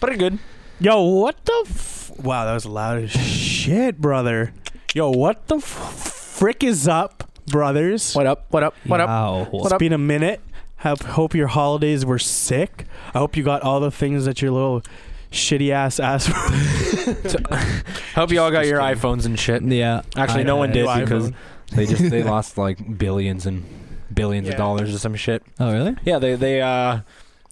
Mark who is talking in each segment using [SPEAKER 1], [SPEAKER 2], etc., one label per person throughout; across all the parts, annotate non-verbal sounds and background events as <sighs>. [SPEAKER 1] Pretty good.
[SPEAKER 2] Yo, what the? F- wow, that was loud as shit, brother. Yo, what the f- frick is up, brothers?
[SPEAKER 1] What up? What up? What
[SPEAKER 3] Yow.
[SPEAKER 1] up? What
[SPEAKER 3] It's
[SPEAKER 2] It's
[SPEAKER 1] up?
[SPEAKER 2] been a minute. I hope your holidays were sick. I hope you got all the things that your little shitty ass ass.
[SPEAKER 1] Hope you all got your iPhones and shit.
[SPEAKER 3] Yeah.
[SPEAKER 1] Actually,
[SPEAKER 3] I-
[SPEAKER 1] no one
[SPEAKER 3] I-
[SPEAKER 1] did
[SPEAKER 2] iPhone.
[SPEAKER 1] because they just they lost like billions and billions of
[SPEAKER 2] Yeah.
[SPEAKER 1] dollars or some shit.
[SPEAKER 3] Oh, really?
[SPEAKER 1] Yeah, they they uh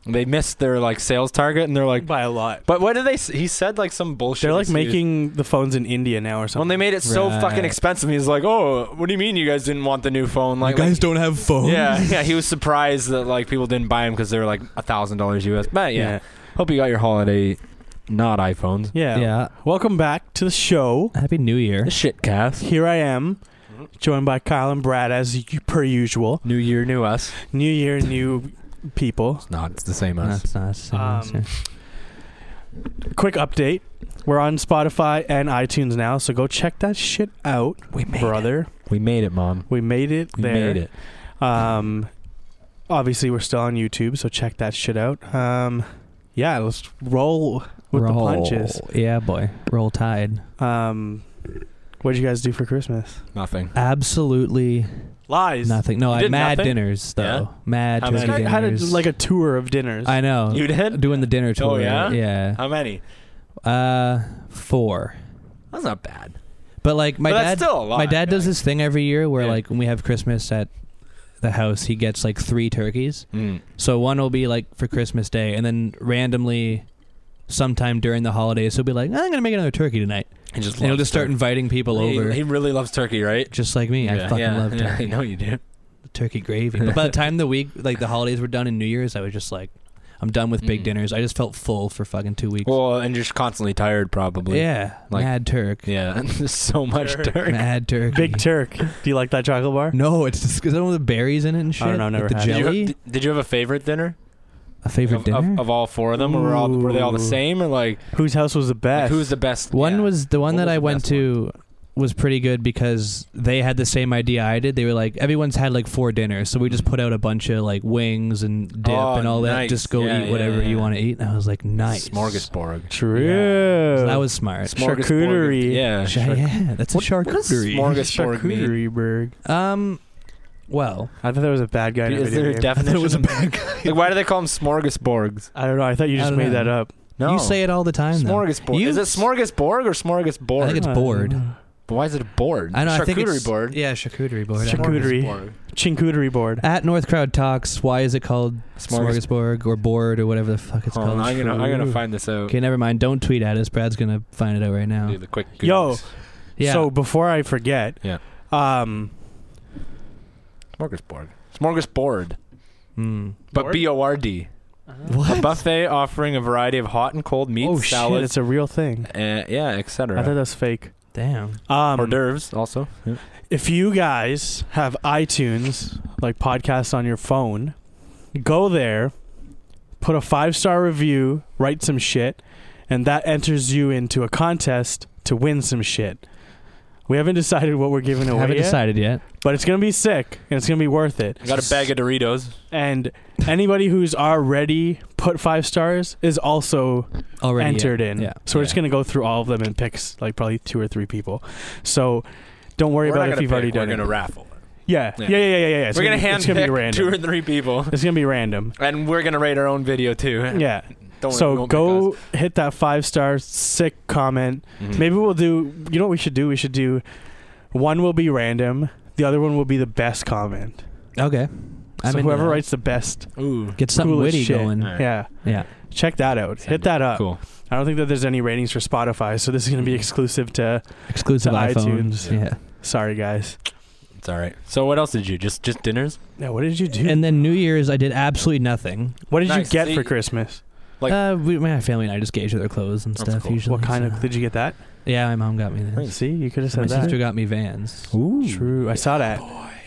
[SPEAKER 1] they missed their like sales target and they're like,
[SPEAKER 2] by a lot.
[SPEAKER 1] but what did they? s- He said like some bullshit.
[SPEAKER 2] They're like
[SPEAKER 1] excuse.
[SPEAKER 2] making the phones in India now or something.
[SPEAKER 1] when they made it so fucking
[SPEAKER 3] Right.
[SPEAKER 1] expensive. He's like, oh, what do you mean you guys didn't want the new phone? Like,
[SPEAKER 3] you guys
[SPEAKER 1] like-
[SPEAKER 3] don't have phones.
[SPEAKER 1] yeah, yeah. He was surprised that like people didn't buy them because they were like a thousand dollars US. But yeah, hope you got your holiday, not iPhones.
[SPEAKER 2] yeah, yeah.
[SPEAKER 3] Yeah.
[SPEAKER 2] Welcome back to the show.
[SPEAKER 3] Happy New Year.
[SPEAKER 1] This shit, Cass.
[SPEAKER 2] Here I am,
[SPEAKER 1] Mm-hmm.
[SPEAKER 2] joined by Kyle and Brad as y- per usual.
[SPEAKER 1] New year, new us.
[SPEAKER 2] New year, new people.
[SPEAKER 1] It's not. It's the same us.
[SPEAKER 3] That's not so
[SPEAKER 2] Um, Quick update: We're on Spotify and iTunes now, so go check that shit out,
[SPEAKER 1] we made
[SPEAKER 2] brother.
[SPEAKER 1] it. We made it, mom.
[SPEAKER 2] We made it
[SPEAKER 1] We
[SPEAKER 2] there.
[SPEAKER 1] made it.
[SPEAKER 2] Um, obviously, we're still on YouTube, so check that shit out. Um, yeah, let's roll with the punches.
[SPEAKER 3] Yeah, boy. Roll Tide.
[SPEAKER 2] Um, what did you guys do for Christmas?
[SPEAKER 1] Nothing.
[SPEAKER 3] Absolutely
[SPEAKER 2] Lies.
[SPEAKER 3] nothing. No,
[SPEAKER 1] You
[SPEAKER 3] I
[SPEAKER 1] did
[SPEAKER 3] had mad
[SPEAKER 1] nothing?
[SPEAKER 3] dinners though.
[SPEAKER 1] Yeah?
[SPEAKER 3] Mad
[SPEAKER 1] How
[SPEAKER 3] turkey
[SPEAKER 2] This
[SPEAKER 1] many?
[SPEAKER 2] guy
[SPEAKER 3] dinners.
[SPEAKER 2] had a, like a tour of dinners.
[SPEAKER 3] I know.
[SPEAKER 1] You did?
[SPEAKER 3] doing the dinner
[SPEAKER 1] Oh,
[SPEAKER 3] tour.
[SPEAKER 1] yeah?
[SPEAKER 3] Yeah.
[SPEAKER 1] How many?
[SPEAKER 3] Uh, four.
[SPEAKER 1] That's not bad.
[SPEAKER 3] But like my
[SPEAKER 1] But
[SPEAKER 3] dad,
[SPEAKER 1] that's still a lot,
[SPEAKER 3] my dad does
[SPEAKER 1] like-
[SPEAKER 3] this thing every year where
[SPEAKER 1] Yeah.
[SPEAKER 3] like when we have Christmas at the house, he gets like three turkeys. So one will be like for Christmas Day, and then randomly, sometime during the holidays, he'll be like, "I'm gonna make another turkey tonight,"
[SPEAKER 1] He just
[SPEAKER 3] and he'll just start inviting people over,
[SPEAKER 1] He, really loves turkey, right?
[SPEAKER 3] just like me. I fucking
[SPEAKER 1] <laughs>
[SPEAKER 3] love turkey,
[SPEAKER 1] I know you do.
[SPEAKER 3] turkey gravy. But by the time the week, like the holidays were done and New Year's, I was just like, "I'm done with big
[SPEAKER 1] Mm.
[SPEAKER 3] dinners." I just felt full for fucking two weeks.
[SPEAKER 1] Well, and just constantly tired, probably.
[SPEAKER 3] yeah,
[SPEAKER 1] like-
[SPEAKER 3] mad Turk,
[SPEAKER 1] Yeah. <laughs> There's so much
[SPEAKER 2] Sure.
[SPEAKER 1] turkey.
[SPEAKER 3] mad turkey,
[SPEAKER 2] Big Turk. Do you like that chocolate
[SPEAKER 3] <laughs>
[SPEAKER 2] bar?
[SPEAKER 3] No, it's just because I don't know the berries in it and shit.
[SPEAKER 2] don't know,
[SPEAKER 3] like
[SPEAKER 2] never
[SPEAKER 3] the
[SPEAKER 2] had it.
[SPEAKER 1] Did you,
[SPEAKER 3] jelly.
[SPEAKER 1] have, did you have a favorite dinner?
[SPEAKER 3] a favorite
[SPEAKER 1] of,
[SPEAKER 3] dinner.
[SPEAKER 1] Of, of all four of them, or were, all, were they all the
[SPEAKER 2] Ooh.
[SPEAKER 1] same, or like,
[SPEAKER 2] Whose house was the
[SPEAKER 1] like
[SPEAKER 2] best?
[SPEAKER 1] who's the best?
[SPEAKER 3] One
[SPEAKER 1] yeah.
[SPEAKER 3] was the one
[SPEAKER 1] What
[SPEAKER 3] that
[SPEAKER 1] was
[SPEAKER 3] I
[SPEAKER 1] the
[SPEAKER 3] went
[SPEAKER 1] best one?
[SPEAKER 3] to was pretty good because they had the same idea I did. They were like everyone's had like four dinners, so we just put out a bunch of like wings and dip
[SPEAKER 1] Oh,
[SPEAKER 3] and all that.
[SPEAKER 1] nice.
[SPEAKER 3] Just go
[SPEAKER 1] Yeah,
[SPEAKER 3] eat
[SPEAKER 1] yeah,
[SPEAKER 3] whatever
[SPEAKER 1] yeah.
[SPEAKER 3] you want to eat. And I was like, nice
[SPEAKER 1] smorgasbord.
[SPEAKER 2] true?
[SPEAKER 3] Yeah. So that was smart.
[SPEAKER 2] Smor- Charcuterie.
[SPEAKER 1] Yeah.
[SPEAKER 3] Sh- <laughs> yeah, that's a charcuterie.
[SPEAKER 1] Smorgasbord. mean?
[SPEAKER 2] charcuterie board.
[SPEAKER 3] <laughs> um, well, <laughs>
[SPEAKER 2] I thought there was a bad guy. In a
[SPEAKER 1] Is
[SPEAKER 2] video <laughs>
[SPEAKER 1] there a
[SPEAKER 2] game.
[SPEAKER 1] definition?
[SPEAKER 3] There was a
[SPEAKER 1] of- <laughs> like, why do they call them smorgasborgs?
[SPEAKER 2] I don't know. I thought you
[SPEAKER 3] I
[SPEAKER 2] just
[SPEAKER 3] don't
[SPEAKER 2] made
[SPEAKER 3] know.
[SPEAKER 2] that up.
[SPEAKER 1] No.
[SPEAKER 3] you say it all the time. though.
[SPEAKER 1] smorgasbord.
[SPEAKER 3] You-
[SPEAKER 1] Is it smorgasborg or smorgasbord?
[SPEAKER 3] I think it's
[SPEAKER 2] I don't
[SPEAKER 3] board.
[SPEAKER 2] know.
[SPEAKER 1] But why is it a board?
[SPEAKER 3] I know.
[SPEAKER 1] Charcuterie
[SPEAKER 3] I think it's,
[SPEAKER 1] board.
[SPEAKER 3] Yeah, charcuterie board. I don't know.
[SPEAKER 2] Charcuterie.
[SPEAKER 1] Smorgasbord.
[SPEAKER 2] Chincuterie board.
[SPEAKER 3] At North Crowd Talks, why is it called
[SPEAKER 1] Smorgas-
[SPEAKER 3] smorgasbord or board or whatever the fuck it's
[SPEAKER 1] Hold
[SPEAKER 3] called?
[SPEAKER 1] on, I'm gonna I'm gonna find this out.
[SPEAKER 3] Okay, never mind. Don't tweet at us. Brad's gonna find it out right now.
[SPEAKER 1] Do the quick.
[SPEAKER 2] Yo.
[SPEAKER 1] Googles.
[SPEAKER 3] Yeah.
[SPEAKER 2] So before I forget,
[SPEAKER 1] Yeah.
[SPEAKER 2] Um,
[SPEAKER 1] Smorgasbord. Smorgasbord.
[SPEAKER 3] Mm.
[SPEAKER 1] But
[SPEAKER 2] Board?
[SPEAKER 1] B O R D.
[SPEAKER 2] hmm.
[SPEAKER 1] <laughs>
[SPEAKER 3] what?
[SPEAKER 1] A buffet offering a variety of hot and cold meats,
[SPEAKER 2] oh shit,
[SPEAKER 1] salads,
[SPEAKER 2] it's a real thing.
[SPEAKER 1] uh, yeah,
[SPEAKER 2] I thought
[SPEAKER 1] etc.
[SPEAKER 2] that was fake.
[SPEAKER 3] Damn.
[SPEAKER 2] Um,
[SPEAKER 1] Hors d'oeuvres also. Yeah.
[SPEAKER 2] if you guys have iTunes, like podcasts on your phone, go there, put a five star review, write some shit, and that enters you into a contest to win some shit. We haven't decided what we're giving away
[SPEAKER 3] Haven't
[SPEAKER 2] yet,
[SPEAKER 3] decided yet.
[SPEAKER 2] but it's gonna be sick and it's gonna be worth it.
[SPEAKER 1] I got a bag of Doritos.
[SPEAKER 2] And anybody who's already put five stars is also
[SPEAKER 3] Already
[SPEAKER 2] entered
[SPEAKER 3] yet.
[SPEAKER 2] in.
[SPEAKER 3] Yeah.
[SPEAKER 2] So we're just gonna go through all of them and pick s- like probably two or three people. So don't worry
[SPEAKER 1] We're not
[SPEAKER 2] about if
[SPEAKER 1] gonna
[SPEAKER 2] you've
[SPEAKER 1] pick,
[SPEAKER 2] already
[SPEAKER 1] We're
[SPEAKER 2] done
[SPEAKER 1] gonna
[SPEAKER 2] it.
[SPEAKER 1] raffle.
[SPEAKER 2] yeah.
[SPEAKER 1] Yeah.
[SPEAKER 2] yeah, yeah, yeah, yeah. yeah. It's
[SPEAKER 1] We're gonna
[SPEAKER 2] be-
[SPEAKER 1] hand
[SPEAKER 2] it's gonna
[SPEAKER 1] pick
[SPEAKER 2] be random.
[SPEAKER 1] two or three
[SPEAKER 2] <laughs>
[SPEAKER 1] people,
[SPEAKER 2] it's gonna be random.
[SPEAKER 1] and we're gonna rate our own video too.
[SPEAKER 2] Yeah.
[SPEAKER 1] Don't worry, we
[SPEAKER 2] so
[SPEAKER 1] won't
[SPEAKER 2] go hit that five star sick comment.
[SPEAKER 1] pick us.
[SPEAKER 2] Maybe we'll do. You know what we should do? We should do. One will be random. The other one will be the best comment.
[SPEAKER 3] Okay. I'm
[SPEAKER 2] so
[SPEAKER 3] into
[SPEAKER 2] whoever
[SPEAKER 3] that.
[SPEAKER 2] writes the best.
[SPEAKER 1] Ooh.
[SPEAKER 3] Get something
[SPEAKER 2] coolest
[SPEAKER 3] witty
[SPEAKER 2] shit.
[SPEAKER 3] going.
[SPEAKER 1] Alright.
[SPEAKER 2] Yeah.
[SPEAKER 3] Yeah.
[SPEAKER 2] Check that out.
[SPEAKER 1] Send
[SPEAKER 2] hit that up.
[SPEAKER 1] Cool.
[SPEAKER 2] I don't think that there's any ratings for Spotify, so this is gonna
[SPEAKER 3] Mm.
[SPEAKER 2] be exclusive to.
[SPEAKER 3] Exclusive
[SPEAKER 2] To
[SPEAKER 3] iPhone.
[SPEAKER 2] iTunes.
[SPEAKER 3] Yeah.
[SPEAKER 2] Sorry guys.
[SPEAKER 1] It's all right. So what else did you? Just just dinners?
[SPEAKER 2] Now what did you do?
[SPEAKER 3] And then New Year's, I did absolutely nothing.
[SPEAKER 2] What did
[SPEAKER 1] Nice.
[SPEAKER 2] you get
[SPEAKER 1] So
[SPEAKER 2] for
[SPEAKER 1] you-
[SPEAKER 2] Christmas?
[SPEAKER 1] Like-
[SPEAKER 3] uh, we, my family and I just gave each other clothes and
[SPEAKER 1] That's
[SPEAKER 3] stuff.
[SPEAKER 1] cool.
[SPEAKER 3] Usually.
[SPEAKER 2] What kind of
[SPEAKER 3] so-
[SPEAKER 2] did you get that?
[SPEAKER 3] Yeah, my mom got me this.
[SPEAKER 2] See, you could have
[SPEAKER 3] My
[SPEAKER 2] said that.
[SPEAKER 3] sister got uh, me Vans.
[SPEAKER 1] Ooh.
[SPEAKER 2] True, I saw that.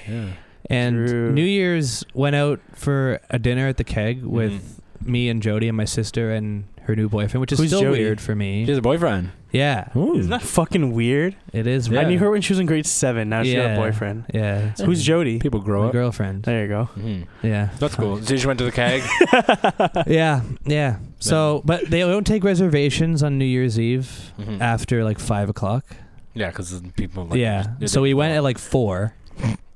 [SPEAKER 1] Yeah.
[SPEAKER 3] And
[SPEAKER 2] True.
[SPEAKER 3] New Year's went out for a dinner at the keg with me and Jody and my sister and her new boyfriend, which is
[SPEAKER 2] Who's
[SPEAKER 3] still
[SPEAKER 2] Jody?
[SPEAKER 3] weird for me.
[SPEAKER 1] She has a boyfriend.
[SPEAKER 3] yeah,
[SPEAKER 1] Ooh.
[SPEAKER 2] Isn't that fucking weird?
[SPEAKER 3] it is.
[SPEAKER 1] Yeah.
[SPEAKER 2] I
[SPEAKER 3] weird.
[SPEAKER 2] knew her when she was in grade seven. Now she got a
[SPEAKER 3] Yeah.
[SPEAKER 2] boyfriend.
[SPEAKER 3] Yeah,
[SPEAKER 2] Who's Jody?
[SPEAKER 1] People grow
[SPEAKER 3] my
[SPEAKER 1] up.
[SPEAKER 3] girlfriend.
[SPEAKER 2] There you
[SPEAKER 3] <laughs>
[SPEAKER 2] go.
[SPEAKER 1] Mhm.
[SPEAKER 3] Yeah,
[SPEAKER 1] That's cool. So she went to the keg.
[SPEAKER 3] <laughs> yeah, yeah. So, but they don't take reservations on New Year's Eve
[SPEAKER 1] Mhm.
[SPEAKER 3] after like five o'clock.
[SPEAKER 1] yeah, because people. Like,
[SPEAKER 3] Uh, yeah.
[SPEAKER 1] they-
[SPEAKER 3] So
[SPEAKER 1] they-
[SPEAKER 3] we went at like four,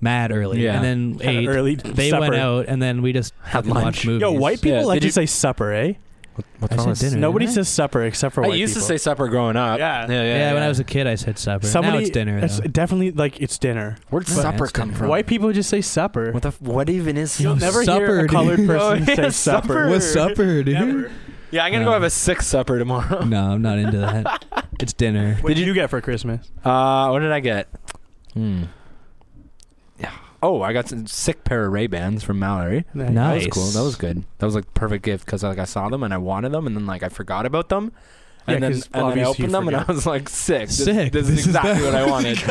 [SPEAKER 3] mad early.
[SPEAKER 1] Yeah.
[SPEAKER 3] And then
[SPEAKER 2] Had an
[SPEAKER 3] eight.
[SPEAKER 2] early
[SPEAKER 3] They
[SPEAKER 2] supper.
[SPEAKER 3] went out, and then we just
[SPEAKER 1] Had
[SPEAKER 3] fucking watched
[SPEAKER 1] lunch.
[SPEAKER 3] movies.
[SPEAKER 2] Yo, white people
[SPEAKER 1] Yeah,
[SPEAKER 2] like
[SPEAKER 1] did
[SPEAKER 2] to
[SPEAKER 1] you-
[SPEAKER 2] say supper, eh?
[SPEAKER 1] What- what's
[SPEAKER 3] I
[SPEAKER 1] wrong
[SPEAKER 3] said
[SPEAKER 1] with-
[SPEAKER 3] dinner.
[SPEAKER 2] Nobody
[SPEAKER 3] didn't I?
[SPEAKER 2] says supper except for
[SPEAKER 1] I
[SPEAKER 2] white
[SPEAKER 1] used to
[SPEAKER 2] people.
[SPEAKER 1] say supper growing up.
[SPEAKER 2] Yeah.
[SPEAKER 1] yeah,
[SPEAKER 3] Yeah, when I was
[SPEAKER 1] yeah.
[SPEAKER 3] a kid, I said supper.
[SPEAKER 2] Somebody,
[SPEAKER 3] now it's dinner.
[SPEAKER 2] It's
[SPEAKER 3] though.
[SPEAKER 2] definitely like it's dinner.
[SPEAKER 1] Where'd
[SPEAKER 3] But-
[SPEAKER 1] supper come from?
[SPEAKER 2] White people just say supper.
[SPEAKER 1] What the? f- What even is?
[SPEAKER 3] Yo,
[SPEAKER 2] You'll
[SPEAKER 1] supper?
[SPEAKER 2] never hear
[SPEAKER 3] supper,
[SPEAKER 2] a
[SPEAKER 3] <laughs>
[SPEAKER 2] colored
[SPEAKER 3] dude.
[SPEAKER 2] person
[SPEAKER 1] Oh, yeah,
[SPEAKER 2] say supper.
[SPEAKER 1] supper. What's
[SPEAKER 3] supper,
[SPEAKER 2] Never.
[SPEAKER 1] <laughs> Yeah, I'm gonna
[SPEAKER 3] No.
[SPEAKER 1] go have a sick supper tomorrow.
[SPEAKER 3] <laughs> no, I'm not into that. It's dinner.
[SPEAKER 2] What did you get for Christmas?
[SPEAKER 1] <laughs> Uh, what did I get? Hmm. Yeah. Oh, I got some sick pair of Ray Bans from Mallory.
[SPEAKER 3] Nice.
[SPEAKER 1] That was cool. That was good. That was like perfect gift because like I saw them and I wanted them and then like I forgot about them.
[SPEAKER 2] Yeah,
[SPEAKER 1] And then,
[SPEAKER 2] 'cause
[SPEAKER 1] and then I
[SPEAKER 2] obviously you
[SPEAKER 1] opened them and I
[SPEAKER 2] forget.
[SPEAKER 1] was like, sick. This,
[SPEAKER 3] Sick.
[SPEAKER 1] This,
[SPEAKER 3] This
[SPEAKER 1] is
[SPEAKER 3] is
[SPEAKER 1] exactly
[SPEAKER 3] bad.
[SPEAKER 1] what I wanted.
[SPEAKER 2] He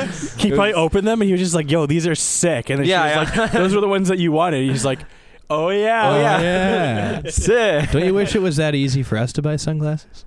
[SPEAKER 1] It
[SPEAKER 2] probably
[SPEAKER 1] was-
[SPEAKER 2] opened them and he was just like, "Yo, these are sick." And then
[SPEAKER 1] Yeah,
[SPEAKER 2] she was like, "Those were the ones that you wanted." He's like, "Oh yeah,
[SPEAKER 1] <laughs> Oh, <laughs> yeah.
[SPEAKER 2] <laughs>
[SPEAKER 3] yeah.
[SPEAKER 1] sick.
[SPEAKER 3] Don't you wish it was that easy for us to buy sunglasses?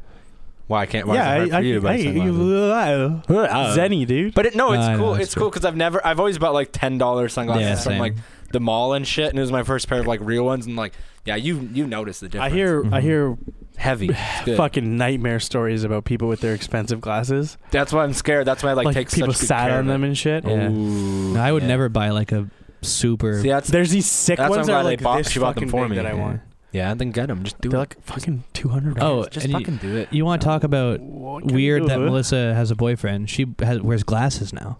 [SPEAKER 1] Why can't? Why
[SPEAKER 2] yeah."
[SPEAKER 1] yeah,
[SPEAKER 2] I,
[SPEAKER 1] for you to buy
[SPEAKER 2] I,
[SPEAKER 1] sunglasses? <laughs> Oh. uh."
[SPEAKER 2] I, Zenny, dude.
[SPEAKER 1] But it, no, it's
[SPEAKER 3] No, I know,
[SPEAKER 1] cool.
[SPEAKER 3] it's
[SPEAKER 1] it's cool because I've never, I've always bought like ten dollars sunglasses
[SPEAKER 3] yeah,
[SPEAKER 1] from
[SPEAKER 3] same.
[SPEAKER 1] like the mall and shit, and it was my first pair of like real ones, and like, yeah, you you notice the
[SPEAKER 2] I
[SPEAKER 1] difference.
[SPEAKER 2] hear, I
[SPEAKER 3] Mhm.
[SPEAKER 2] hear
[SPEAKER 1] heavy. <sighs> It's good.
[SPEAKER 2] fucking nightmare stories about people with their expensive glasses.
[SPEAKER 1] That's why I'm scared. That's why I like,
[SPEAKER 2] Like,
[SPEAKER 1] take
[SPEAKER 2] people
[SPEAKER 1] such good
[SPEAKER 2] sat
[SPEAKER 1] care
[SPEAKER 2] on
[SPEAKER 1] of it.
[SPEAKER 2] them and shit.
[SPEAKER 3] Yeah.
[SPEAKER 1] Ooh,
[SPEAKER 3] No, I would
[SPEAKER 1] yeah.
[SPEAKER 3] never buy like a super.
[SPEAKER 1] See, that's
[SPEAKER 2] There's these sick
[SPEAKER 1] That's why
[SPEAKER 2] ones
[SPEAKER 1] I'm
[SPEAKER 2] that are
[SPEAKER 1] glad they
[SPEAKER 2] like
[SPEAKER 1] bought-
[SPEAKER 2] this
[SPEAKER 1] she bought them
[SPEAKER 2] fucking
[SPEAKER 1] for me.
[SPEAKER 2] big that I
[SPEAKER 1] Yeah.
[SPEAKER 2] want.
[SPEAKER 1] yeah. Then get them. Just do
[SPEAKER 2] They're
[SPEAKER 1] it.
[SPEAKER 2] like fucking two hundred.
[SPEAKER 3] Oh,
[SPEAKER 1] just
[SPEAKER 3] and you-
[SPEAKER 1] fucking do it.
[SPEAKER 3] You want to talk about weird that
[SPEAKER 2] Melissa.
[SPEAKER 3] Melissa has a boyfriend? She has, wears glasses now,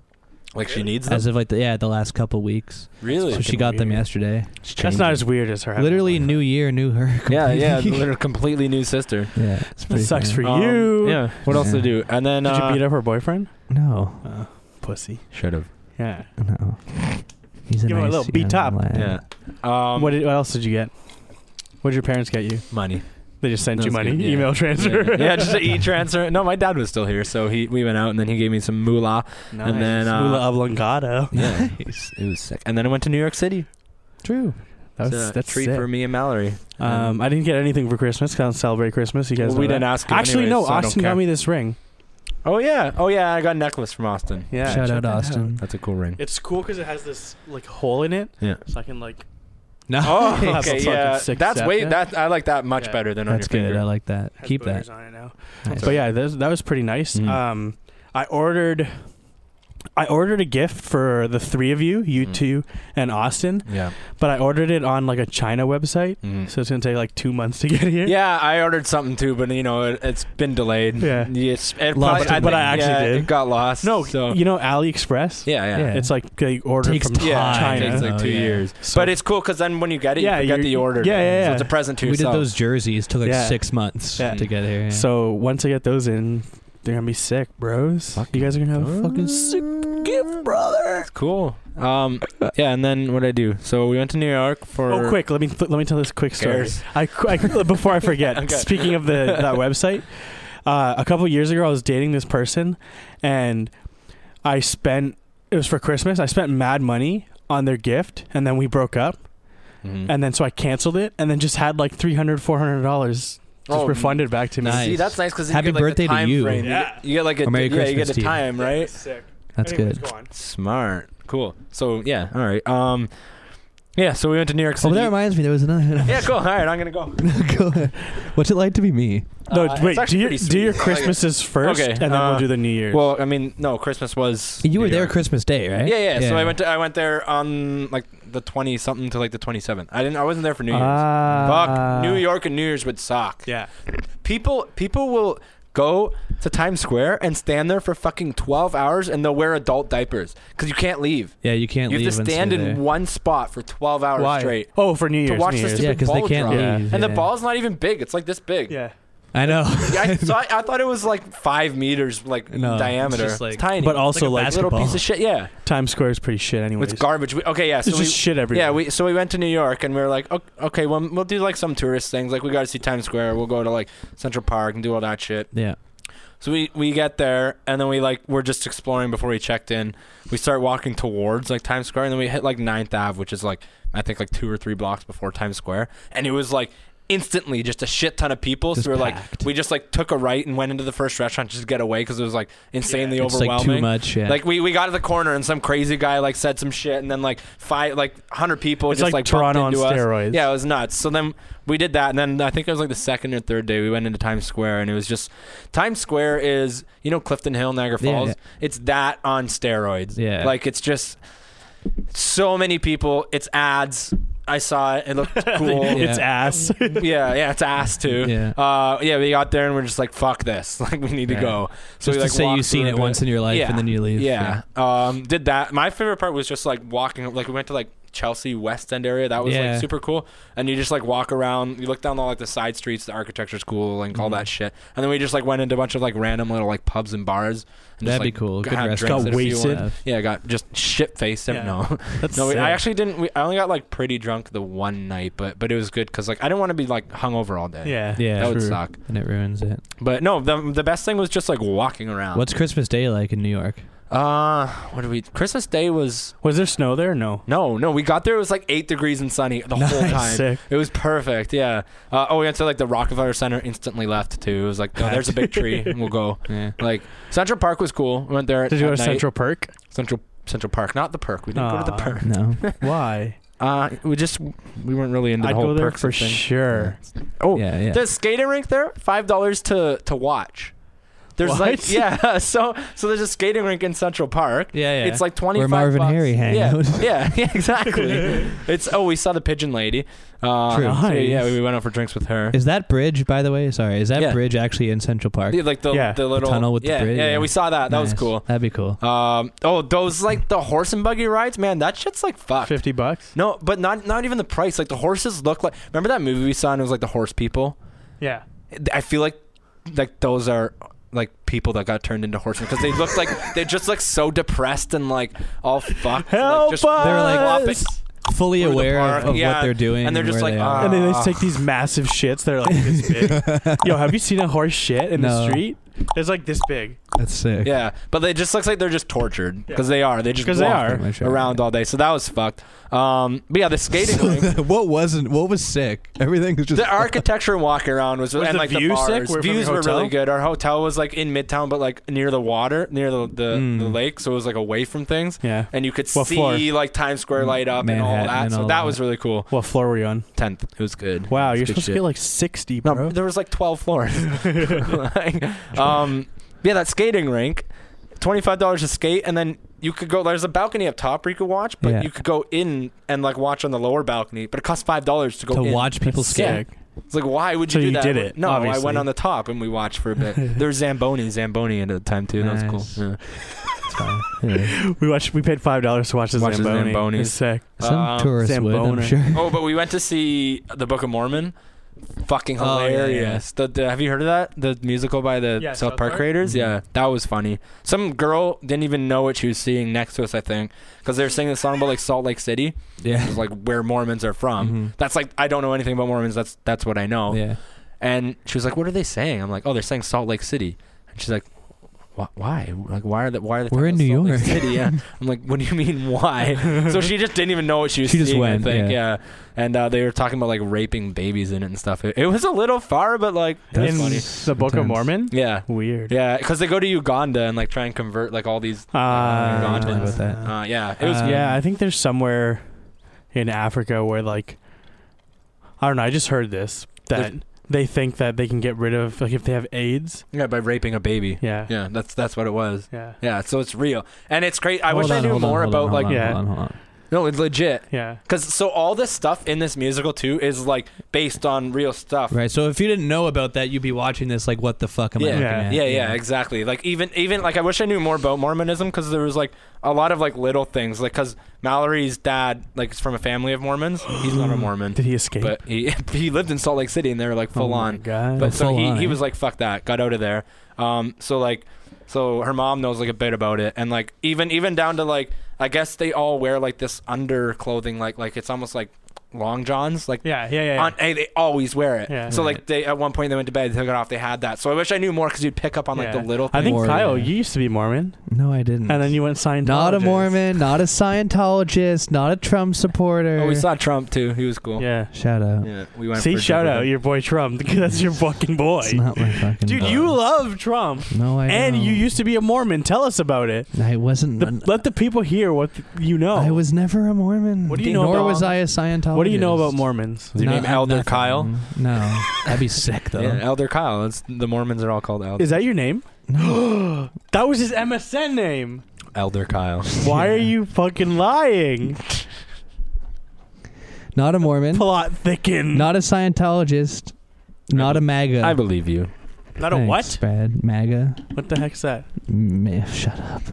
[SPEAKER 1] Like she needs them.
[SPEAKER 3] as of like the, yeah, the last couple weeks.
[SPEAKER 1] Really?
[SPEAKER 3] So she
[SPEAKER 2] Fucking
[SPEAKER 3] got them
[SPEAKER 2] weird.
[SPEAKER 3] yesterday.
[SPEAKER 2] That's not as weird as her. having
[SPEAKER 3] Literally,
[SPEAKER 2] one.
[SPEAKER 3] new year, new her.
[SPEAKER 1] <laughs> Yeah,
[SPEAKER 3] <laughs>
[SPEAKER 1] yeah.
[SPEAKER 2] <laughs>
[SPEAKER 3] completely.
[SPEAKER 1] They're a completely new sister.
[SPEAKER 3] yeah. It's
[SPEAKER 2] That
[SPEAKER 3] pretty
[SPEAKER 2] sucks
[SPEAKER 3] funny.
[SPEAKER 2] for
[SPEAKER 1] Um,
[SPEAKER 2] you.
[SPEAKER 1] Yeah. What else to
[SPEAKER 3] Yeah.
[SPEAKER 1] do? And then
[SPEAKER 2] Did
[SPEAKER 1] uh,
[SPEAKER 2] you beat up her boyfriend? Uh,
[SPEAKER 3] No,
[SPEAKER 2] Pussy.
[SPEAKER 1] Should have.
[SPEAKER 2] Yeah.
[SPEAKER 3] no. He's a
[SPEAKER 2] Give him a
[SPEAKER 3] nice
[SPEAKER 2] little
[SPEAKER 3] young
[SPEAKER 2] beat-up.
[SPEAKER 3] lad.
[SPEAKER 1] Yeah. Um,
[SPEAKER 2] Uh, what, did, what else did you get? What did your parents get you?
[SPEAKER 1] money?
[SPEAKER 2] They just sent
[SPEAKER 1] That
[SPEAKER 2] you
[SPEAKER 1] was
[SPEAKER 2] money,
[SPEAKER 1] good, yeah.
[SPEAKER 2] email transfer.
[SPEAKER 1] Yeah, <laughs> yeah, just an
[SPEAKER 2] <laughs>
[SPEAKER 1] e transfer. No, my dad was still here, so he we went out and then he gave me some
[SPEAKER 2] <laughs>
[SPEAKER 1] moolah. And then, uh,
[SPEAKER 2] Mula oblongata.
[SPEAKER 1] Yeah, it was- it was sick. And then I went to New York City.
[SPEAKER 2] True. That was,
[SPEAKER 1] It's a
[SPEAKER 2] that's
[SPEAKER 1] treat
[SPEAKER 2] sick.
[SPEAKER 1] for me and Mallory.
[SPEAKER 2] Um, I didn't get anything for Christmas 'cause I don't celebrate Christmas. You guys
[SPEAKER 1] Well,
[SPEAKER 2] know
[SPEAKER 1] we
[SPEAKER 2] that.
[SPEAKER 1] didn't ask. you
[SPEAKER 2] Actually,
[SPEAKER 1] anyways,
[SPEAKER 2] no.
[SPEAKER 1] so I don't
[SPEAKER 2] Austin got
[SPEAKER 1] care.
[SPEAKER 2] me this ring.
[SPEAKER 1] Oh yeah, oh yeah. I got a necklace from Austin.
[SPEAKER 2] Yeah.
[SPEAKER 3] Shout
[SPEAKER 1] check
[SPEAKER 3] out
[SPEAKER 1] that
[SPEAKER 3] Austin.
[SPEAKER 1] That's a cool
[SPEAKER 2] <laughs>
[SPEAKER 1] ring.
[SPEAKER 2] It's cool because it has this like hole in it.
[SPEAKER 1] Yeah.
[SPEAKER 2] So I can like.
[SPEAKER 3] No. <laughs>
[SPEAKER 1] Oh,
[SPEAKER 2] That's
[SPEAKER 1] okay,
[SPEAKER 2] a
[SPEAKER 1] yeah.
[SPEAKER 2] fucking sick
[SPEAKER 1] That's
[SPEAKER 2] set.
[SPEAKER 1] way
[SPEAKER 2] Yeah.
[SPEAKER 1] that I like that much
[SPEAKER 2] Yeah.
[SPEAKER 1] better than on
[SPEAKER 3] That's
[SPEAKER 1] your
[SPEAKER 3] good.
[SPEAKER 1] finger.
[SPEAKER 3] I like that.
[SPEAKER 2] has
[SPEAKER 3] Keep that.
[SPEAKER 2] boogers On it now.
[SPEAKER 3] Nice.
[SPEAKER 2] But yeah, that, that was pretty nice.
[SPEAKER 1] Mm.
[SPEAKER 2] Um, I ordered, I ordered a gift for the three of you, you
[SPEAKER 1] Mm.
[SPEAKER 2] two and Austin.
[SPEAKER 1] Yeah.
[SPEAKER 2] But I ordered it on like a China website,
[SPEAKER 1] Mhm.
[SPEAKER 2] so it's gonna take like two months to get here.
[SPEAKER 1] Yeah, I ordered something too, but you know it, it's been delayed.
[SPEAKER 2] Yeah.
[SPEAKER 1] Yes, it
[SPEAKER 3] Lost
[SPEAKER 1] probably-
[SPEAKER 3] it, but
[SPEAKER 1] think-
[SPEAKER 2] I actually
[SPEAKER 1] yeah,
[SPEAKER 2] did.
[SPEAKER 1] It got lost.
[SPEAKER 2] No,
[SPEAKER 1] so
[SPEAKER 2] you know AliExpress.
[SPEAKER 1] yeah, yeah.
[SPEAKER 3] Yeah.
[SPEAKER 2] It's like they order
[SPEAKER 3] Takes
[SPEAKER 2] from
[SPEAKER 3] time.
[SPEAKER 1] Yeah,
[SPEAKER 2] China.
[SPEAKER 1] It takes like
[SPEAKER 3] Oh,
[SPEAKER 1] two
[SPEAKER 3] yeah.
[SPEAKER 1] years,
[SPEAKER 2] So-
[SPEAKER 1] but it's cool because then when you get it,
[SPEAKER 2] Yeah,
[SPEAKER 1] you forget
[SPEAKER 2] you're-
[SPEAKER 1] that you ordered.
[SPEAKER 2] yeah,
[SPEAKER 1] it.
[SPEAKER 2] yeah,
[SPEAKER 1] So
[SPEAKER 2] yeah.
[SPEAKER 1] it's a present to
[SPEAKER 3] we did
[SPEAKER 1] yourself.
[SPEAKER 3] those jerseys. Took like
[SPEAKER 2] Yeah.
[SPEAKER 3] six months
[SPEAKER 2] Yeah.
[SPEAKER 3] to get here. yeah.
[SPEAKER 2] So once I get those in, they're gonna be sick, bros. you guys are gonna have a fucking sick gift, brother.
[SPEAKER 1] Cool. Um, yeah, and then what did I do? So we went to New York for.
[SPEAKER 2] Oh, quick! Let me th- let me tell this quick story.
[SPEAKER 1] Cares.
[SPEAKER 2] I, qu- I <laughs> qu- before I
[SPEAKER 1] <laughs>
[SPEAKER 2] forget.
[SPEAKER 1] Okay.
[SPEAKER 2] Speaking of the
[SPEAKER 1] <laughs>
[SPEAKER 2] that website, uh, a couple years ago, I was dating this person, and I spent it was for Christmas. I spent mad money on their gift, and then we broke up,
[SPEAKER 1] Mhm.
[SPEAKER 2] and then so I canceled it, and then just had like 300 400 dollars just
[SPEAKER 1] Oh,
[SPEAKER 2] refunded back to me.
[SPEAKER 3] nice.
[SPEAKER 1] See, that's nice because
[SPEAKER 3] Happy
[SPEAKER 1] get, like, the
[SPEAKER 3] birthday to
[SPEAKER 1] time
[SPEAKER 3] you.
[SPEAKER 1] frame. You
[SPEAKER 2] Yeah.
[SPEAKER 1] get- You get like a
[SPEAKER 3] Or Merry
[SPEAKER 1] yeah, you
[SPEAKER 3] Christmas
[SPEAKER 1] get
[SPEAKER 3] to
[SPEAKER 1] a
[SPEAKER 3] you.
[SPEAKER 1] time right.
[SPEAKER 2] Sick.
[SPEAKER 3] that's good.
[SPEAKER 1] Smart. Cool. So yeah, all right. Um Yeah, so we went to New York
[SPEAKER 3] Oh,
[SPEAKER 1] City.
[SPEAKER 3] that reminds me. There was another.
[SPEAKER 1] yeah, cool. All right, I'm gonna <laughs> go.
[SPEAKER 3] Go ahead. What's it like to be me?
[SPEAKER 2] No,
[SPEAKER 1] Uh,
[SPEAKER 2] wait.
[SPEAKER 1] it's actually
[SPEAKER 2] Do your
[SPEAKER 1] pretty
[SPEAKER 2] do your
[SPEAKER 1] sweet. I like it.
[SPEAKER 2] Christmases first,
[SPEAKER 1] Okay,
[SPEAKER 2] and then
[SPEAKER 1] uh,
[SPEAKER 2] we'll do the New Year's.
[SPEAKER 1] Well, I mean, no, Christmas was
[SPEAKER 3] You were
[SPEAKER 1] New
[SPEAKER 3] there
[SPEAKER 1] York.
[SPEAKER 3] Christmas Day, right?
[SPEAKER 1] Yeah, yeah, So I went to I went there on like the twenty something to like the twenty seventh. I didn't I wasn't there for New Year's.
[SPEAKER 2] Ah.
[SPEAKER 1] Fuck. New York and New Year's would suck.
[SPEAKER 2] Yeah.
[SPEAKER 1] People people will go to Times Square and stand there for fucking twelve hours and they'll wear adult diapers. Because you can't leave.
[SPEAKER 3] Yeah, you can't
[SPEAKER 1] You
[SPEAKER 3] leave.
[SPEAKER 1] have to
[SPEAKER 3] and stay
[SPEAKER 1] stand in
[SPEAKER 3] there.
[SPEAKER 1] one spot for twelve hours straight.
[SPEAKER 2] Oh, for New Year's.
[SPEAKER 1] to watch
[SPEAKER 2] New
[SPEAKER 1] the
[SPEAKER 2] Year's.
[SPEAKER 1] stupid
[SPEAKER 3] Yeah, 'cause they
[SPEAKER 1] ball
[SPEAKER 3] can't
[SPEAKER 1] drop.
[SPEAKER 3] leave,
[SPEAKER 1] And the
[SPEAKER 3] yeah.
[SPEAKER 1] ball's not even big. It's like this big.
[SPEAKER 2] yeah.
[SPEAKER 3] I know.
[SPEAKER 1] <laughs> Yeah, I, so I, I thought it was like five meters, like
[SPEAKER 3] No,
[SPEAKER 1] in
[SPEAKER 3] it's
[SPEAKER 1] diameter.
[SPEAKER 3] just
[SPEAKER 1] It's
[SPEAKER 3] like-
[SPEAKER 1] tiny,
[SPEAKER 2] But also like,
[SPEAKER 3] like a
[SPEAKER 1] little
[SPEAKER 3] basketball.
[SPEAKER 1] piece of shit. Yeah,
[SPEAKER 2] Times Square is pretty shit, anyways.
[SPEAKER 1] it's garbage. We, okay, yeah. So
[SPEAKER 2] it's
[SPEAKER 1] we,
[SPEAKER 2] just shit everywhere. <laughs>
[SPEAKER 1] yeah, we so we went to New York and we were like, "Ok- okay, well, we'll do like some tourist things. Like we got to see Times Square. We'll go to like Central Park and do all that shit.
[SPEAKER 3] yeah.
[SPEAKER 1] So we we get there and then we like we're just exploring before we checked in. We start walking towards like Times Square and then we hit like 9th Ave, which is like I think like two or three blocks before Times Square, and it was like instantly just a shit ton of people.
[SPEAKER 3] Just
[SPEAKER 1] so we are
[SPEAKER 3] packed.
[SPEAKER 1] like, we just like took a right and went into the first restaurant just to get away because it was like insanely
[SPEAKER 3] It's like
[SPEAKER 1] overwhelming.
[SPEAKER 3] too much. Yeah.
[SPEAKER 1] Like we, we got to the corner and some crazy guy like said some shit and then like five like hundred people
[SPEAKER 2] It's
[SPEAKER 1] just
[SPEAKER 2] like
[SPEAKER 1] like, bumped
[SPEAKER 2] Toronto on
[SPEAKER 1] into us.
[SPEAKER 2] steroids.
[SPEAKER 1] Yeah, it was nuts. So then we did that and then I think it was like the second or third day we went into Times Square and it was just Times Square is you know Clifton Hill, Niagara
[SPEAKER 3] Yeah,
[SPEAKER 1] Falls.
[SPEAKER 3] yeah.
[SPEAKER 1] It's that on steroids.
[SPEAKER 3] Yeah.
[SPEAKER 1] Like it's just so many people. It's ads. I saw it. It
[SPEAKER 3] <laughs>
[SPEAKER 1] looked cool. yeah. <laughs>
[SPEAKER 2] It's <laughs> ass.
[SPEAKER 1] yeah, it's ass too.
[SPEAKER 3] Yeah.
[SPEAKER 1] Uh, yeah, we got there and we're just like, fuck this. <laughs> Like, we need
[SPEAKER 3] Yeah.
[SPEAKER 1] to go. So
[SPEAKER 3] just
[SPEAKER 1] we, like,
[SPEAKER 3] to say
[SPEAKER 1] walked
[SPEAKER 3] you've seen
[SPEAKER 1] through a
[SPEAKER 3] it
[SPEAKER 1] bit.
[SPEAKER 3] once in your life
[SPEAKER 1] Yeah.
[SPEAKER 3] and then you leave.
[SPEAKER 1] Yeah. Um, did that. My favorite part was just like walking. Like we went to like Chelsea West End area. That was
[SPEAKER 3] Yeah.
[SPEAKER 1] like super cool. And you just like walk around. You look down all like the side streets. The architecture's cool and all
[SPEAKER 3] Mhm.
[SPEAKER 1] that shit. And then we just like went into a bunch of like random little like pubs and bars. And
[SPEAKER 3] That'd
[SPEAKER 1] just, like,
[SPEAKER 3] be cool. Good
[SPEAKER 1] had
[SPEAKER 3] rest.
[SPEAKER 1] drinks
[SPEAKER 2] Got
[SPEAKER 1] at a few
[SPEAKER 2] wasted.
[SPEAKER 1] ones. Yeah, I got just shit faced.
[SPEAKER 2] Yeah.
[SPEAKER 1] No, <laughs>
[SPEAKER 2] That's
[SPEAKER 1] no, we,
[SPEAKER 2] sick.
[SPEAKER 1] I actually didn't. We, I only got like pretty drunk the one night, but but it was good because like I didn't want to be like hungover all day.
[SPEAKER 2] Yeah.
[SPEAKER 3] Yeah.
[SPEAKER 1] that would
[SPEAKER 3] true.
[SPEAKER 1] suck.
[SPEAKER 3] And it ruins it.
[SPEAKER 1] But no, the the best thing was just like walking around.
[SPEAKER 3] What's Christmas Day like in New York?
[SPEAKER 1] uh? What did we? Christmas Day was
[SPEAKER 2] Was there snow there? No.
[SPEAKER 1] no, no. We got there. It was like eight degrees and sunny <laughs> the whole
[SPEAKER 2] Nice.
[SPEAKER 1] time.
[SPEAKER 2] Sick.
[SPEAKER 1] It was perfect. Yeah. Uh, oh, we went to like the Rockefeller Center. Instantly left too. It was like, oh, there's a big tree. and We'll go.
[SPEAKER 3] Yeah.
[SPEAKER 1] Like Central Park was cool. We went there. At,
[SPEAKER 2] Did you
[SPEAKER 1] at
[SPEAKER 2] go to
[SPEAKER 1] night.
[SPEAKER 2] Central Park?
[SPEAKER 1] Central Central Park? Not the perk. We didn't go to the
[SPEAKER 2] Aw.
[SPEAKER 1] perk.
[SPEAKER 3] <laughs> No.
[SPEAKER 2] <laughs> Why?
[SPEAKER 1] Uh, we just we weren't really into the
[SPEAKER 2] I'd
[SPEAKER 1] whole
[SPEAKER 2] go there
[SPEAKER 1] perks
[SPEAKER 2] for
[SPEAKER 1] and thing.
[SPEAKER 2] sure.
[SPEAKER 1] Oh,
[SPEAKER 3] Yeah. Yeah.
[SPEAKER 1] the skating rink there, five dollars to to watch. There's
[SPEAKER 2] What?
[SPEAKER 1] like yeah, <laughs> so so there's a skating rink in Central Park.
[SPEAKER 3] yeah. Yeah.
[SPEAKER 1] It's like twenty.
[SPEAKER 3] Marvin Harry hang
[SPEAKER 1] yeah,
[SPEAKER 3] out.
[SPEAKER 1] <laughs> Yeah, yeah,
[SPEAKER 3] <laughs>
[SPEAKER 1] exactly. it's oh, we saw the pigeon lady. Uh,
[SPEAKER 3] True.
[SPEAKER 1] so yeah,
[SPEAKER 2] Nice.
[SPEAKER 1] we went out for drinks with her.
[SPEAKER 3] Is that bridge, by the way? Sorry, is that
[SPEAKER 1] Yeah.
[SPEAKER 3] bridge actually in Central Park?
[SPEAKER 1] Yeah, like the
[SPEAKER 2] Yeah.
[SPEAKER 1] the little
[SPEAKER 3] tunnel with the
[SPEAKER 1] yeah,
[SPEAKER 3] bridge,
[SPEAKER 1] Yeah,
[SPEAKER 3] yeah.
[SPEAKER 1] yeah, we saw that. That was
[SPEAKER 3] Nice.
[SPEAKER 1] cool.
[SPEAKER 3] That'd be cool.
[SPEAKER 1] Um, oh, those like the horse and buggy rides, man. That shit's like fucked.
[SPEAKER 2] Fifty bucks.
[SPEAKER 1] No, but not not even the price. Like the horses look like. Remember that movie we saw and it was like the horse people.
[SPEAKER 2] Yeah.
[SPEAKER 1] I feel like like those are like people that got turned into horsemen because they looked like they just look so depressed and like all fucked.
[SPEAKER 2] Help
[SPEAKER 1] like, just
[SPEAKER 2] us!
[SPEAKER 3] They're like-
[SPEAKER 1] flopping.
[SPEAKER 3] Fully
[SPEAKER 1] through the
[SPEAKER 3] aware
[SPEAKER 1] park,
[SPEAKER 3] of, of what
[SPEAKER 1] yeah,
[SPEAKER 3] they're doing,
[SPEAKER 1] and they're just
[SPEAKER 3] where
[SPEAKER 1] like,
[SPEAKER 3] they
[SPEAKER 1] "Ah,
[SPEAKER 3] are.
[SPEAKER 2] and then they
[SPEAKER 1] Ah.
[SPEAKER 2] take these massive shits that are like
[SPEAKER 1] <laughs>
[SPEAKER 2] this big. Yo, have you seen a horse shit in
[SPEAKER 3] No.
[SPEAKER 2] the street? It's like this big.
[SPEAKER 3] <laughs> that's sick.
[SPEAKER 1] <laughs> Yeah, but they just looks like they're just tortured because they are. They just
[SPEAKER 2] 'Cause they
[SPEAKER 1] walk
[SPEAKER 2] are.
[SPEAKER 3] Pretty much, yeah.
[SPEAKER 1] around all day. So that was fucked. Um, but yeah, the skating
[SPEAKER 3] So
[SPEAKER 1] rink.
[SPEAKER 3] that- what wasn't? What was sick? Everything was <laughs> just
[SPEAKER 1] The architecture and walking around was,
[SPEAKER 2] Was
[SPEAKER 1] and
[SPEAKER 2] the
[SPEAKER 1] like
[SPEAKER 2] view
[SPEAKER 1] the
[SPEAKER 2] sick?
[SPEAKER 1] bars.
[SPEAKER 2] Were from
[SPEAKER 1] Views
[SPEAKER 2] your
[SPEAKER 1] were really
[SPEAKER 2] hotel?
[SPEAKER 1] good. Our hotel was like in Midtown, but like near the water, near the the,
[SPEAKER 3] Mm.
[SPEAKER 1] the lake, so it was like away from things.
[SPEAKER 2] Yeah.
[SPEAKER 1] And you could
[SPEAKER 2] What
[SPEAKER 1] see
[SPEAKER 2] floor?
[SPEAKER 1] like Times Square light up
[SPEAKER 3] Manhattan
[SPEAKER 1] and all that.
[SPEAKER 3] and
[SPEAKER 1] so
[SPEAKER 3] all
[SPEAKER 1] that
[SPEAKER 3] that.
[SPEAKER 1] was really cool.
[SPEAKER 2] What floor were you on?
[SPEAKER 1] Tenth. It was good.
[SPEAKER 2] Wow,
[SPEAKER 1] It was
[SPEAKER 2] you're
[SPEAKER 1] good
[SPEAKER 2] supposed
[SPEAKER 1] shit.
[SPEAKER 2] to get like sixty,
[SPEAKER 1] No,
[SPEAKER 2] bro.
[SPEAKER 1] there was like 12 floors. <laughs> Like, um, yeah, that skating rink, $25 to skate, and then you could go. There's a balcony up top where you could watch, but
[SPEAKER 3] Yeah.
[SPEAKER 1] you could go in and like watch on the lower balcony. But it costs five dollars to go
[SPEAKER 3] to
[SPEAKER 1] in.
[SPEAKER 3] watch people
[SPEAKER 2] That's sick.
[SPEAKER 3] skate.
[SPEAKER 1] It's like, why would
[SPEAKER 2] So
[SPEAKER 1] you do
[SPEAKER 2] you
[SPEAKER 1] that?
[SPEAKER 2] did it,
[SPEAKER 1] No, I
[SPEAKER 2] obviously.
[SPEAKER 1] went on the top and we watched for a bit. There's Zamboni, Zamboni at the time too. That was
[SPEAKER 3] Nice.
[SPEAKER 1] cool. Yeah.
[SPEAKER 3] It's fine.
[SPEAKER 1] <laughs>
[SPEAKER 3] Yeah.
[SPEAKER 2] We watched. We paid five dollars to watch the
[SPEAKER 1] Watch the Zambonis.
[SPEAKER 2] Zamboni. It's sick.
[SPEAKER 3] Some
[SPEAKER 1] Um,
[SPEAKER 3] tourists
[SPEAKER 2] Sam
[SPEAKER 3] would, I'm
[SPEAKER 2] Boner.
[SPEAKER 3] sure.
[SPEAKER 1] Oh, but we went to see the Book of Mormon. Fucking
[SPEAKER 3] Oh, yeah, yeah.
[SPEAKER 1] hilarious! The, the- have you heard of that? The musical by the
[SPEAKER 2] Yeah,
[SPEAKER 1] South
[SPEAKER 2] South
[SPEAKER 1] Park
[SPEAKER 2] Park?
[SPEAKER 1] creators.
[SPEAKER 3] Mhm.
[SPEAKER 1] Yeah, that was funny. Some girl didn't even know what she was seeing next to us. I think because they were singing the song about like Salt Lake City, which
[SPEAKER 3] <laughs> Yeah.
[SPEAKER 1] is, like where Mormons are from.
[SPEAKER 3] Mhm.
[SPEAKER 1] That's like I don't know anything about Mormons. That's that's what I know.
[SPEAKER 3] Yeah.
[SPEAKER 1] And she was like, "What are they saying?" I'm like, "Oh, they're saying Salt Lake City." And she's like, "Wh- "Why? Like, why are the why are they?
[SPEAKER 3] We're
[SPEAKER 1] talking
[SPEAKER 3] in
[SPEAKER 1] about
[SPEAKER 3] New
[SPEAKER 1] Salt Lake City.
[SPEAKER 3] <laughs>
[SPEAKER 1] Yeah. I'm like, "What do you mean why?" so she just didn't even know what she was.
[SPEAKER 3] She just
[SPEAKER 1] seeing,
[SPEAKER 3] went,
[SPEAKER 1] I think.
[SPEAKER 3] yeah.
[SPEAKER 1] Yeah. And uh, they were talking about like raping babies in it and stuff. It, it was a little far, but like,
[SPEAKER 3] That's
[SPEAKER 2] in
[SPEAKER 1] funny.
[SPEAKER 2] the Book of
[SPEAKER 3] Sometimes.
[SPEAKER 2] Mormon.
[SPEAKER 1] yeah,
[SPEAKER 2] Weird.
[SPEAKER 1] yeah, because they go to Uganda and like try and convert like all these.
[SPEAKER 2] Ah.
[SPEAKER 1] Uh,
[SPEAKER 3] Talking about that.
[SPEAKER 1] Uh, yeah, it was.
[SPEAKER 3] Um,
[SPEAKER 2] yeah, I think there's somewhere in Africa where like I don't know, I just heard this that they think that they can get rid of like if they have AIDS.
[SPEAKER 1] yeah, by raping a baby.
[SPEAKER 2] Yeah. Yeah.
[SPEAKER 1] Yeah, that's that's what it was.
[SPEAKER 2] Yeah.
[SPEAKER 1] Yeah, so it's real, and it's great. I
[SPEAKER 3] Hold
[SPEAKER 1] wish I
[SPEAKER 3] on,
[SPEAKER 1] knew
[SPEAKER 3] hold on,
[SPEAKER 1] more
[SPEAKER 3] hold on,
[SPEAKER 1] about
[SPEAKER 3] hold
[SPEAKER 1] like
[SPEAKER 3] on,
[SPEAKER 2] Yeah.
[SPEAKER 3] hold on, hold on.
[SPEAKER 1] no, it's legit. Cause so all this stuff in this musical too is like based on real stuff.
[SPEAKER 3] Right. So if you didn't know about that, you'd be watching this like, what the fuck am I
[SPEAKER 1] Yeah.
[SPEAKER 3] looking
[SPEAKER 2] Yeah.
[SPEAKER 3] at?
[SPEAKER 1] Yeah, yeah, exactly. Like even even like I wish I knew more about Mormonism because there was like a lot of like little things. Like because Mallory's dad like is from a family of
[SPEAKER 2] <gasps>
[SPEAKER 1] Mormons. He's not a Mormon,
[SPEAKER 2] Did he escape?
[SPEAKER 1] but he <laughs> he lived in Salt Lake City and they were like full
[SPEAKER 2] oh My
[SPEAKER 1] on.
[SPEAKER 2] God.
[SPEAKER 1] But so
[SPEAKER 3] full
[SPEAKER 1] he,
[SPEAKER 3] on, eh?
[SPEAKER 1] he was like fuck that, got out of there. Um, so like so her mom knows like a bit about it and like even even down to like I guess they all wear like this underclothing like like it's almost like long johns, like
[SPEAKER 2] Yeah, yeah, yeah. yeah.
[SPEAKER 1] on, hey, they always wear it.
[SPEAKER 2] Yeah.
[SPEAKER 1] so
[SPEAKER 3] Right.
[SPEAKER 1] like they at one point they went to bed, they took it off, they had that. So I wish I knew more because you'd pick up on like
[SPEAKER 2] Yeah.
[SPEAKER 1] the little.
[SPEAKER 2] I
[SPEAKER 1] Things.
[SPEAKER 2] think
[SPEAKER 3] Mormon.
[SPEAKER 2] Kyle, you used to be Mormon,
[SPEAKER 3] No, I didn't.
[SPEAKER 2] and then you went Scientologist.
[SPEAKER 3] not a Mormon, not a Scientologist, not a Trump supporter.
[SPEAKER 1] <laughs> Oh, we saw Trump too. He was cool.
[SPEAKER 2] Yeah.
[SPEAKER 3] Shout out.
[SPEAKER 1] Yeah, we went.
[SPEAKER 2] See,
[SPEAKER 1] for
[SPEAKER 2] shout
[SPEAKER 1] Jupiter.
[SPEAKER 2] out your boy Trump <laughs> because that's your fucking boy.
[SPEAKER 1] <laughs>
[SPEAKER 3] It's not my fucking.
[SPEAKER 2] Dude,
[SPEAKER 3] book.
[SPEAKER 2] you love Trump,
[SPEAKER 3] No, I
[SPEAKER 2] and
[SPEAKER 3] don't.
[SPEAKER 2] you used to be a Mormon. Tell us about it.
[SPEAKER 3] I wasn't.
[SPEAKER 2] The, let the people hear what th- you know.
[SPEAKER 3] I was never a Mormon.
[SPEAKER 2] What do you know
[SPEAKER 3] Nor
[SPEAKER 2] about-
[SPEAKER 3] was I a Scientologist.
[SPEAKER 2] what do you know about Mormons?
[SPEAKER 1] Is your
[SPEAKER 3] No,
[SPEAKER 1] name
[SPEAKER 3] I'm
[SPEAKER 1] Elder
[SPEAKER 3] nothing.
[SPEAKER 1] Kyle?
[SPEAKER 3] No, that'd be sick though.
[SPEAKER 1] Yeah, Elder Kyle. It's, the Mormons are all called Elder.
[SPEAKER 2] Is that your name?
[SPEAKER 3] No.
[SPEAKER 2] <gasps> That was his MSN name.
[SPEAKER 1] Elder Kyle.
[SPEAKER 2] Why are you fucking lying?
[SPEAKER 3] Not a Mormon.
[SPEAKER 2] Plot thicken.
[SPEAKER 3] Not a Scientologist. Not a MAGA.
[SPEAKER 1] I believe you.
[SPEAKER 2] Not a
[SPEAKER 3] Thanks,
[SPEAKER 2] what?
[SPEAKER 3] Brad. MAGA.
[SPEAKER 2] What the heck's that?
[SPEAKER 3] Ma- shut up.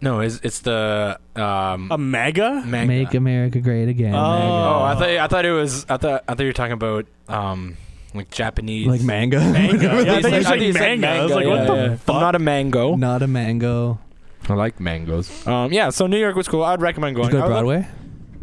[SPEAKER 1] No, it's, it's the um.
[SPEAKER 2] A mega?
[SPEAKER 1] manga.
[SPEAKER 3] Make America great again.
[SPEAKER 2] Oh.
[SPEAKER 1] Oh, I thought I thought it was. I thought I thought you were talking about um like Japanese.
[SPEAKER 3] Like manga. <laughs>
[SPEAKER 2] Manga. Yeah, I thought you
[SPEAKER 1] I
[SPEAKER 2] said
[SPEAKER 1] thought you said
[SPEAKER 2] manga. I was like,
[SPEAKER 1] manga,
[SPEAKER 2] what the fuck?
[SPEAKER 1] I'm not a mango.
[SPEAKER 3] Not a mango.
[SPEAKER 1] I like mangoes. Um, yeah. So New York was cool. I'd recommend
[SPEAKER 3] Did
[SPEAKER 1] going.
[SPEAKER 3] you go
[SPEAKER 1] I
[SPEAKER 3] to
[SPEAKER 1] would-
[SPEAKER 3] Broadway?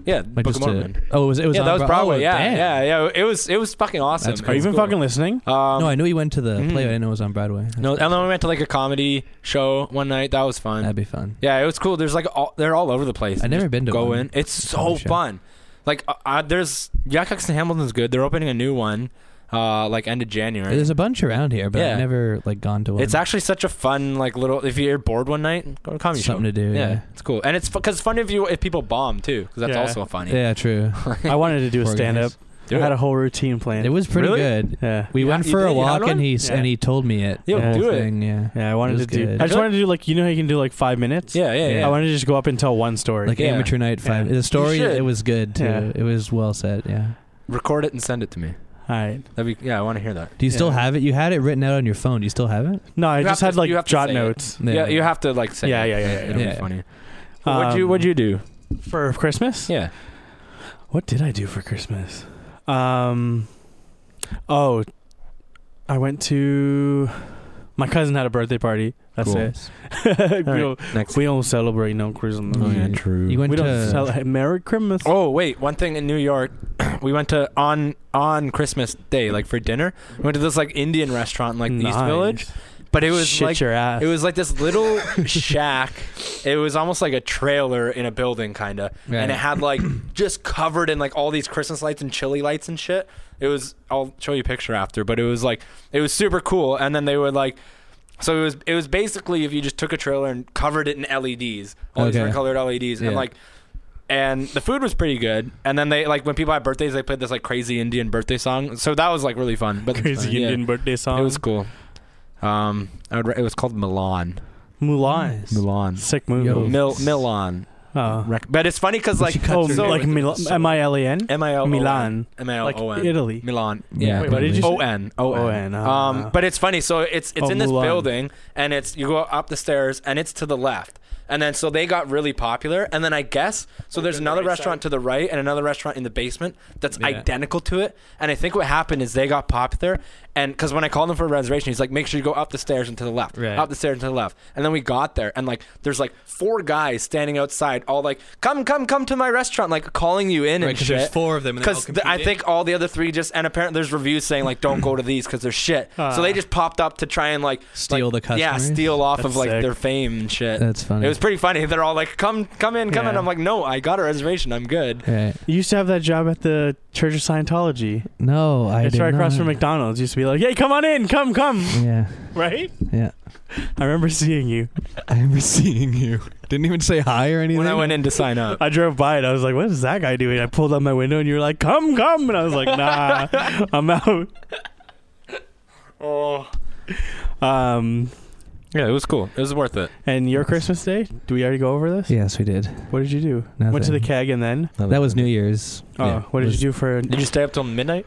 [SPEAKER 1] Yeah, Book
[SPEAKER 3] Like just
[SPEAKER 1] of
[SPEAKER 2] uh,
[SPEAKER 3] to,
[SPEAKER 1] Mormon.
[SPEAKER 3] oh, was it was
[SPEAKER 1] yeah,
[SPEAKER 3] on
[SPEAKER 1] that was
[SPEAKER 3] Bro-
[SPEAKER 1] Broadway.
[SPEAKER 3] oh,
[SPEAKER 1] yeah,
[SPEAKER 3] damn.
[SPEAKER 1] yeah, yeah. It was it was fucking awesome.
[SPEAKER 3] That's
[SPEAKER 1] It
[SPEAKER 2] Are you
[SPEAKER 1] was
[SPEAKER 2] even
[SPEAKER 1] cool. <laughs>
[SPEAKER 2] fucking listening?
[SPEAKER 1] Um,
[SPEAKER 3] no, I knew he went to the
[SPEAKER 1] mhm.
[SPEAKER 3] play. I didn't know it was on Broadway.
[SPEAKER 1] no, and then we went to like a comedy show one night. That was fun.
[SPEAKER 3] that'd be fun.
[SPEAKER 1] yeah, it was cool. There's like all, they're all over the place.
[SPEAKER 3] I've never
[SPEAKER 1] Just
[SPEAKER 3] been to
[SPEAKER 1] go
[SPEAKER 3] one.
[SPEAKER 1] in. It's so
[SPEAKER 3] Comedy show.
[SPEAKER 1] fun. Like uh, uh, there's Yakux and Hamilton's good. They're opening a new one, uh, like end of January.
[SPEAKER 3] There's a bunch around here, but
[SPEAKER 1] Yeah.
[SPEAKER 3] I've never like gone to one.
[SPEAKER 1] It's actually such a fun like little. If you're bored one night, go to a comedy
[SPEAKER 3] something
[SPEAKER 1] show.
[SPEAKER 3] to do. Yeah.
[SPEAKER 1] it's cool, and it's because it's fun if you if people bomb too, because that's
[SPEAKER 2] Yeah.
[SPEAKER 1] also
[SPEAKER 3] Yeah,
[SPEAKER 1] funny. <laughs>
[SPEAKER 3] true.
[SPEAKER 2] I wanted to do a
[SPEAKER 3] Organized.
[SPEAKER 2] stand up. I
[SPEAKER 1] Do
[SPEAKER 2] had
[SPEAKER 1] it.
[SPEAKER 2] a whole routine planned.
[SPEAKER 3] It was pretty
[SPEAKER 1] Really?
[SPEAKER 3] good.
[SPEAKER 2] yeah.
[SPEAKER 3] We
[SPEAKER 1] Yeah,
[SPEAKER 3] went
[SPEAKER 1] you
[SPEAKER 3] for
[SPEAKER 1] did?
[SPEAKER 3] a
[SPEAKER 1] You had
[SPEAKER 3] walk,
[SPEAKER 1] one?
[SPEAKER 3] and he s
[SPEAKER 2] Yeah.
[SPEAKER 3] and he told me it.
[SPEAKER 1] Yo,
[SPEAKER 2] Yeah,
[SPEAKER 1] do it.
[SPEAKER 3] Thing, yeah.
[SPEAKER 2] Yeah, I
[SPEAKER 3] It
[SPEAKER 2] wanted
[SPEAKER 3] was
[SPEAKER 2] to do.
[SPEAKER 3] good.
[SPEAKER 2] I just
[SPEAKER 1] Really?
[SPEAKER 2] wanted to do like you know how you can do like five minutes.
[SPEAKER 1] Yeah, yeah,
[SPEAKER 3] Yeah.
[SPEAKER 1] yeah.
[SPEAKER 2] I wanted to just go up and tell one story.
[SPEAKER 3] Like
[SPEAKER 1] Yeah.
[SPEAKER 3] amateur night five.
[SPEAKER 2] Yeah.
[SPEAKER 3] The story,
[SPEAKER 1] You should.
[SPEAKER 3] it was good too.
[SPEAKER 2] Yeah.
[SPEAKER 3] It was well said. Yeah.
[SPEAKER 1] Record it and send it to me.
[SPEAKER 2] All right.
[SPEAKER 1] That'd be yeah. I want to hear that.
[SPEAKER 3] Do you still
[SPEAKER 2] Yeah.
[SPEAKER 3] have it? You had it written out on your phone. Do you still have it?
[SPEAKER 2] No, I
[SPEAKER 1] You
[SPEAKER 2] just
[SPEAKER 1] have
[SPEAKER 2] had
[SPEAKER 1] to-
[SPEAKER 2] like
[SPEAKER 1] you have to
[SPEAKER 2] jot
[SPEAKER 1] say it.
[SPEAKER 2] notes
[SPEAKER 1] Yeah, you have to like say.
[SPEAKER 2] Yeah,
[SPEAKER 1] it.
[SPEAKER 2] yeah, yeah, yeah,
[SPEAKER 1] It'll
[SPEAKER 3] yeah.
[SPEAKER 1] be funny.
[SPEAKER 2] Um,
[SPEAKER 1] what'd you What'd you do?
[SPEAKER 2] for Christmas.
[SPEAKER 1] Yeah,
[SPEAKER 2] What did I do for Christmas? Um, oh, I went to my cousin had a birthday party. That's
[SPEAKER 1] Cool.
[SPEAKER 2] it. <laughs> we, don't,
[SPEAKER 1] next.
[SPEAKER 2] we don't celebrate no Christmas.
[SPEAKER 3] Oh, yeah,
[SPEAKER 1] true.
[SPEAKER 3] You went
[SPEAKER 2] we
[SPEAKER 3] to
[SPEAKER 2] don't celebrate Merry Christmas.
[SPEAKER 1] Oh wait, one thing in New York, <clears throat> we went to on on Christmas Day, like for dinner. We went to this like Indian restaurant in like the East
[SPEAKER 2] Nice.
[SPEAKER 1] Village, but it was
[SPEAKER 2] Shit
[SPEAKER 1] like
[SPEAKER 2] your ass.
[SPEAKER 1] It was like this little shack. It was almost like a trailer in a building, kind of. And it
[SPEAKER 3] <laughs> Right.
[SPEAKER 1] had like <clears throat> just covered in like all these Christmas lights and chili lights and shit. It was. I'll show you a picture after, but it was like it was super cool. And then they would like. So it was it was basically if you just took a trailer and covered it in LEDs, all these
[SPEAKER 3] Okay.
[SPEAKER 1] different colored LEDs,
[SPEAKER 3] Yeah.
[SPEAKER 1] and like, and the food was pretty good. And then they like when people had birthdays, they played this like crazy Indian birthday song. So that was like really fun. But
[SPEAKER 2] <laughs> crazy
[SPEAKER 1] yeah.
[SPEAKER 2] Indian birthday song.
[SPEAKER 1] It was cool. Um, I would, re- it was called Milan.
[SPEAKER 2] Mulan.
[SPEAKER 3] Nice.
[SPEAKER 1] Milan.
[SPEAKER 2] Sick movie.
[SPEAKER 3] Yo.
[SPEAKER 1] Mil- Milan.
[SPEAKER 2] Oh.
[SPEAKER 1] Rec- but it's funny because like
[SPEAKER 2] oh,
[SPEAKER 1] so-
[SPEAKER 2] like Mil-
[SPEAKER 1] so-
[SPEAKER 2] M I L E N.
[SPEAKER 1] M-I-L-O-N.
[SPEAKER 2] Milan. Like
[SPEAKER 1] M-I-L-O-N.
[SPEAKER 2] Italy.
[SPEAKER 1] Milan.
[SPEAKER 3] Yeah.
[SPEAKER 1] Yeah.
[SPEAKER 2] Wait, what did you say?
[SPEAKER 1] O N O N.
[SPEAKER 2] O-N, ah.
[SPEAKER 1] Um, but it's funny. So it's it's
[SPEAKER 2] Oh,
[SPEAKER 1] in this
[SPEAKER 2] Mulan.
[SPEAKER 1] building, and it's you go up the stairs, and it's to the left, and then so they got really popular, and then I guess so. There's another restaurant to the right, and another restaurant in the basement that's
[SPEAKER 3] Yeah.
[SPEAKER 1] identical to it. And I think what happened is they got popular, and because when I called them for a reservation, he's like, make sure you go up the stairs and to the left,
[SPEAKER 3] Right.
[SPEAKER 1] up the stairs and to the left, and then we got there, and like there's like four guys standing outside, all like, come, come, come to my restaurant, like calling you in
[SPEAKER 3] Right,
[SPEAKER 1] and
[SPEAKER 3] 'cause
[SPEAKER 1] shit.
[SPEAKER 3] there's four of them and they're all
[SPEAKER 1] Because I
[SPEAKER 3] competing.
[SPEAKER 1] think all the other three just and apparently there's reviews saying like don't go to these because they're shit. so they
[SPEAKER 2] Ah.
[SPEAKER 1] just popped up to try and like
[SPEAKER 3] Steal
[SPEAKER 1] like,
[SPEAKER 3] the
[SPEAKER 1] Yeah,
[SPEAKER 3] customers?
[SPEAKER 1] steal off of
[SPEAKER 2] That's
[SPEAKER 1] like
[SPEAKER 2] sick.
[SPEAKER 1] their fame and shit.
[SPEAKER 3] That's funny.
[SPEAKER 1] It was pretty funny. They're all like, "Come, come in, come in."
[SPEAKER 2] Yeah.
[SPEAKER 1] I'm like, "No, I got a reservation. I'm good."
[SPEAKER 3] <laughs> Right.
[SPEAKER 2] You used to have that job at the Church of Scientology.
[SPEAKER 3] No, I
[SPEAKER 2] it's
[SPEAKER 3] did
[SPEAKER 2] right across
[SPEAKER 3] not.
[SPEAKER 2] from McDonald's. You used to be like, "Hey, come on in, come, come." <laughs>
[SPEAKER 3] Yeah,
[SPEAKER 2] Right?
[SPEAKER 1] <laughs>
[SPEAKER 3] yeah.
[SPEAKER 2] I remember seeing you.
[SPEAKER 3] I remember seeing you. Didn't even say hi or anything.
[SPEAKER 1] When I went in to sign up,
[SPEAKER 2] I drove by and I was like, "What is that guy doing?" I pulled out my window and you were like, "Come, come," and I was
[SPEAKER 3] <laughs>
[SPEAKER 2] like, "Nah, I'm out."
[SPEAKER 1] <laughs> oh
[SPEAKER 2] Um,
[SPEAKER 1] yeah, it was cool. It was worth it.
[SPEAKER 2] and your Christmas day? Do we already go over this?
[SPEAKER 3] Yes, we did.
[SPEAKER 2] What did you do? Went to the
[SPEAKER 3] Nothing.
[SPEAKER 2] keg and then.
[SPEAKER 3] That was New Year's.
[SPEAKER 2] Oh,
[SPEAKER 3] Yeah.
[SPEAKER 2] what did
[SPEAKER 3] Was-
[SPEAKER 2] you do
[SPEAKER 3] <laughs>
[SPEAKER 2] for?
[SPEAKER 1] Did you stay up till midnight?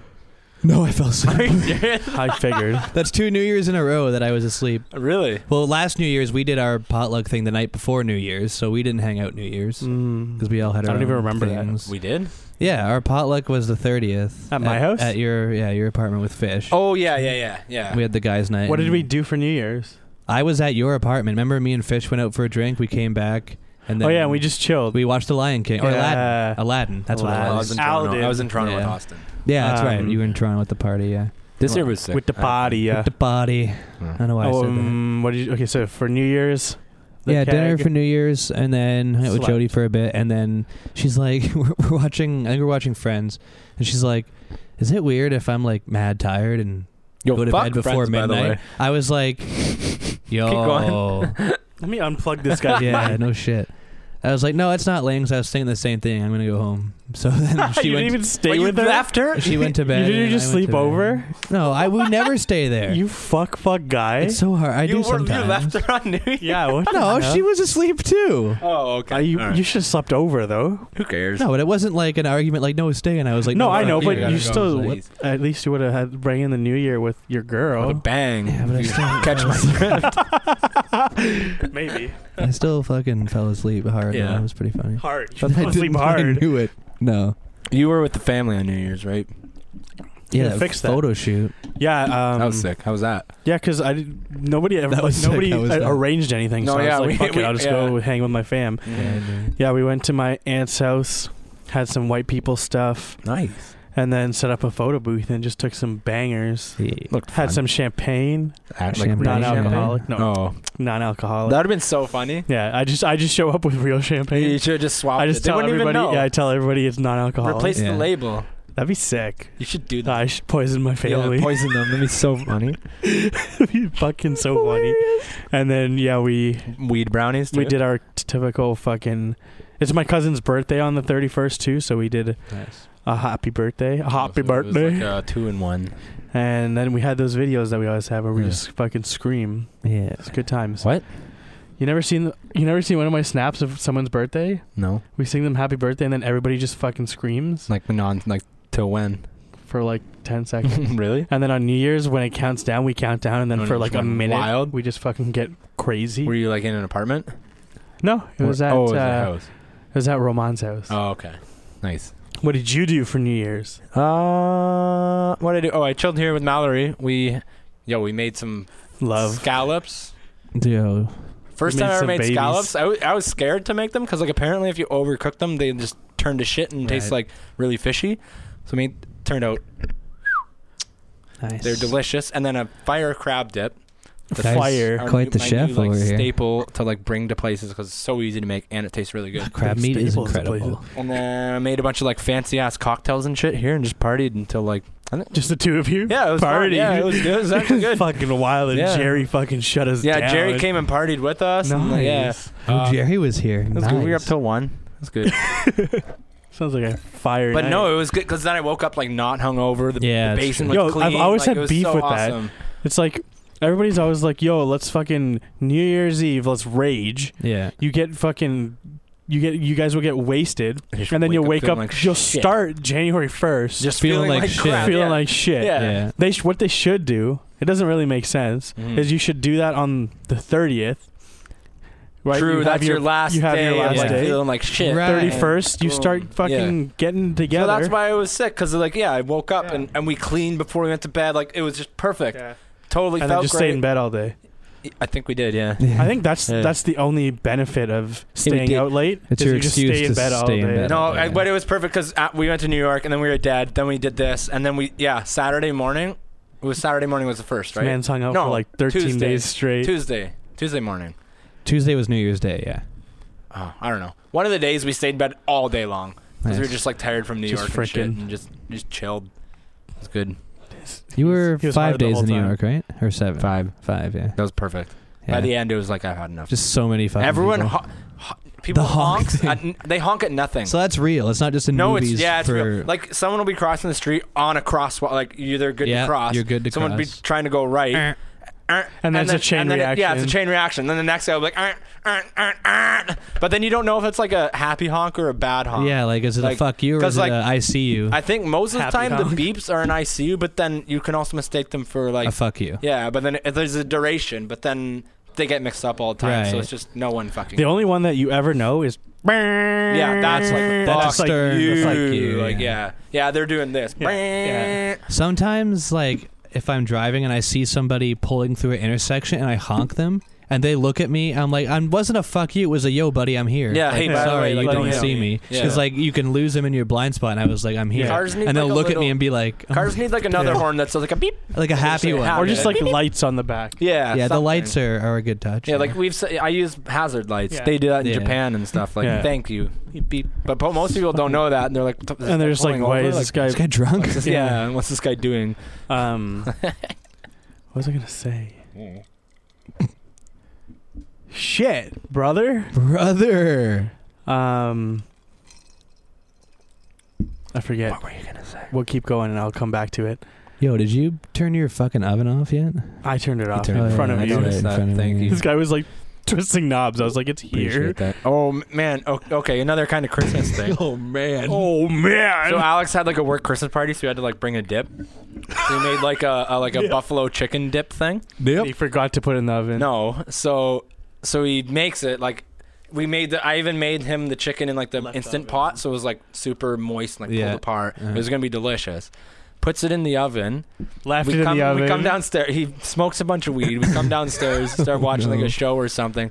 [SPEAKER 3] No, I fell
[SPEAKER 1] Are
[SPEAKER 3] asleep.
[SPEAKER 1] you serious?
[SPEAKER 2] I figured.
[SPEAKER 3] That's two New Years in a row that I was asleep.
[SPEAKER 1] really?
[SPEAKER 3] Well, last New Year's we did our potluck thing the night before New Year's, so we didn't hang out New
[SPEAKER 2] <laughs>
[SPEAKER 3] Year's
[SPEAKER 2] Mm.
[SPEAKER 3] because we all had.
[SPEAKER 2] I
[SPEAKER 3] Our
[SPEAKER 2] don't even
[SPEAKER 3] own
[SPEAKER 2] remember that.
[SPEAKER 3] things.
[SPEAKER 1] We did.
[SPEAKER 3] Yeah, our potluck was the thirtieth
[SPEAKER 2] At my house?
[SPEAKER 3] at your yeah your apartment with fish.
[SPEAKER 1] Oh yeah, yeah, yeah, yeah.
[SPEAKER 3] we had the guys' night.
[SPEAKER 2] What did
[SPEAKER 3] and-
[SPEAKER 2] we do for New Year's?
[SPEAKER 3] I was at your apartment. Remember, me and Fish went out for a drink. We came back, And
[SPEAKER 2] Oh yeah, and we just chilled.
[SPEAKER 3] we watched The Lion King or Aladdin.
[SPEAKER 2] Yeah.
[SPEAKER 3] Aladdin. That's
[SPEAKER 1] I
[SPEAKER 2] Aladdin.
[SPEAKER 3] what it
[SPEAKER 1] was
[SPEAKER 3] was.
[SPEAKER 1] in
[SPEAKER 2] Alden.
[SPEAKER 1] Toronto. I was in Toronto with
[SPEAKER 3] Yeah.
[SPEAKER 1] Austin.
[SPEAKER 3] Yeah, that's right.
[SPEAKER 2] Um,
[SPEAKER 3] You were in Toronto at the party. Yeah,
[SPEAKER 1] This year was sick.
[SPEAKER 2] with the
[SPEAKER 3] Uh,
[SPEAKER 2] party. Yeah.
[SPEAKER 3] With the party. I don't know why I said that.
[SPEAKER 2] um, what did you? Okay, so for New Year's. the
[SPEAKER 3] yeah, dinner
[SPEAKER 2] keg.
[SPEAKER 3] for New Year's, and then hung out with
[SPEAKER 2] Slept.
[SPEAKER 3] Jody for a bit, and then she's like, <laughs> we're, "We're watching. I think we're watching Friends," and she's like, "Is it weird if I'm like mad tired and
[SPEAKER 1] Yo,
[SPEAKER 3] go to
[SPEAKER 1] fuck
[SPEAKER 3] bed before
[SPEAKER 1] Friends, by the way.
[SPEAKER 3] midnight?" I
[SPEAKER 1] <laughs>
[SPEAKER 3] was like, "Yo,
[SPEAKER 2] Let me unplug this
[SPEAKER 3] <laughs>
[SPEAKER 2] guy. <laughs>
[SPEAKER 3] yeah, no shit." I was like, "No, it's not lame." 'cause I was thinking the same thing. I'm gonna go home. <laughs> So
[SPEAKER 1] <laughs>
[SPEAKER 3] then she
[SPEAKER 2] you
[SPEAKER 3] went.
[SPEAKER 2] didn't even stay
[SPEAKER 1] But you
[SPEAKER 2] with her.
[SPEAKER 1] left her?
[SPEAKER 3] she went
[SPEAKER 1] <laughs>
[SPEAKER 3] to
[SPEAKER 2] <laughs>
[SPEAKER 3] bed.
[SPEAKER 2] you
[SPEAKER 3] and
[SPEAKER 2] didn't just
[SPEAKER 3] I went
[SPEAKER 2] sleep
[SPEAKER 3] to bed.
[SPEAKER 2] over.
[SPEAKER 3] No, I would never
[SPEAKER 1] <laughs>
[SPEAKER 3] stay there.
[SPEAKER 2] You fuck fuck guy.
[SPEAKER 3] it's so hard. I
[SPEAKER 1] you,
[SPEAKER 3] do
[SPEAKER 1] were,
[SPEAKER 3] sometimes.
[SPEAKER 1] you left her on New Year's.
[SPEAKER 2] <laughs> yeah. What?
[SPEAKER 3] No,
[SPEAKER 2] the hell?
[SPEAKER 3] she was asleep too.
[SPEAKER 1] <laughs> Oh, okay.
[SPEAKER 2] Uh, you
[SPEAKER 1] All right.
[SPEAKER 2] you should have slept over though.
[SPEAKER 1] Who cares?
[SPEAKER 3] No, but it wasn't like an argument. Like no, stay. And I was like,
[SPEAKER 2] no, I
[SPEAKER 1] no,
[SPEAKER 2] know,
[SPEAKER 1] you
[SPEAKER 2] but
[SPEAKER 1] gotta
[SPEAKER 2] you
[SPEAKER 1] go.
[SPEAKER 2] still
[SPEAKER 1] <laughs> Please.
[SPEAKER 2] at least you would have had bring in the new year with your
[SPEAKER 1] With a
[SPEAKER 2] girl.
[SPEAKER 1] bang.
[SPEAKER 3] Yeah, but I
[SPEAKER 1] You <laughs>
[SPEAKER 3] still- <laughs>
[SPEAKER 1] catch my drift.
[SPEAKER 2] Maybe
[SPEAKER 3] I still fucking fell asleep hard. Yeah,
[SPEAKER 1] Yeah.
[SPEAKER 3] that was pretty
[SPEAKER 2] <laughs>
[SPEAKER 3] funny.
[SPEAKER 2] hard.
[SPEAKER 3] But I
[SPEAKER 2] Fell asleep
[SPEAKER 3] didn't- I
[SPEAKER 2] hard.
[SPEAKER 3] knew it. No.
[SPEAKER 1] You were with the family on New Year's, right?
[SPEAKER 2] Yeah,
[SPEAKER 3] Yeah, that
[SPEAKER 2] fix that.
[SPEAKER 3] photo shoot. <laughs>
[SPEAKER 2] Yeah. Um,
[SPEAKER 1] that was sick. How was that?
[SPEAKER 2] Yeah, because I did, nobody ever
[SPEAKER 3] That
[SPEAKER 2] like,
[SPEAKER 3] was sick.
[SPEAKER 2] nobody
[SPEAKER 3] I was
[SPEAKER 2] uh,
[SPEAKER 3] there.
[SPEAKER 2] arranged anything.
[SPEAKER 1] No,
[SPEAKER 2] so I
[SPEAKER 1] yeah,
[SPEAKER 2] was
[SPEAKER 1] we-
[SPEAKER 2] like, fuck it,
[SPEAKER 1] we-
[SPEAKER 2] I'll just
[SPEAKER 1] yeah.
[SPEAKER 2] go hang with my fam. Yeah, we went to my aunt's house, had some white people stuff,
[SPEAKER 1] Nice.
[SPEAKER 2] and then set up a photo booth and just took some bangers.
[SPEAKER 1] Looked
[SPEAKER 2] Had
[SPEAKER 1] fun.
[SPEAKER 2] some champagne,
[SPEAKER 1] Actually,
[SPEAKER 3] Champagne.
[SPEAKER 1] really
[SPEAKER 2] non-alcoholic.
[SPEAKER 1] champagne.
[SPEAKER 2] No,
[SPEAKER 1] Oh,
[SPEAKER 2] non-alcoholic.
[SPEAKER 1] that would have been so funny.
[SPEAKER 2] yeah, I just I just show up with real
[SPEAKER 1] You
[SPEAKER 2] champagne.
[SPEAKER 1] should have just swapped.
[SPEAKER 2] I just
[SPEAKER 1] it. They
[SPEAKER 2] tell
[SPEAKER 1] wouldn't
[SPEAKER 2] everybody.
[SPEAKER 1] Even know.
[SPEAKER 2] Yeah, I tell everybody it's non-alcoholic.
[SPEAKER 1] Replace
[SPEAKER 3] Yeah.
[SPEAKER 1] the label.
[SPEAKER 2] That'd be sick.
[SPEAKER 1] You should
[SPEAKER 3] <laughs>
[SPEAKER 1] do that.
[SPEAKER 2] I should poison my family. <laughs>
[SPEAKER 1] poison them. That'd be so funny.
[SPEAKER 2] That'd be fucking so funny. And then yeah, we
[SPEAKER 1] Weed brownies. Too.
[SPEAKER 2] we did our t- typical fucking. It's my cousin's birthday on the thirty first too, so we did
[SPEAKER 1] Nice.
[SPEAKER 2] a happy birthday, a happy
[SPEAKER 1] It was
[SPEAKER 2] birthday,
[SPEAKER 1] Like uh, two and one.
[SPEAKER 2] and then we had those videos that we always have where we
[SPEAKER 1] Yeah.
[SPEAKER 2] just fucking scream.
[SPEAKER 3] Yeah.
[SPEAKER 2] It's good times.
[SPEAKER 1] What?
[SPEAKER 2] You never seen the- you never seen one of my snaps of someone's birthday?
[SPEAKER 1] No.
[SPEAKER 2] We sing them happy birthday, and then everybody just fucking screams
[SPEAKER 1] Like non. Like till when?
[SPEAKER 2] for like ten seconds.
[SPEAKER 1] <laughs> really?
[SPEAKER 2] And then on New Year's, when it counts down, we count down, and then
[SPEAKER 1] When
[SPEAKER 2] for
[SPEAKER 1] it
[SPEAKER 2] like a
[SPEAKER 1] went
[SPEAKER 2] minute,
[SPEAKER 1] wild?
[SPEAKER 2] we just fucking get crazy.
[SPEAKER 1] Were you like in an apartment?
[SPEAKER 2] no, it was
[SPEAKER 1] Or-
[SPEAKER 2] at
[SPEAKER 1] oh, it was
[SPEAKER 2] uh,
[SPEAKER 1] at house.
[SPEAKER 2] it was at Roman's house.
[SPEAKER 1] Oh, okay. Nice.
[SPEAKER 2] What did you do for New Year's?
[SPEAKER 1] Uh, what I do? Oh, I chilled here with Mallory. We, yo, we made some
[SPEAKER 2] Love.
[SPEAKER 1] scallops.
[SPEAKER 3] Yo,
[SPEAKER 1] First
[SPEAKER 2] We made
[SPEAKER 1] time I ever
[SPEAKER 2] some
[SPEAKER 1] made
[SPEAKER 2] babies.
[SPEAKER 1] scallops, I wa- I was scared to make them because like apparently if you overcook them, they just turn to shit and taste
[SPEAKER 3] Right.
[SPEAKER 1] like really fishy. So I mean, turned out
[SPEAKER 3] nice.
[SPEAKER 1] they're delicious. And then a fire crab dip. The
[SPEAKER 3] Guys,
[SPEAKER 2] fire.
[SPEAKER 1] our
[SPEAKER 3] Quite
[SPEAKER 1] new-
[SPEAKER 3] the
[SPEAKER 1] my
[SPEAKER 3] chef
[SPEAKER 1] new, like,
[SPEAKER 3] over here.
[SPEAKER 1] Staple to like bring to places because it's so easy to make and it tastes really good.
[SPEAKER 3] Crab meat is
[SPEAKER 2] Staples places.
[SPEAKER 3] incredible.
[SPEAKER 1] And then I made a bunch of like fancy ass cocktails and shit here and just partied until like I think-
[SPEAKER 2] Just the two of you?
[SPEAKER 1] yeah, it was fun.
[SPEAKER 2] Party.
[SPEAKER 1] Yeah, it was good. It was actually
[SPEAKER 3] <laughs>
[SPEAKER 1] good.
[SPEAKER 2] <laughs> fucking wild, and
[SPEAKER 1] Yeah.
[SPEAKER 2] Jerry fucking shut us
[SPEAKER 1] Yeah,
[SPEAKER 2] down.
[SPEAKER 1] Jerry came and partied with us. and, like, yeah,
[SPEAKER 2] Nice.
[SPEAKER 3] Oh,
[SPEAKER 1] Uh,
[SPEAKER 3] Jerry was here.
[SPEAKER 1] it was good. We were up
[SPEAKER 3] Nice.
[SPEAKER 1] till one. That's good.
[SPEAKER 2] Sounds like a fire.
[SPEAKER 1] But
[SPEAKER 2] night.
[SPEAKER 1] no, it was good because then I woke up like not hungover. The,
[SPEAKER 3] Yeah,
[SPEAKER 1] yeah, the
[SPEAKER 3] that's
[SPEAKER 1] basin
[SPEAKER 3] true.
[SPEAKER 1] was
[SPEAKER 2] Yo, I've
[SPEAKER 1] clean.
[SPEAKER 2] always
[SPEAKER 1] like,
[SPEAKER 2] had
[SPEAKER 1] it was
[SPEAKER 2] beef
[SPEAKER 1] so
[SPEAKER 2] with that.
[SPEAKER 1] awesome.
[SPEAKER 2] it's like everybody's always like, "Yo, let's fucking New Year's Eve, let's rage."
[SPEAKER 3] Yeah.
[SPEAKER 2] You get fucking, you get, you guys will get wasted,
[SPEAKER 1] I just
[SPEAKER 2] and then you'll wake
[SPEAKER 1] feeling
[SPEAKER 2] up. you'll
[SPEAKER 1] shit.
[SPEAKER 2] start January first,
[SPEAKER 1] just
[SPEAKER 3] feeling
[SPEAKER 1] feeling,
[SPEAKER 3] like
[SPEAKER 1] like,
[SPEAKER 3] shit.
[SPEAKER 1] crap,
[SPEAKER 2] feeling
[SPEAKER 1] yeah.
[SPEAKER 2] like shit.
[SPEAKER 1] Yeah.
[SPEAKER 3] Yeah.
[SPEAKER 2] They sh- what they should do. It doesn't really make sense.
[SPEAKER 1] Mhm.
[SPEAKER 2] Is you should do that on the thirtieth. Right.
[SPEAKER 1] True,
[SPEAKER 2] You have
[SPEAKER 1] that's your, last
[SPEAKER 2] you have
[SPEAKER 1] day.
[SPEAKER 2] your last
[SPEAKER 1] of, like,
[SPEAKER 2] day.
[SPEAKER 1] feeling like shit.
[SPEAKER 3] Right.
[SPEAKER 2] thirty first. You
[SPEAKER 1] Boom.
[SPEAKER 2] start fucking getting
[SPEAKER 1] So
[SPEAKER 2] together.
[SPEAKER 1] that's why I was sick because like yeah, I woke up
[SPEAKER 2] Yeah.
[SPEAKER 1] and, and we cleaned before we went to bed. Like it was just perfect.
[SPEAKER 2] Yeah.
[SPEAKER 1] Totally
[SPEAKER 2] And then
[SPEAKER 1] felt
[SPEAKER 2] just stay
[SPEAKER 1] great.
[SPEAKER 2] in bed all day.
[SPEAKER 1] I think we did. Yeah.
[SPEAKER 2] I think that's
[SPEAKER 1] Yeah.
[SPEAKER 2] that's the only benefit of staying
[SPEAKER 1] did.
[SPEAKER 2] out late.
[SPEAKER 3] It's
[SPEAKER 2] is
[SPEAKER 3] your
[SPEAKER 2] you just
[SPEAKER 3] excuse
[SPEAKER 2] stay
[SPEAKER 3] to
[SPEAKER 2] in bed all
[SPEAKER 3] stay in
[SPEAKER 2] day.
[SPEAKER 3] bed.
[SPEAKER 1] No,
[SPEAKER 3] Yeah.
[SPEAKER 1] I, but it was perfect because we went to New York and then we were dead. Then we did this and then we yeah Saturday morning. It was Saturday morning was the first right.
[SPEAKER 2] Man's hung out
[SPEAKER 1] No,
[SPEAKER 2] for like 13
[SPEAKER 1] Tuesday.
[SPEAKER 2] days straight.
[SPEAKER 1] Tuesday, Tuesday morning.
[SPEAKER 3] Tuesday was New Year's Day. Yeah.
[SPEAKER 1] Oh, I don't know. One of the days we stayed in bed all day long because we
[SPEAKER 3] Nice.
[SPEAKER 1] were just like tired from New
[SPEAKER 2] Just
[SPEAKER 1] York and shit
[SPEAKER 2] frickin'.
[SPEAKER 1] and just just chilled. It's good.
[SPEAKER 3] You were
[SPEAKER 2] He was
[SPEAKER 3] five
[SPEAKER 2] hard the
[SPEAKER 3] days
[SPEAKER 2] whole
[SPEAKER 3] in New
[SPEAKER 2] time.
[SPEAKER 3] York, right? Or seven?
[SPEAKER 1] Five.
[SPEAKER 3] Five. Yeah.
[SPEAKER 1] That was perfect.
[SPEAKER 3] Yeah.
[SPEAKER 1] By the end, it was like I've had enough.
[SPEAKER 3] Just so many fucking.
[SPEAKER 1] Everyone,
[SPEAKER 3] people.
[SPEAKER 1] ho- ho- people
[SPEAKER 3] The honk
[SPEAKER 1] honks.
[SPEAKER 3] thing.
[SPEAKER 1] At, n- they honk at nothing.
[SPEAKER 3] So that's real. It's not just in
[SPEAKER 1] no, it's
[SPEAKER 3] movies.
[SPEAKER 1] yeah, it's
[SPEAKER 3] for,
[SPEAKER 1] real. like someone will be crossing the street on a crosswalk. Like you're either good
[SPEAKER 3] Yeah,
[SPEAKER 1] to cross.
[SPEAKER 3] you're good to
[SPEAKER 1] someone would
[SPEAKER 3] cross.
[SPEAKER 1] be trying to go right.
[SPEAKER 3] Eh.
[SPEAKER 1] eh,
[SPEAKER 2] And that's a
[SPEAKER 1] then-
[SPEAKER 2] chain
[SPEAKER 1] and then it- yeah, it's
[SPEAKER 2] reaction.
[SPEAKER 1] a chain reaction. Then the next guy will be like, eh, eh, eh, eh. but then you don't know if it's like a happy honk or a bad honk.
[SPEAKER 3] yeah, like is it a
[SPEAKER 1] Like,
[SPEAKER 3] fuck you or
[SPEAKER 1] 'cause,
[SPEAKER 3] is it
[SPEAKER 1] like,
[SPEAKER 3] a I see you?
[SPEAKER 1] I think most of the
[SPEAKER 2] Happy
[SPEAKER 1] time
[SPEAKER 2] honk.
[SPEAKER 1] the beeps are an ICU, but then you can also mistake them for
[SPEAKER 3] a
[SPEAKER 1] like
[SPEAKER 3] fuck you.
[SPEAKER 1] yeah. But then it, there's a duration, but then they get mixed up all the time, so
[SPEAKER 3] Right.
[SPEAKER 1] it's just no one fucking.
[SPEAKER 2] The only one that you ever know is
[SPEAKER 1] yeah, that's like
[SPEAKER 3] That's
[SPEAKER 1] fuck
[SPEAKER 3] like you.
[SPEAKER 1] you.
[SPEAKER 3] That's like you,
[SPEAKER 1] Like,
[SPEAKER 3] yeah.
[SPEAKER 1] yeah. yeah, they're doing this.
[SPEAKER 2] Yeah, yeah.
[SPEAKER 3] Sometimes, like, if I'm driving and I see somebody pulling through an intersection and I honk them, and they look at me. I'm like, I wasn't a fuck you. It was a yo, buddy, I'm here.
[SPEAKER 1] Yeah,
[SPEAKER 3] Like,
[SPEAKER 1] hey, by the
[SPEAKER 3] sorry,
[SPEAKER 1] way, like,
[SPEAKER 3] you
[SPEAKER 1] let
[SPEAKER 3] don't
[SPEAKER 1] me know.
[SPEAKER 3] see me.
[SPEAKER 1] Yeah.
[SPEAKER 3] Because like you can lose them in your blind spot, and I was like, I'm here.
[SPEAKER 1] Cars need,
[SPEAKER 3] and they'll
[SPEAKER 1] like, a
[SPEAKER 3] look at me
[SPEAKER 1] little-
[SPEAKER 3] and be like, "Oh,
[SPEAKER 1] Cars need like another
[SPEAKER 2] Yeah.
[SPEAKER 1] horn that's like a beep.
[SPEAKER 3] like a happy
[SPEAKER 1] Just
[SPEAKER 3] one.
[SPEAKER 1] like
[SPEAKER 2] or
[SPEAKER 1] Yeah.
[SPEAKER 2] just like lights on the back.
[SPEAKER 1] Yeah,
[SPEAKER 3] yeah, the
[SPEAKER 1] something.
[SPEAKER 3] lights are, are a good touch.
[SPEAKER 1] Yeah, like we've. s- I use hazard lights.
[SPEAKER 2] Yeah.
[SPEAKER 1] They do that in
[SPEAKER 3] Yeah.
[SPEAKER 1] Japan and stuff. Like,
[SPEAKER 2] Yeah.
[SPEAKER 1] thank you. Beep. But po- most people don't know that, and they're like,
[SPEAKER 2] And they're just like,
[SPEAKER 1] pulling
[SPEAKER 2] why
[SPEAKER 1] over,
[SPEAKER 2] is this guy?
[SPEAKER 3] this guy drunk.
[SPEAKER 1] what's this-
[SPEAKER 2] Yeah.
[SPEAKER 1] yeah. and what's this guy doing? <laughs>
[SPEAKER 2] Um, what was I gonna say? Shit, brother.
[SPEAKER 3] Brother.
[SPEAKER 2] Um, I forget.
[SPEAKER 1] were you gonna say?
[SPEAKER 2] We'll keep going, and I'll come back to it.
[SPEAKER 3] Yo, did you turn your fucking oven off yet?
[SPEAKER 1] Uh,
[SPEAKER 2] I turned it off
[SPEAKER 3] turned
[SPEAKER 2] in
[SPEAKER 3] it
[SPEAKER 2] front
[SPEAKER 3] off.
[SPEAKER 2] of
[SPEAKER 3] I
[SPEAKER 2] you.
[SPEAKER 3] noticed. that. Thank you.
[SPEAKER 2] This guy was like twisting knobs. I was like, it's here.
[SPEAKER 3] Appreciate that.
[SPEAKER 1] Oh m- man. O- Okay, another kind of Christmas
[SPEAKER 2] <laughs>
[SPEAKER 1] thing.
[SPEAKER 3] <laughs> Oh man.
[SPEAKER 2] Oh man!
[SPEAKER 1] So Alex had like a work Christmas party, so we had to like bring a dip. So we made like a, a like a
[SPEAKER 2] Yeah.
[SPEAKER 1] buffalo chicken dip thing.
[SPEAKER 2] He forgot to put it in the oven.
[SPEAKER 1] No, so so he makes it like we made the. I even made him the chicken in like the
[SPEAKER 2] Left
[SPEAKER 1] instant
[SPEAKER 2] oven.
[SPEAKER 1] pot, so it was like super moist, and, like
[SPEAKER 3] Yeah.
[SPEAKER 1] pulled apart.
[SPEAKER 3] Uh-huh.
[SPEAKER 1] It was gonna be delicious. Puts it in the oven.
[SPEAKER 2] left
[SPEAKER 1] we
[SPEAKER 2] it in
[SPEAKER 1] come
[SPEAKER 2] the oven.
[SPEAKER 1] we come downstairs. He smokes a bunch of weed. We come
[SPEAKER 2] <laughs>
[SPEAKER 1] downstairs, start watching like
[SPEAKER 3] no.
[SPEAKER 1] a show or something.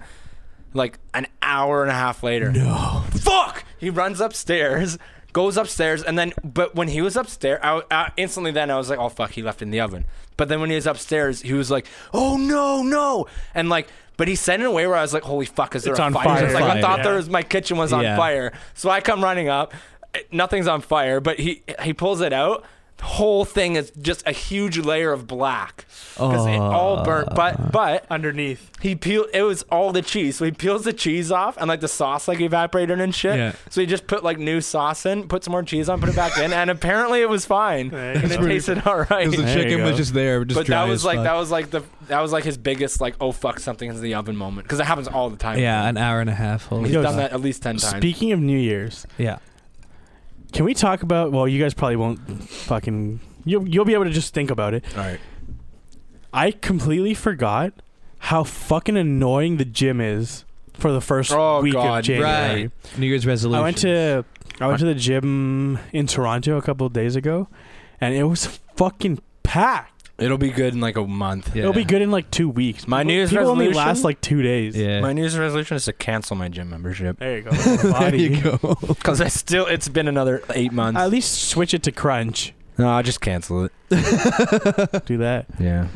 [SPEAKER 1] Like an hour and a half later.
[SPEAKER 3] No.
[SPEAKER 1] fuck he runs upstairs goes upstairs and then but when he was upstairs I, I instantly then i was like oh fuck he left it in the oven but then when he was upstairs he was like oh no no and like but he said it in a way where i was like holy fuck is there
[SPEAKER 2] It's
[SPEAKER 1] a
[SPEAKER 2] on
[SPEAKER 1] fire,
[SPEAKER 3] fire.
[SPEAKER 1] like
[SPEAKER 3] Fire.
[SPEAKER 1] i thought there
[SPEAKER 2] Yeah.
[SPEAKER 1] was my kitchen was on
[SPEAKER 3] Yeah.
[SPEAKER 1] fire so i come running up eh, nothing's on fire but he he pulls it out the whole thing is just a huge layer of black because it all burnt but but
[SPEAKER 2] underneath.
[SPEAKER 1] he peeled it was all the cheese. So he peels the cheese off and like the sauce like evaporated and shit.
[SPEAKER 3] Yeah.
[SPEAKER 1] So he just put like new sauce in, put some more cheese on, put it back in, and apparently it was
[SPEAKER 3] <laughs>
[SPEAKER 1] fine.
[SPEAKER 2] There you
[SPEAKER 1] and it
[SPEAKER 2] go.
[SPEAKER 1] tasted all right.
[SPEAKER 3] Because the
[SPEAKER 2] There you
[SPEAKER 3] chicken was
[SPEAKER 2] go.
[SPEAKER 3] just there, just
[SPEAKER 1] but
[SPEAKER 3] dry
[SPEAKER 1] that was
[SPEAKER 3] as
[SPEAKER 1] like
[SPEAKER 3] fuck.
[SPEAKER 1] that was like the that was like his biggest like oh fuck something in the oven moment because it happens all the time.
[SPEAKER 3] Yeah, an hour and a half. Holy
[SPEAKER 1] he's
[SPEAKER 2] Yo,
[SPEAKER 1] done that at least ten times.
[SPEAKER 2] Speaking of New Year's,
[SPEAKER 3] yeah.
[SPEAKER 2] can we talk about? Well, you guys probably won't fucking. You'll you'll be able to just think about it.
[SPEAKER 1] all right,
[SPEAKER 2] I completely forgot how fucking annoying the gym is for the first
[SPEAKER 1] Oh,
[SPEAKER 2] week
[SPEAKER 1] God,
[SPEAKER 2] of January.
[SPEAKER 3] Right. New Year's resolution.
[SPEAKER 2] I went to I went to the gym in Toronto a couple of days ago, and it was fucking packed.
[SPEAKER 1] it'll be good in like a month.
[SPEAKER 3] Yeah.
[SPEAKER 2] It'll be good in like two weeks.
[SPEAKER 1] My
[SPEAKER 2] people,
[SPEAKER 1] New Year's
[SPEAKER 2] people only
[SPEAKER 1] resolution-
[SPEAKER 2] last like two days.
[SPEAKER 3] Yeah.
[SPEAKER 1] My New Year's resolution is to cancel my gym
[SPEAKER 2] <laughs>
[SPEAKER 1] membership
[SPEAKER 2] There you go.
[SPEAKER 3] <laughs>
[SPEAKER 1] <laughs>
[SPEAKER 3] there
[SPEAKER 2] Body.
[SPEAKER 3] you go. <laughs>
[SPEAKER 1] because I still it's been another eight months.
[SPEAKER 2] At least switch it to crunch.
[SPEAKER 1] no, I'll just cancel it.
[SPEAKER 2] Do that.
[SPEAKER 1] Yeah.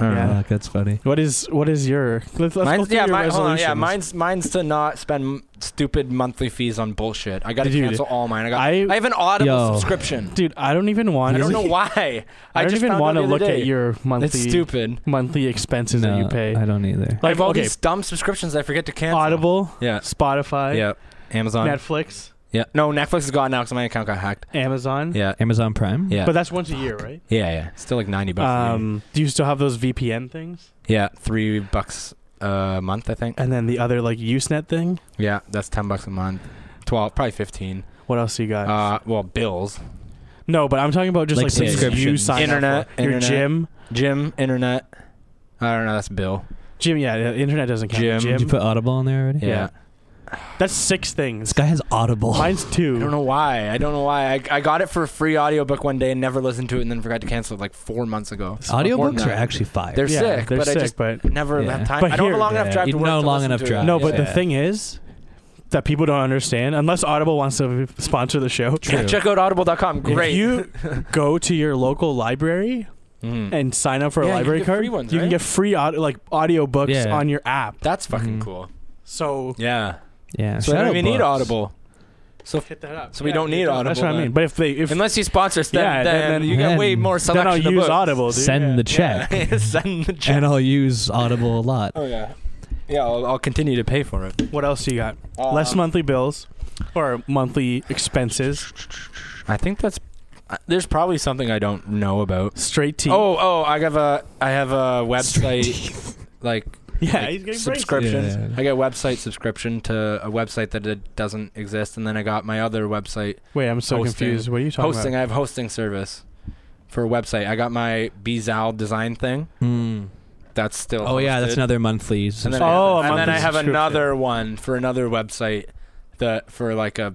[SPEAKER 2] Yeah.
[SPEAKER 3] Fuck, that's funny.
[SPEAKER 2] What is what is your? Let's, let's go
[SPEAKER 1] mine's,
[SPEAKER 2] through
[SPEAKER 1] yeah,
[SPEAKER 2] your
[SPEAKER 1] mine- hold on, yeah,
[SPEAKER 2] resolutions.
[SPEAKER 1] mine's mine's to not spend m- stupid monthly fees on bullshit. I got to
[SPEAKER 2] Dude,
[SPEAKER 1] cancel all mine. I got. I,
[SPEAKER 2] I
[SPEAKER 1] have an Audible
[SPEAKER 3] Yo.
[SPEAKER 1] subscription.
[SPEAKER 2] dude, I don't even want.
[SPEAKER 1] I don't
[SPEAKER 2] to.
[SPEAKER 1] know why. I,
[SPEAKER 2] I don't
[SPEAKER 1] just
[SPEAKER 2] even
[SPEAKER 1] want to
[SPEAKER 2] look at your
[SPEAKER 1] It's
[SPEAKER 2] monthly
[SPEAKER 1] stupid.
[SPEAKER 2] monthly expenses that you pay.
[SPEAKER 3] I don't either.
[SPEAKER 1] I have
[SPEAKER 2] Like
[SPEAKER 1] all
[SPEAKER 2] okay,
[SPEAKER 1] these dumb subscriptions I forget to cancel.
[SPEAKER 2] Audible,
[SPEAKER 1] Yeah.
[SPEAKER 2] Spotify,
[SPEAKER 1] Yeah. Amazon.
[SPEAKER 2] Netflix,
[SPEAKER 1] yeah. No, Netflix is gone now because my account got hacked.
[SPEAKER 2] Amazon.
[SPEAKER 1] Yeah.
[SPEAKER 3] Amazon Prime.
[SPEAKER 1] Yeah.
[SPEAKER 2] But that's once a year, right?
[SPEAKER 1] yeah. Yeah. Still like ninety bucks. a year.
[SPEAKER 2] Um, do you still have those VPN things?
[SPEAKER 1] yeah. Three bucks a month, I think.
[SPEAKER 2] And then the other like Usenet thing.
[SPEAKER 1] Yeah. That's ten bucks a month. Twelve, probably fifteen.
[SPEAKER 2] What else you got?
[SPEAKER 1] Uh, well, bills,
[SPEAKER 2] no, but I'm talking about just
[SPEAKER 3] like
[SPEAKER 2] like, things you
[SPEAKER 3] subscriptions.
[SPEAKER 2] sign up
[SPEAKER 1] Internet,
[SPEAKER 2] for. your
[SPEAKER 1] internet.
[SPEAKER 2] gym,
[SPEAKER 1] gym, internet. I don't know. That's bill.
[SPEAKER 2] gym. Yeah, the internet doesn't count.
[SPEAKER 1] Gym.
[SPEAKER 3] Did you put Audible on there already?
[SPEAKER 1] Yeah.
[SPEAKER 2] Yeah. That's six
[SPEAKER 3] This <laughs>
[SPEAKER 2] things.
[SPEAKER 3] guy has Audible.
[SPEAKER 2] Mine's two.
[SPEAKER 1] I don't know why. I don't know why. I, I got it for a free audiobook one day and never listened to it and then forgot to cancel it like four months ago.
[SPEAKER 3] Audiobooks
[SPEAKER 1] Fortnite.
[SPEAKER 3] are actually fire.
[SPEAKER 1] They're
[SPEAKER 2] yeah,
[SPEAKER 1] sick,
[SPEAKER 2] they're
[SPEAKER 1] but
[SPEAKER 2] sick,
[SPEAKER 1] I just
[SPEAKER 2] but
[SPEAKER 1] never
[SPEAKER 3] Yeah.
[SPEAKER 1] have time.
[SPEAKER 2] But
[SPEAKER 1] I don't
[SPEAKER 2] here-
[SPEAKER 1] have a long
[SPEAKER 3] yeah,
[SPEAKER 1] enough drive
[SPEAKER 3] you
[SPEAKER 1] to work.
[SPEAKER 3] don't have
[SPEAKER 1] to
[SPEAKER 3] long
[SPEAKER 1] listen
[SPEAKER 3] enough
[SPEAKER 1] to
[SPEAKER 3] drive.
[SPEAKER 1] It.
[SPEAKER 2] no. But the
[SPEAKER 3] Yeah.
[SPEAKER 2] thing is that people don't understand unless Audible wants to sponsor the show.
[SPEAKER 1] Yeah,
[SPEAKER 3] <laughs>
[SPEAKER 1] check out audible.com. Great.
[SPEAKER 2] If you go to your local library
[SPEAKER 1] Mm.
[SPEAKER 2] and sign up for
[SPEAKER 1] Yeah,
[SPEAKER 2] a
[SPEAKER 1] you
[SPEAKER 2] library
[SPEAKER 1] get
[SPEAKER 2] card,
[SPEAKER 1] free ones,
[SPEAKER 2] you can
[SPEAKER 1] right?
[SPEAKER 2] get free audio, like audiobooks
[SPEAKER 3] Yeah.
[SPEAKER 2] on your app.
[SPEAKER 1] That's fucking
[SPEAKER 3] Mm.
[SPEAKER 1] cool.
[SPEAKER 2] So
[SPEAKER 1] Yeah.
[SPEAKER 3] yeah.
[SPEAKER 1] So I don't
[SPEAKER 3] Shadow
[SPEAKER 1] even need
[SPEAKER 3] books.
[SPEAKER 1] Audible. So
[SPEAKER 2] hit that up.
[SPEAKER 1] So we don't need Audible.
[SPEAKER 2] That's what I
[SPEAKER 1] then.
[SPEAKER 2] mean. But if they if
[SPEAKER 1] Unless you sponsor us, then,
[SPEAKER 2] Yeah,
[SPEAKER 1] then,
[SPEAKER 2] then-
[SPEAKER 1] you got
[SPEAKER 3] then-
[SPEAKER 1] way more
[SPEAKER 2] then
[SPEAKER 1] selection
[SPEAKER 2] I'll
[SPEAKER 1] of
[SPEAKER 2] use
[SPEAKER 1] books.
[SPEAKER 2] Audible. Dude.
[SPEAKER 3] Send
[SPEAKER 2] yeah.
[SPEAKER 3] the
[SPEAKER 1] <laughs>
[SPEAKER 3] check.
[SPEAKER 1] Yeah. Send the check.
[SPEAKER 3] And I'll use Audible a
[SPEAKER 1] <laughs>
[SPEAKER 3] lot.
[SPEAKER 1] Oh yeah. Yeah, I'll, I'll continue to pay for it.
[SPEAKER 2] What else you got?
[SPEAKER 3] Uh,
[SPEAKER 2] Less
[SPEAKER 1] Um,
[SPEAKER 2] monthly bills or monthly expenses.
[SPEAKER 1] I think that's. uh, There's probably something I don't know about.
[SPEAKER 2] Straight teeth.
[SPEAKER 1] Oh, oh, I have a I have a website
[SPEAKER 3] <laughs>
[SPEAKER 1] like
[SPEAKER 2] yeah,
[SPEAKER 1] like
[SPEAKER 2] he's getting subscribe.
[SPEAKER 1] subscriptions.
[SPEAKER 3] Yeah.
[SPEAKER 1] I got a website subscription to a website that it doesn't exist, and then I got my other website
[SPEAKER 2] Wait, I'm so
[SPEAKER 1] Hosting.
[SPEAKER 2] confused. What are you talking
[SPEAKER 1] hosting. I have hosting service for a website. I got my Bezal design thing.
[SPEAKER 3] Mm.
[SPEAKER 1] That's still
[SPEAKER 3] Oh yeah,
[SPEAKER 1] Hmm.
[SPEAKER 3] that's
[SPEAKER 1] hosted.
[SPEAKER 3] another monthly.
[SPEAKER 1] And then,
[SPEAKER 3] subscription.
[SPEAKER 1] oh,
[SPEAKER 2] Oh, a
[SPEAKER 1] and then
[SPEAKER 2] monthly
[SPEAKER 1] I have
[SPEAKER 2] subscription.
[SPEAKER 1] another one for another website that for like a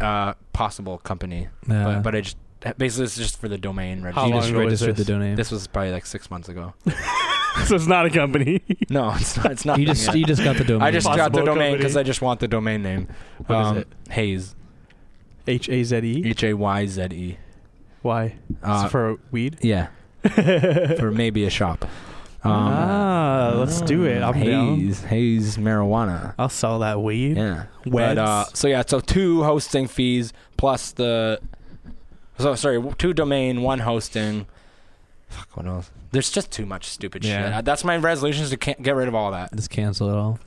[SPEAKER 1] uh, possible company,
[SPEAKER 3] Yeah.
[SPEAKER 1] but but I just basically it's just for the domain
[SPEAKER 2] Uh. How
[SPEAKER 1] registration.
[SPEAKER 3] you
[SPEAKER 2] long
[SPEAKER 3] just
[SPEAKER 2] ago was
[SPEAKER 3] registered the
[SPEAKER 2] this?
[SPEAKER 3] domain.
[SPEAKER 1] This was probably like six months ago. <laughs>
[SPEAKER 2] <laughs> so it's not a company.
[SPEAKER 1] No, it's not. It's not.
[SPEAKER 3] You just you just got the domain.
[SPEAKER 1] I just got the
[SPEAKER 2] Possible
[SPEAKER 1] domain
[SPEAKER 2] company.
[SPEAKER 1] because I just want the domain name. Um,
[SPEAKER 3] What is it?
[SPEAKER 1] Hayes.
[SPEAKER 2] H A Z E.
[SPEAKER 1] H a y z e.
[SPEAKER 2] Why?
[SPEAKER 1] Uh,
[SPEAKER 2] It's for weed.
[SPEAKER 1] yeah, <laughs> for maybe a shop. Um,
[SPEAKER 2] ah, let's do it. I'm down.
[SPEAKER 1] Hayes. Hayes marijuana.
[SPEAKER 2] <laughs> I'll sell that weed.
[SPEAKER 1] Yeah. But, uh,
[SPEAKER 2] Weds.
[SPEAKER 1] so yeah, so two hosting fees plus the. So sorry, two domain, one hosting. Fuck, what else? There's just too much stupid
[SPEAKER 3] Yeah.
[SPEAKER 1] shit. That's my resolution is to can't get rid of all that.
[SPEAKER 3] just cancel it all.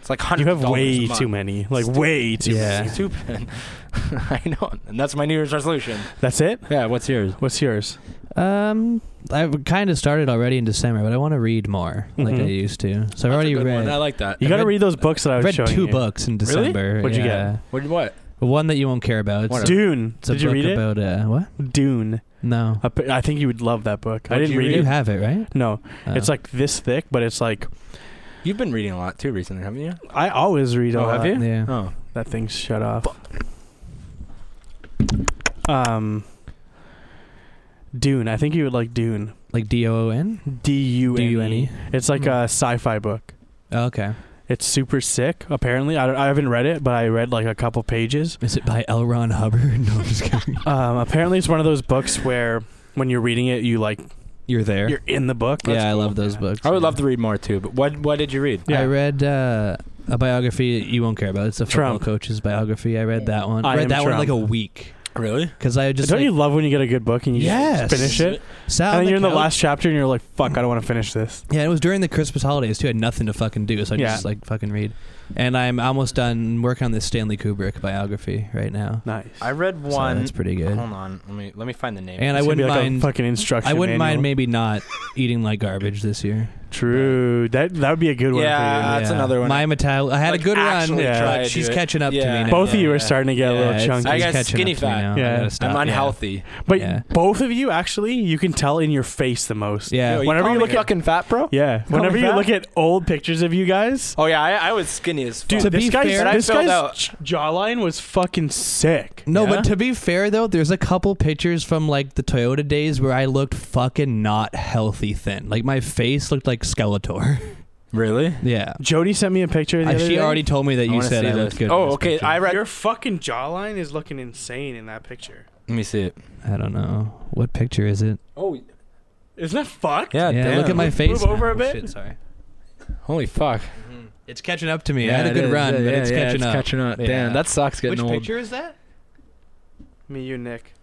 [SPEAKER 1] It's like
[SPEAKER 2] You
[SPEAKER 1] hundred.
[SPEAKER 2] have way too many. Like
[SPEAKER 1] Stupid.
[SPEAKER 2] way too
[SPEAKER 3] Yeah.
[SPEAKER 2] many.
[SPEAKER 1] Stupid. <laughs> I know, and that's my New Year's resolution.
[SPEAKER 2] That's it?
[SPEAKER 1] Yeah, what's yours?
[SPEAKER 2] What's yours?
[SPEAKER 3] Um, I've kind of started already in December, but I want to read more like I
[SPEAKER 2] Mhm.
[SPEAKER 3] used to. So I've already read.
[SPEAKER 1] I like that.
[SPEAKER 2] You
[SPEAKER 3] I
[SPEAKER 2] got to
[SPEAKER 3] read-
[SPEAKER 2] read those books that I
[SPEAKER 3] I've
[SPEAKER 2] was
[SPEAKER 3] read
[SPEAKER 2] showing
[SPEAKER 3] two
[SPEAKER 2] you.
[SPEAKER 3] books in December.
[SPEAKER 2] What'd you get?
[SPEAKER 3] yeah.
[SPEAKER 1] What? what?
[SPEAKER 3] One that you won't care about. It's,
[SPEAKER 1] Whatever.
[SPEAKER 2] Dune.
[SPEAKER 3] it's a
[SPEAKER 2] Did you
[SPEAKER 3] book
[SPEAKER 2] read it?
[SPEAKER 3] about uh, what?
[SPEAKER 2] Dune.
[SPEAKER 3] No,
[SPEAKER 2] I p- I think you would love that book. I
[SPEAKER 1] What'd
[SPEAKER 2] didn't
[SPEAKER 1] you
[SPEAKER 2] read
[SPEAKER 1] read?
[SPEAKER 3] you
[SPEAKER 2] it.
[SPEAKER 3] have it right.
[SPEAKER 2] No,
[SPEAKER 3] Oh.
[SPEAKER 2] it's like this thick, but it's like
[SPEAKER 1] You've been reading a lot too recently, haven't you?
[SPEAKER 2] I always read.
[SPEAKER 1] Oh,
[SPEAKER 2] all
[SPEAKER 1] have
[SPEAKER 2] that.
[SPEAKER 1] you?
[SPEAKER 3] yeah.
[SPEAKER 1] Oh,
[SPEAKER 2] That thing's shut off. Um, Dune. I think you would like Dune.
[SPEAKER 3] like D O O N.
[SPEAKER 2] D U
[SPEAKER 3] D U
[SPEAKER 2] N
[SPEAKER 3] N E?
[SPEAKER 2] E. It's like
[SPEAKER 3] Hmm.
[SPEAKER 2] a sci-fi book.
[SPEAKER 3] Oh, okay.
[SPEAKER 2] It's super sick. Apparently, I, don't- I haven't read it, but I read like a couple pages.
[SPEAKER 3] Is it by L. Ron Hubbard? <laughs> No, I'm just kidding.
[SPEAKER 2] Um, apparently, it's one of those books where when you're reading it, you like
[SPEAKER 3] You're there.
[SPEAKER 2] you're in the book.
[SPEAKER 3] yeah, I
[SPEAKER 2] That's
[SPEAKER 3] love
[SPEAKER 2] cool.
[SPEAKER 3] those books.
[SPEAKER 1] I would
[SPEAKER 3] yeah.
[SPEAKER 1] love to read more too. But what? What did you read?
[SPEAKER 2] Yeah.
[SPEAKER 3] I read uh, a biography you won't care about. It's a football
[SPEAKER 2] Trump.
[SPEAKER 3] coach's biography. I read that one.
[SPEAKER 2] I
[SPEAKER 3] read
[SPEAKER 2] am
[SPEAKER 3] that one
[SPEAKER 2] Trump.
[SPEAKER 3] like a week
[SPEAKER 1] Really?
[SPEAKER 3] because I just
[SPEAKER 2] Don't
[SPEAKER 3] like,
[SPEAKER 2] you love when you get a good book and you
[SPEAKER 3] Yes.
[SPEAKER 2] just finish it?
[SPEAKER 3] sat on
[SPEAKER 2] and then you're in the
[SPEAKER 3] couch.
[SPEAKER 2] last chapter and you're like, fuck, I don't want to finish this.
[SPEAKER 3] Yeah, it was during the Christmas holidays too. I had nothing to fucking do, so I
[SPEAKER 2] Yeah.
[SPEAKER 3] just like fucking read. And I'm almost done working on this Stanley Kubrick biography right now.
[SPEAKER 2] Nice.
[SPEAKER 1] I read
[SPEAKER 3] So
[SPEAKER 1] one.
[SPEAKER 3] that's pretty good.
[SPEAKER 1] Hold on, let me let me find the name.
[SPEAKER 3] And I
[SPEAKER 2] It's gonna be
[SPEAKER 3] wouldn't
[SPEAKER 2] like a
[SPEAKER 3] mind.
[SPEAKER 2] fucking instruction.
[SPEAKER 3] I wouldn't mind
[SPEAKER 2] manual.
[SPEAKER 3] maybe not eating like garbage this year.
[SPEAKER 2] True. That that would be a good one
[SPEAKER 1] Yeah.
[SPEAKER 2] for
[SPEAKER 1] That's another one.
[SPEAKER 3] My Mattel. I had
[SPEAKER 1] Like,
[SPEAKER 3] a good run.
[SPEAKER 1] actually
[SPEAKER 2] Yeah. try
[SPEAKER 3] but
[SPEAKER 1] to
[SPEAKER 3] she's
[SPEAKER 1] do it.
[SPEAKER 3] catching up to
[SPEAKER 1] Yeah.
[SPEAKER 3] me.
[SPEAKER 2] you.
[SPEAKER 3] Now.
[SPEAKER 2] Both of
[SPEAKER 1] Yeah.
[SPEAKER 2] you are starting to get a
[SPEAKER 3] Yeah,
[SPEAKER 2] little
[SPEAKER 3] it's-
[SPEAKER 2] chunky.
[SPEAKER 1] I
[SPEAKER 3] it's
[SPEAKER 1] got
[SPEAKER 3] catching
[SPEAKER 1] skinny
[SPEAKER 3] up to me
[SPEAKER 1] fat.
[SPEAKER 3] now. I
[SPEAKER 2] Yeah.
[SPEAKER 3] gotta
[SPEAKER 2] I'm
[SPEAKER 3] stop,
[SPEAKER 1] I'm
[SPEAKER 3] yeah.
[SPEAKER 1] unhealthy.
[SPEAKER 2] but
[SPEAKER 3] yeah.
[SPEAKER 2] both of you actually, you can tell in your face the most.
[SPEAKER 3] Yeah.
[SPEAKER 1] Yo,
[SPEAKER 2] Whenever
[SPEAKER 1] call
[SPEAKER 2] you
[SPEAKER 1] me
[SPEAKER 2] look at-
[SPEAKER 1] fucking fat, bro. Call
[SPEAKER 2] Yeah.
[SPEAKER 1] me
[SPEAKER 2] Whenever you
[SPEAKER 1] fat.
[SPEAKER 2] look at old pictures of you guys,
[SPEAKER 1] Oh yeah, I, I was skinny as fuck.
[SPEAKER 2] dude,
[SPEAKER 3] To
[SPEAKER 2] this
[SPEAKER 3] be
[SPEAKER 2] guy's
[SPEAKER 3] fair-
[SPEAKER 1] I
[SPEAKER 2] this
[SPEAKER 1] filled
[SPEAKER 2] guy's
[SPEAKER 1] out.
[SPEAKER 2] j- jawline was fucking sick.
[SPEAKER 3] No,
[SPEAKER 1] Yeah?
[SPEAKER 3] but to be fair though, there's a couple pictures from like the Toyota days where I looked fucking not healthy thin. Like my face looked like Skeletor. <laughs>
[SPEAKER 1] really?
[SPEAKER 3] yeah.
[SPEAKER 2] Jody sent me a picture. The
[SPEAKER 3] Uh,
[SPEAKER 2] other
[SPEAKER 3] she
[SPEAKER 2] day.
[SPEAKER 3] already told me that
[SPEAKER 1] I
[SPEAKER 3] you
[SPEAKER 1] wanna
[SPEAKER 3] said
[SPEAKER 1] see
[SPEAKER 3] I
[SPEAKER 1] this.
[SPEAKER 3] looked good. in
[SPEAKER 1] Oh,
[SPEAKER 3] this
[SPEAKER 1] okay.
[SPEAKER 3] picture.
[SPEAKER 1] I read.
[SPEAKER 2] Your fucking jawline is looking insane in that picture.
[SPEAKER 1] Let me see it.
[SPEAKER 3] I don't know what picture is it.
[SPEAKER 1] Oh
[SPEAKER 2] Isn't that fucked?
[SPEAKER 1] yeah.
[SPEAKER 3] yeah, look at my face.
[SPEAKER 2] move over
[SPEAKER 3] now. Oh,
[SPEAKER 2] a bit.
[SPEAKER 3] Shit, sorry.
[SPEAKER 1] Holy fuck.
[SPEAKER 3] It's catching up to me. I had a good run, but it's catching up.
[SPEAKER 1] Damn, that sucks getting
[SPEAKER 3] Which
[SPEAKER 1] old.
[SPEAKER 3] picture is that?
[SPEAKER 2] Me, you, Nick.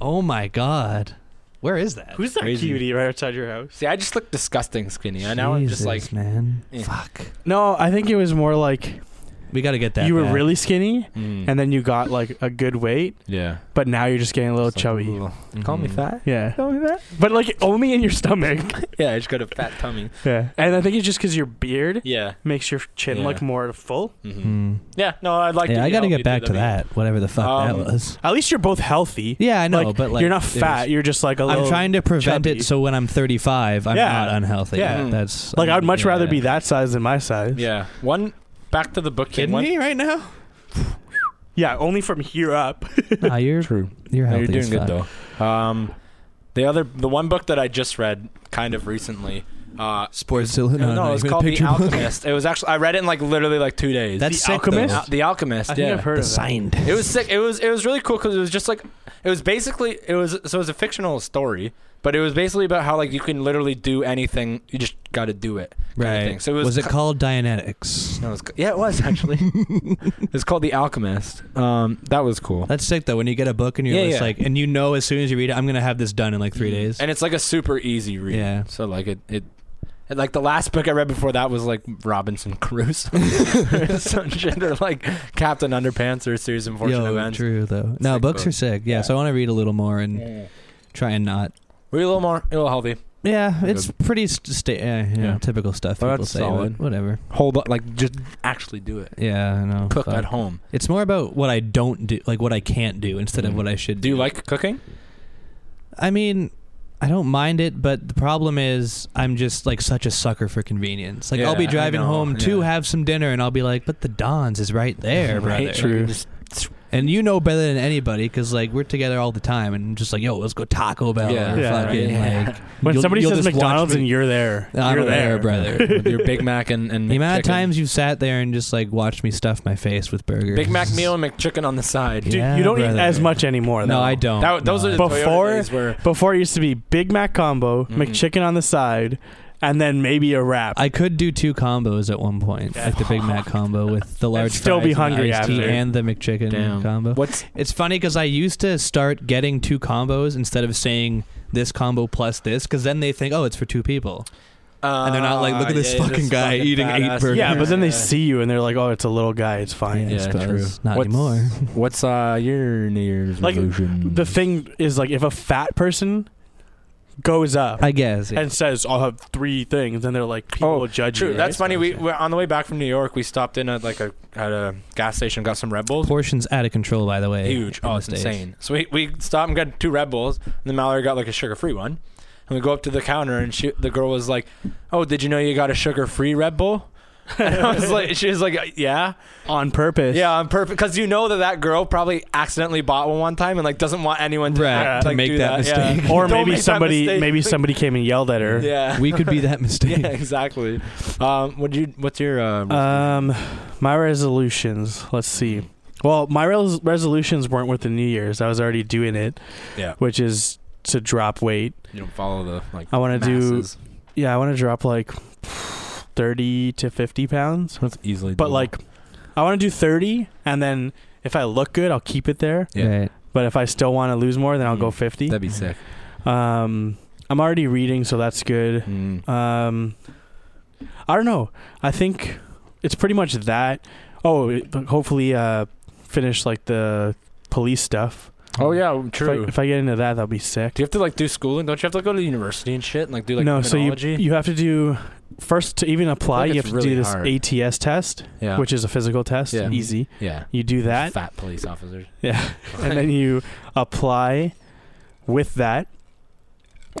[SPEAKER 3] Oh my god, where is that?
[SPEAKER 2] Who's that
[SPEAKER 1] Crazy.
[SPEAKER 2] cutie right outside your house?
[SPEAKER 1] See, I just look disgusting skinny. and now I'm just like,
[SPEAKER 3] Jesus, man,
[SPEAKER 1] eh.
[SPEAKER 3] fuck.
[SPEAKER 2] No, I think it was more like
[SPEAKER 3] We gotta get that.
[SPEAKER 2] you were
[SPEAKER 3] back.
[SPEAKER 2] really skinny,
[SPEAKER 1] mm,
[SPEAKER 2] and then you got like a good weight,
[SPEAKER 1] yeah,
[SPEAKER 2] but now you're just getting a little
[SPEAKER 1] It's like,
[SPEAKER 2] chubby.
[SPEAKER 1] ooh, Mm-hmm. Call me
[SPEAKER 3] Mhm.
[SPEAKER 1] fat.
[SPEAKER 2] Yeah,
[SPEAKER 1] Call me fat.
[SPEAKER 2] but like only in your
[SPEAKER 3] <laughs>
[SPEAKER 2] stomach.
[SPEAKER 1] Yeah, I just got a fat tummy.
[SPEAKER 2] yeah, and I think it's just because your beard
[SPEAKER 1] Yeah.
[SPEAKER 2] makes your chin
[SPEAKER 1] Yeah.
[SPEAKER 2] look more full.
[SPEAKER 1] Mm-hmm.
[SPEAKER 3] Mm.
[SPEAKER 1] Yeah. No, I'd like.
[SPEAKER 3] yeah,
[SPEAKER 1] to
[SPEAKER 3] I
[SPEAKER 1] be
[SPEAKER 3] gotta
[SPEAKER 1] healthy,
[SPEAKER 3] get back
[SPEAKER 1] too,
[SPEAKER 3] to
[SPEAKER 1] that'd
[SPEAKER 3] that. Whatever the fuck
[SPEAKER 1] Um,
[SPEAKER 3] that was.
[SPEAKER 2] At least you're both healthy.
[SPEAKER 3] Yeah, I know,
[SPEAKER 2] like,
[SPEAKER 3] but like
[SPEAKER 2] you're not
[SPEAKER 3] it was-
[SPEAKER 2] fat. You're just like a little.
[SPEAKER 3] I'm trying to prevent
[SPEAKER 2] chubby.
[SPEAKER 3] it so when I'm 35, I'm
[SPEAKER 2] Yeah.
[SPEAKER 3] not unhealthy.
[SPEAKER 2] Yeah.
[SPEAKER 3] that's
[SPEAKER 2] like I'd much
[SPEAKER 3] yeah. <laughs>
[SPEAKER 2] rather be that size than my size.
[SPEAKER 1] be- Yeah. One. Back to the book. thing.
[SPEAKER 3] Kidding
[SPEAKER 1] One-
[SPEAKER 3] me right now?
[SPEAKER 2] yeah. Only from here up. <laughs>
[SPEAKER 3] Nah, you're
[SPEAKER 1] True.
[SPEAKER 3] you're
[SPEAKER 1] No,
[SPEAKER 3] healthy.
[SPEAKER 1] you're doing good
[SPEAKER 3] as fuck.
[SPEAKER 1] though. Um, the other, the one book that I just read, kind of recently. Uh,
[SPEAKER 3] Sports no,
[SPEAKER 1] no,
[SPEAKER 3] no,
[SPEAKER 1] it was
[SPEAKER 3] even a
[SPEAKER 1] called The
[SPEAKER 3] picture book.
[SPEAKER 1] Alchemist. it was actually I read it in like literally like two days.
[SPEAKER 3] <laughs> That's
[SPEAKER 2] The
[SPEAKER 3] sick,
[SPEAKER 2] Alchemist?
[SPEAKER 3] though.
[SPEAKER 1] Uh, the Alchemist.
[SPEAKER 2] I think
[SPEAKER 1] yeah.
[SPEAKER 2] I've heard
[SPEAKER 3] the
[SPEAKER 2] of that.
[SPEAKER 3] signed.
[SPEAKER 1] It was sick. It was it was really cool because it was just like it was basically it was so it was a fictional story, but it was basically about how like you can literally do anything. You just got to do it. kind of thing. So it was,
[SPEAKER 3] was it
[SPEAKER 1] ki-
[SPEAKER 3] called Dianetics?
[SPEAKER 1] No, it was, yeah, it was actually. <laughs> it was called The Alchemist. Um, that was cool.
[SPEAKER 3] That's sick though. When you get a book and you're
[SPEAKER 1] Yeah,
[SPEAKER 3] just
[SPEAKER 1] yeah. Mm-hmm.
[SPEAKER 3] like, and you know as soon as you read it, I'm gonna have this done in like
[SPEAKER 2] Mm.
[SPEAKER 3] three days.
[SPEAKER 1] And it's like a super easy read.
[SPEAKER 3] Yeah.
[SPEAKER 1] So like it it. and, like the last book I read before that was like Robinson
[SPEAKER 3] <laughs>
[SPEAKER 1] Crusoe, or some shit, or like Captain Underpants or a series of unfortunate
[SPEAKER 3] Yo,
[SPEAKER 1] events.
[SPEAKER 3] true though. No,
[SPEAKER 1] Sick
[SPEAKER 3] books
[SPEAKER 1] book.
[SPEAKER 3] are sick. Yeah,
[SPEAKER 1] Yeah.
[SPEAKER 3] so I want to read a little more and
[SPEAKER 1] Yeah.
[SPEAKER 3] try and not.
[SPEAKER 1] Read a little more, a little healthy.
[SPEAKER 3] Yeah,
[SPEAKER 1] Good.
[SPEAKER 3] it's pretty st- sta- yeah, yeah,
[SPEAKER 1] Yeah.
[SPEAKER 3] typical stuff
[SPEAKER 1] Well,
[SPEAKER 3] people
[SPEAKER 1] that's
[SPEAKER 3] say.
[SPEAKER 1] solid.
[SPEAKER 3] But whatever.
[SPEAKER 1] Hold up, like just actually do it.
[SPEAKER 3] Yeah, I know.
[SPEAKER 1] Cook
[SPEAKER 3] Fuck.
[SPEAKER 1] at home.
[SPEAKER 3] It's more about what I don't do, like what I can't do, instead of
[SPEAKER 1] Mm.
[SPEAKER 3] what I should
[SPEAKER 1] Do you like cooking?
[SPEAKER 3] I mean, I don't mind it, but the problem is I'm just like such a sucker for convenience. Like I'll be
[SPEAKER 1] Yeah, I
[SPEAKER 3] driving
[SPEAKER 1] know,
[SPEAKER 3] home to
[SPEAKER 1] yeah. <laughs>
[SPEAKER 3] have some dinner, and I'll be like, "But the Don's is right there, brother."
[SPEAKER 2] True.
[SPEAKER 1] Just
[SPEAKER 3] And you know better than anybody because like we're together all the time, and just like yo, let's go Taco Bell.
[SPEAKER 1] Yeah.
[SPEAKER 3] or
[SPEAKER 2] Yeah,
[SPEAKER 3] fucking,
[SPEAKER 1] right. <laughs>
[SPEAKER 3] like,
[SPEAKER 2] When
[SPEAKER 3] you'll-
[SPEAKER 2] somebody
[SPEAKER 3] you'll
[SPEAKER 2] says
[SPEAKER 3] just watch
[SPEAKER 2] McDonald's
[SPEAKER 3] me.
[SPEAKER 2] and you're there,
[SPEAKER 3] I'm
[SPEAKER 2] you're
[SPEAKER 3] there,
[SPEAKER 2] there,
[SPEAKER 3] brother.
[SPEAKER 1] with your Big Mac and and
[SPEAKER 3] the amount of
[SPEAKER 1] McChicken.
[SPEAKER 3] times you've sat there and just like watched me stuff my face with burgers.
[SPEAKER 1] Big Mac meal and McChicken on the side.
[SPEAKER 2] Dude,
[SPEAKER 3] Yeah, Oh,
[SPEAKER 2] you don't eat
[SPEAKER 3] brother.
[SPEAKER 2] as much anymore.
[SPEAKER 3] No,
[SPEAKER 2] though.
[SPEAKER 3] I don't.
[SPEAKER 1] That, those
[SPEAKER 3] No,
[SPEAKER 1] are the
[SPEAKER 3] I-
[SPEAKER 1] Toyota
[SPEAKER 2] Before-
[SPEAKER 1] days where
[SPEAKER 2] Before it used to be Big Mac combo,
[SPEAKER 3] Mm-hmm.
[SPEAKER 1] Mhm.
[SPEAKER 2] McChicken on the side, and then maybe a wrap.
[SPEAKER 3] I could do two combos at one point, like the Big
[SPEAKER 2] <laughs>
[SPEAKER 3] Mac combo with the large
[SPEAKER 2] still
[SPEAKER 3] fries
[SPEAKER 2] be
[SPEAKER 3] and
[SPEAKER 2] hungry
[SPEAKER 3] iced tea
[SPEAKER 2] after.
[SPEAKER 3] and the McChicken
[SPEAKER 1] Damn.
[SPEAKER 3] combo.
[SPEAKER 1] what's
[SPEAKER 3] It's funny because I used to start getting two combos instead of saying this combo plus this because then they think, oh, it's for two people.
[SPEAKER 1] uh,
[SPEAKER 3] they're not like, look at this fucking guy eating eight burgers.
[SPEAKER 2] yeah, but then they
[SPEAKER 1] Yeah.
[SPEAKER 2] see you and they're like, "Oh, it's a little guy. It's fine."
[SPEAKER 1] Yeah,
[SPEAKER 3] I suppose.
[SPEAKER 1] true.
[SPEAKER 3] Not
[SPEAKER 1] What's-
[SPEAKER 3] anymore.
[SPEAKER 1] What's uh your New Year's
[SPEAKER 2] Like,
[SPEAKER 1] resolution?
[SPEAKER 2] The thing is, like, if a fat person goes up
[SPEAKER 3] I guess. yeah.
[SPEAKER 2] and says, "I'll have three things," then they're like, "People
[SPEAKER 1] Oh,
[SPEAKER 2] will judge
[SPEAKER 1] True.
[SPEAKER 2] you."
[SPEAKER 1] That's
[SPEAKER 2] right?
[SPEAKER 1] funny. We we're on the way back from New York. We stopped in at like a at a gas station, got some Red Bulls.
[SPEAKER 3] Portions out of control, by the way.
[SPEAKER 1] Huge.
[SPEAKER 3] in
[SPEAKER 1] Oh,
[SPEAKER 3] the
[SPEAKER 1] it's
[SPEAKER 3] States.
[SPEAKER 1] insane. So we, we stopped and got two Red Bulls, and then Mallory got like a sugar free one. And we go up to the counter, and she the girl was like, "Oh, did you know you got a sugar free Red Bull?" <laughs> And I was like, she was like, "Uh, "Yeah,
[SPEAKER 2] on purpose.
[SPEAKER 1] yeah, I'm perfect." Because you know that that girl probably accidentally bought one one time and like doesn't want anyone to,
[SPEAKER 3] Right,
[SPEAKER 1] act-
[SPEAKER 3] to
[SPEAKER 1] like,
[SPEAKER 3] make
[SPEAKER 1] do
[SPEAKER 3] that
[SPEAKER 1] Yeah.
[SPEAKER 2] <laughs> <laughs>
[SPEAKER 3] mistake.
[SPEAKER 2] Or
[SPEAKER 1] Don't make
[SPEAKER 2] maybe
[SPEAKER 1] that
[SPEAKER 2] somebody,
[SPEAKER 1] mistake.
[SPEAKER 2] maybe somebody came and yelled at her.
[SPEAKER 1] Yeah,
[SPEAKER 3] <laughs> We could be
[SPEAKER 2] <laughs>
[SPEAKER 3] that
[SPEAKER 1] <laughs>
[SPEAKER 3] mistake.
[SPEAKER 1] yeah, exactly. Um, what you? What's your? Uh,
[SPEAKER 2] Um, my resolutions. Let's see. Well, my res- resolutions weren't with the New Year's. I was already doing it,
[SPEAKER 1] yeah,
[SPEAKER 2] which is to drop weight.
[SPEAKER 1] you don't follow the like.
[SPEAKER 2] I want to do.
[SPEAKER 1] masses.
[SPEAKER 2] Yeah, I want to drop like thirty to fifty pounds,
[SPEAKER 1] That's easily.
[SPEAKER 2] but
[SPEAKER 1] doable.
[SPEAKER 2] like I want to do thirty, and then if I look good, I'll keep it there.
[SPEAKER 1] Yeah.
[SPEAKER 3] Right.
[SPEAKER 2] But if I still want to lose more, then I'll go
[SPEAKER 1] Mm.
[SPEAKER 2] fifty.
[SPEAKER 1] that'd be
[SPEAKER 2] <laughs>
[SPEAKER 1] sick.
[SPEAKER 2] Um, I'm already reading, so that's good.
[SPEAKER 1] Mm.
[SPEAKER 2] Um, I don't know. I think it's pretty much that. Oh, it- hopefully, uh, finish like the police stuff.
[SPEAKER 1] Oh yeah,
[SPEAKER 2] If I-
[SPEAKER 1] true.
[SPEAKER 2] If I, get into that, that'll be sick.
[SPEAKER 1] Do you have to like do schooling? Don't you have to go to university and shit and like do like
[SPEAKER 2] no, so you
[SPEAKER 1] criminology?
[SPEAKER 2] you have to do first to even apply. You
[SPEAKER 1] it's
[SPEAKER 2] have to
[SPEAKER 1] really
[SPEAKER 2] do this
[SPEAKER 1] hard.
[SPEAKER 2] ATS test,
[SPEAKER 1] yeah,
[SPEAKER 2] which is a physical test.
[SPEAKER 1] Yeah.
[SPEAKER 2] Easy.
[SPEAKER 1] yeah,
[SPEAKER 2] You do that,
[SPEAKER 1] fat police officers.
[SPEAKER 2] yeah, and then you apply with that,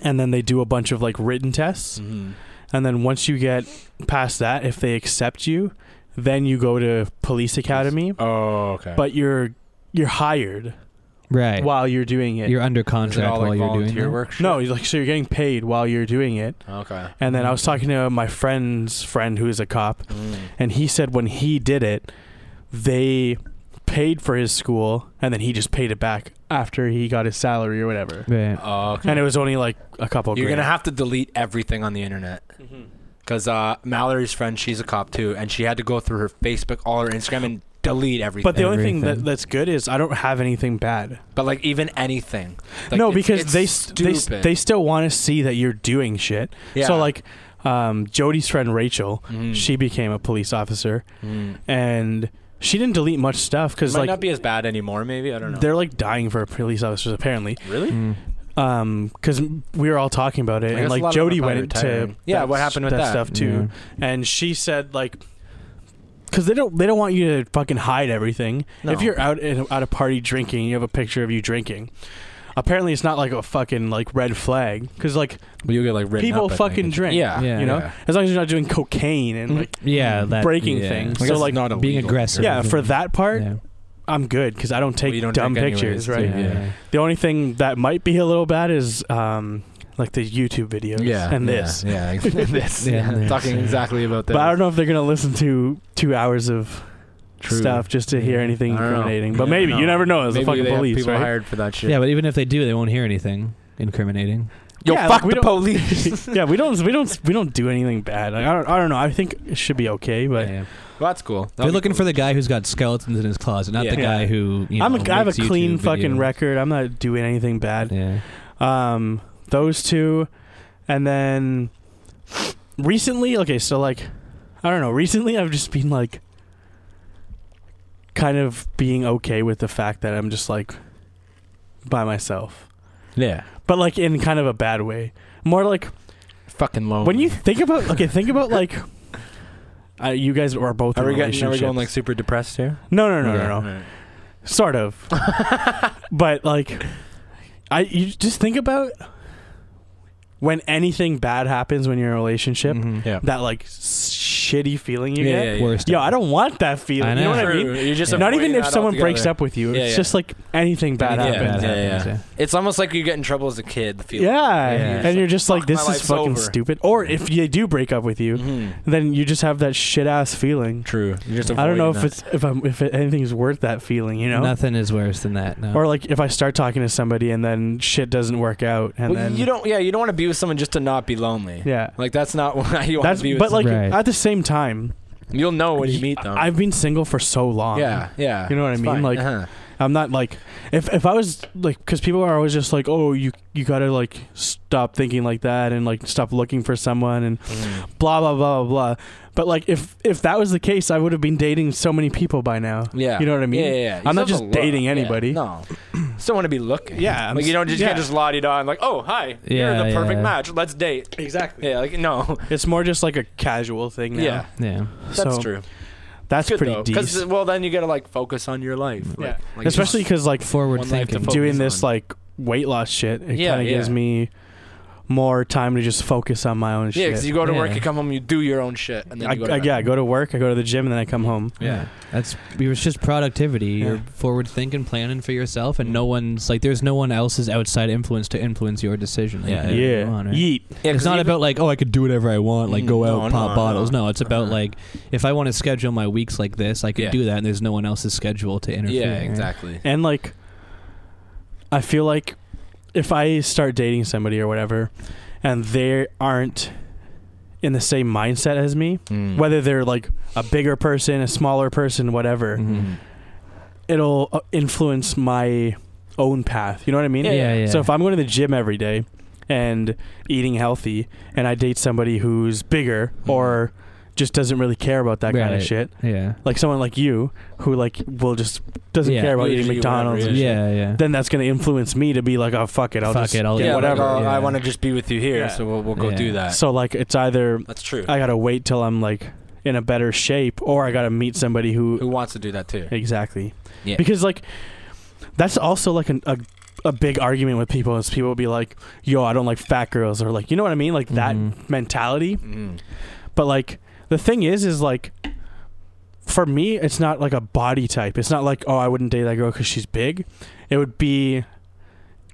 [SPEAKER 2] and then they do a bunch of like written tests.
[SPEAKER 1] Mm-hmm.
[SPEAKER 2] And then once you get past that, if they accept you, then you go to police academy.
[SPEAKER 1] Oh okay,
[SPEAKER 2] But you're you're hired
[SPEAKER 3] Right.
[SPEAKER 2] while you're doing it.
[SPEAKER 3] You're under
[SPEAKER 1] is it
[SPEAKER 3] contract
[SPEAKER 1] all like
[SPEAKER 3] while you're doing
[SPEAKER 1] volunteer
[SPEAKER 3] it.
[SPEAKER 1] work? shit?
[SPEAKER 2] no, you're like so you're getting paid while you're doing it.
[SPEAKER 1] okay.
[SPEAKER 2] And then I was talking to my friend's friend who is a cop,
[SPEAKER 1] Mm.
[SPEAKER 2] and he said when he did it, they paid for his school, and then he just paid it back after he got his salary or whatever.
[SPEAKER 3] Right.
[SPEAKER 1] Oh, okay.
[SPEAKER 2] And it was only like a couple.
[SPEAKER 1] You're
[SPEAKER 2] grand.
[SPEAKER 1] gonna have to delete everything on the internet.
[SPEAKER 2] Mm-hmm.
[SPEAKER 1] Cause uh, Mallory's friend, she's a cop too, and she had to go through her Facebook, all her Instagram, and delete everything.
[SPEAKER 2] But the only thing that,
[SPEAKER 3] Everything.
[SPEAKER 2] that's good is I don't have anything bad.
[SPEAKER 1] but like even anything. Like,
[SPEAKER 2] no,
[SPEAKER 1] it's-
[SPEAKER 2] because
[SPEAKER 1] it's
[SPEAKER 2] they s- they
[SPEAKER 1] stupid.
[SPEAKER 2] s- they still want to see that you're doing shit.
[SPEAKER 1] yeah.
[SPEAKER 2] So like, um, Jody's friend Rachel,
[SPEAKER 1] Mhm.
[SPEAKER 2] she became a police officer,
[SPEAKER 1] Mm.
[SPEAKER 2] and she didn't delete much stuff
[SPEAKER 1] It
[SPEAKER 2] because
[SPEAKER 1] might
[SPEAKER 2] like
[SPEAKER 1] not be as bad anymore. Maybe I don't know.
[SPEAKER 2] they're like dying for police officers apparently.
[SPEAKER 1] really.
[SPEAKER 3] Mm.
[SPEAKER 2] Um, because we were all talking about it,
[SPEAKER 1] I guess
[SPEAKER 2] and
[SPEAKER 1] a lot
[SPEAKER 2] like
[SPEAKER 1] of them
[SPEAKER 2] Jody
[SPEAKER 1] are probably
[SPEAKER 2] went to
[SPEAKER 1] retiring. Yeah, what happened with that? Mm-hmm.
[SPEAKER 2] stuff too, and she said like. Cause they don't they don't want you to fucking hide everything. If
[SPEAKER 1] No.
[SPEAKER 2] you're out at at a party drinking, you have a picture of you drinking. Apparently, it's not like a fucking like red flag. Cause like
[SPEAKER 1] But you get like written
[SPEAKER 2] People
[SPEAKER 1] up, I think.
[SPEAKER 2] fucking drink,
[SPEAKER 1] Yeah,
[SPEAKER 3] you
[SPEAKER 2] you know,
[SPEAKER 1] Yeah.
[SPEAKER 2] as long as you're not doing cocaine
[SPEAKER 3] Mm-hmm.
[SPEAKER 2] and like
[SPEAKER 3] Yeah. That,
[SPEAKER 2] breaking
[SPEAKER 3] yeah.
[SPEAKER 2] things.
[SPEAKER 1] I
[SPEAKER 2] So
[SPEAKER 1] guess
[SPEAKER 2] like,
[SPEAKER 1] it's not
[SPEAKER 3] being
[SPEAKER 1] illegal.
[SPEAKER 3] aggressive.
[SPEAKER 2] yeah, for that part,
[SPEAKER 3] Yeah.
[SPEAKER 2] I'm good because I don't take
[SPEAKER 1] Well, you don't
[SPEAKER 2] dumb
[SPEAKER 1] drink
[SPEAKER 2] pictures,
[SPEAKER 1] anyways,
[SPEAKER 2] right?
[SPEAKER 1] yeah.
[SPEAKER 2] The only thing that might be a little bad is um, like the YouTube videos
[SPEAKER 1] Yeah,
[SPEAKER 2] and
[SPEAKER 1] yeah,
[SPEAKER 2] this. <laughs>
[SPEAKER 1] Yeah, ex- this. <laughs>
[SPEAKER 3] Yeah,
[SPEAKER 1] Yeah,
[SPEAKER 3] this,
[SPEAKER 1] talking
[SPEAKER 3] yeah.
[SPEAKER 1] exactly about that.
[SPEAKER 2] But I don't know if they're gonna listen to two hours of
[SPEAKER 1] True.
[SPEAKER 2] stuff just to hear
[SPEAKER 3] Yeah.
[SPEAKER 2] anything
[SPEAKER 1] I don't know.
[SPEAKER 2] incriminating.
[SPEAKER 1] You
[SPEAKER 2] But
[SPEAKER 1] never
[SPEAKER 2] maybe you
[SPEAKER 1] know.
[SPEAKER 2] never know. It's the
[SPEAKER 1] Maybe
[SPEAKER 2] fucking
[SPEAKER 1] they have
[SPEAKER 2] police,
[SPEAKER 1] people
[SPEAKER 2] right?
[SPEAKER 1] hired for that shit.
[SPEAKER 3] Yeah, but even if they do, they won't hear anything incriminating.
[SPEAKER 1] Yo,
[SPEAKER 2] Yeah,
[SPEAKER 1] fuck
[SPEAKER 2] like, we
[SPEAKER 1] the
[SPEAKER 2] don't-
[SPEAKER 1] police. <laughs>
[SPEAKER 2] <laughs> yeah, we don't we don't we don't do anything bad. Like, I don't I don't know. I think it should be okay, but.
[SPEAKER 3] yeah.
[SPEAKER 1] well, that's cool.
[SPEAKER 3] They're looking for the guy who's got skeletons in his closet, not the
[SPEAKER 1] Yeah.
[SPEAKER 3] guy who. You
[SPEAKER 2] I'm
[SPEAKER 3] know,
[SPEAKER 2] a, I have a
[SPEAKER 3] makes
[SPEAKER 2] clean
[SPEAKER 3] YouTube
[SPEAKER 2] fucking
[SPEAKER 3] videos.
[SPEAKER 2] record. I'm not doing anything bad.
[SPEAKER 3] Yeah.
[SPEAKER 2] um those two and then recently okay so like i don't know recently i've just been like kind of being okay with the fact that i'm just like by myself
[SPEAKER 1] yeah,
[SPEAKER 2] but like in kind of a bad way more like
[SPEAKER 1] fucking low.
[SPEAKER 2] when you think about okay think
[SPEAKER 1] <laughs>
[SPEAKER 2] about like uh, you guys are both
[SPEAKER 1] are
[SPEAKER 2] in
[SPEAKER 1] we getting are we
[SPEAKER 2] relationships.
[SPEAKER 1] going like super depressed here?
[SPEAKER 2] no no no no no sort
[SPEAKER 1] <laughs>
[SPEAKER 2] of but like i you just think about when anything bad happens when you're in a relationship
[SPEAKER 3] Mhm.
[SPEAKER 1] Yeah.
[SPEAKER 2] that like s- shitty feeling you
[SPEAKER 1] Mm-hmm. Yeah,
[SPEAKER 2] get.
[SPEAKER 1] yeah,
[SPEAKER 3] Worst.
[SPEAKER 2] Yo, I don't want that feeling.
[SPEAKER 3] I
[SPEAKER 2] You know
[SPEAKER 3] know.
[SPEAKER 2] what I
[SPEAKER 1] True.
[SPEAKER 2] mean?
[SPEAKER 1] You're just
[SPEAKER 3] Yeah.
[SPEAKER 2] Not
[SPEAKER 1] avoiding
[SPEAKER 2] even if
[SPEAKER 1] that
[SPEAKER 2] someone
[SPEAKER 1] altogether.
[SPEAKER 2] breaks up with you. It's
[SPEAKER 1] Yeah, yeah.
[SPEAKER 2] just like anything bad
[SPEAKER 1] Yeah,
[SPEAKER 2] happens.
[SPEAKER 1] yeah, yeah.
[SPEAKER 3] happens,
[SPEAKER 1] It's almost like you get in trouble as a kid. The
[SPEAKER 2] Yeah.
[SPEAKER 1] feeling.
[SPEAKER 3] Yeah.
[SPEAKER 2] and you're just like,
[SPEAKER 1] "Fuck,
[SPEAKER 2] this
[SPEAKER 1] my
[SPEAKER 2] is
[SPEAKER 1] life's
[SPEAKER 2] fucking
[SPEAKER 1] over."
[SPEAKER 2] stupid. Or if they do break up with you,
[SPEAKER 1] Mhm.
[SPEAKER 2] then you just have that shit ass feeling.
[SPEAKER 1] True. You're just
[SPEAKER 2] I don't know if
[SPEAKER 1] avoiding
[SPEAKER 2] it's if I'm if it, anything's worth that feeling, you know.
[SPEAKER 3] Nothing is worse than that. No.
[SPEAKER 2] Or like if I start talking to somebody and then shit doesn't work out, and
[SPEAKER 1] Well,
[SPEAKER 2] then
[SPEAKER 1] you don't. Yeah, you don't want to be with someone just to not be lonely.
[SPEAKER 2] yeah,
[SPEAKER 1] Like that's not <laughs> why you want
[SPEAKER 2] that's
[SPEAKER 1] to be with.
[SPEAKER 2] but like
[SPEAKER 3] Right.
[SPEAKER 2] at the same time,
[SPEAKER 1] someone. you'll know when you meet them.
[SPEAKER 2] I've been single for so long.
[SPEAKER 1] yeah, yeah.
[SPEAKER 2] You know what I
[SPEAKER 1] It's
[SPEAKER 2] mean?
[SPEAKER 1] fine.
[SPEAKER 2] Like-
[SPEAKER 1] uh-huh.
[SPEAKER 2] I'm not like if if I was like because people are always just like oh you you gotta like stop thinking like that and like stop looking for someone and
[SPEAKER 1] Mhm.
[SPEAKER 2] blah blah blah blah blah. But like if if that was the case, I would have been dating so many people by now.
[SPEAKER 1] yeah.
[SPEAKER 2] You know what I mean?
[SPEAKER 1] Yeah, yeah, yeah. You
[SPEAKER 2] I'm
[SPEAKER 1] still
[SPEAKER 2] not just
[SPEAKER 1] have to look.
[SPEAKER 2] dating
[SPEAKER 1] Yeah,
[SPEAKER 2] anybody.
[SPEAKER 1] No, still want to be looking.
[SPEAKER 2] Yeah, I'm
[SPEAKER 1] like you don't just you
[SPEAKER 2] yeah.
[SPEAKER 1] can't just la di da and like oh hi
[SPEAKER 3] Yeah,
[SPEAKER 1] you're the perfect
[SPEAKER 3] yeah.
[SPEAKER 1] match let's date.
[SPEAKER 2] Exactly.
[SPEAKER 1] Yeah, like no.
[SPEAKER 2] It's more just like a casual thing now.
[SPEAKER 1] Yeah,
[SPEAKER 3] yeah.
[SPEAKER 1] that's
[SPEAKER 2] So
[SPEAKER 1] true.
[SPEAKER 2] That's
[SPEAKER 1] Good
[SPEAKER 2] pretty
[SPEAKER 1] though,
[SPEAKER 2] decent.
[SPEAKER 1] well then you gotta like focus on your life. Like, like,
[SPEAKER 2] Especially because like
[SPEAKER 3] Forward
[SPEAKER 1] One life to
[SPEAKER 3] thinking.
[SPEAKER 1] focus
[SPEAKER 2] doing this
[SPEAKER 1] on.
[SPEAKER 2] like weight loss shit, it
[SPEAKER 1] Yeah,
[SPEAKER 2] kind of gives
[SPEAKER 1] yeah.
[SPEAKER 2] me more time to just focus on my own
[SPEAKER 1] yeah,
[SPEAKER 2] shit.
[SPEAKER 1] because you go to work,
[SPEAKER 3] Yeah.
[SPEAKER 1] you come home, you do your own shit, and then
[SPEAKER 2] I,
[SPEAKER 1] you go to
[SPEAKER 2] I,
[SPEAKER 1] bed.
[SPEAKER 2] yeah, I go to work, I go to the gym, and then I come home.
[SPEAKER 1] Yeah.
[SPEAKER 3] That's it was just productivity. You're
[SPEAKER 2] Yeah.
[SPEAKER 3] forward thinking, planning for yourself, and no one's like there's no one else's outside influence to influence your decision. Like,
[SPEAKER 1] Yeah,
[SPEAKER 3] you
[SPEAKER 2] Yeah,
[SPEAKER 3] go on, right?
[SPEAKER 2] yeet.
[SPEAKER 1] Yeah, 'cause
[SPEAKER 3] it's not
[SPEAKER 1] even-
[SPEAKER 3] about like oh I could do whatever I want, like go
[SPEAKER 1] Mm,
[SPEAKER 3] out
[SPEAKER 1] no,
[SPEAKER 3] pop
[SPEAKER 1] no,
[SPEAKER 3] bottles. No,
[SPEAKER 1] no.
[SPEAKER 3] it's about
[SPEAKER 1] Uh-huh.
[SPEAKER 3] like if I want to schedule my weeks like this, I could
[SPEAKER 1] Yeah.
[SPEAKER 3] do that, and there's no one else's schedule to interfere.
[SPEAKER 1] Yeah,
[SPEAKER 3] right?
[SPEAKER 1] exactly.
[SPEAKER 2] And like, I feel like if I start dating somebody or whatever, and they aren't in the same mindset as me,
[SPEAKER 1] Mm.
[SPEAKER 3] Mm.
[SPEAKER 2] whether they're like a bigger person, a smaller person, whatever,
[SPEAKER 3] Mm. Mm-hmm.
[SPEAKER 1] Mhm.
[SPEAKER 2] it'll uh, influence my own path. You know what I mean?
[SPEAKER 1] Yeah,
[SPEAKER 3] Yeah, yeah.
[SPEAKER 2] So if I'm going to the gym every day and eating healthy, and I date somebody who's bigger or just doesn't really care about that kind of
[SPEAKER 3] Mm. Right.
[SPEAKER 2] shit,
[SPEAKER 3] yeah,
[SPEAKER 2] like someone like you who like will just doesn't
[SPEAKER 3] Yeah.
[SPEAKER 2] care about
[SPEAKER 1] Will
[SPEAKER 2] eating
[SPEAKER 1] just eat whatever,
[SPEAKER 2] McDonald's,
[SPEAKER 1] yeah.
[SPEAKER 2] and shit,
[SPEAKER 3] yeah, yeah.
[SPEAKER 2] then that's going to influence me to be like, oh fuck it, I'll
[SPEAKER 3] Fuck
[SPEAKER 2] just
[SPEAKER 3] it, I'll
[SPEAKER 2] get
[SPEAKER 3] eat
[SPEAKER 1] yeah,
[SPEAKER 2] whatever.
[SPEAKER 1] whatever.
[SPEAKER 3] whatever, yeah.
[SPEAKER 1] I want to just be with you here,
[SPEAKER 2] Yeah.
[SPEAKER 1] so we'll, we'll go
[SPEAKER 3] Yeah.
[SPEAKER 1] do that.
[SPEAKER 2] So like it's either
[SPEAKER 1] That's true.
[SPEAKER 2] I got to wait till I'm like in a better shape, or I got to meet somebody
[SPEAKER 1] Who wants to do that too?
[SPEAKER 2] Exactly.
[SPEAKER 1] Yeah.
[SPEAKER 2] Because like that's also like an, a a big argument with people is people will be like, "Yo, I don't like fat girls," or like, you know what I mean, like that
[SPEAKER 1] Mm-hmm.
[SPEAKER 3] Mhm.
[SPEAKER 2] mentality.
[SPEAKER 1] Mm.
[SPEAKER 2] But like the thing is, is like for me, it's not like a body type. It's not like, oh, I wouldn't date that girl because she's big. It would be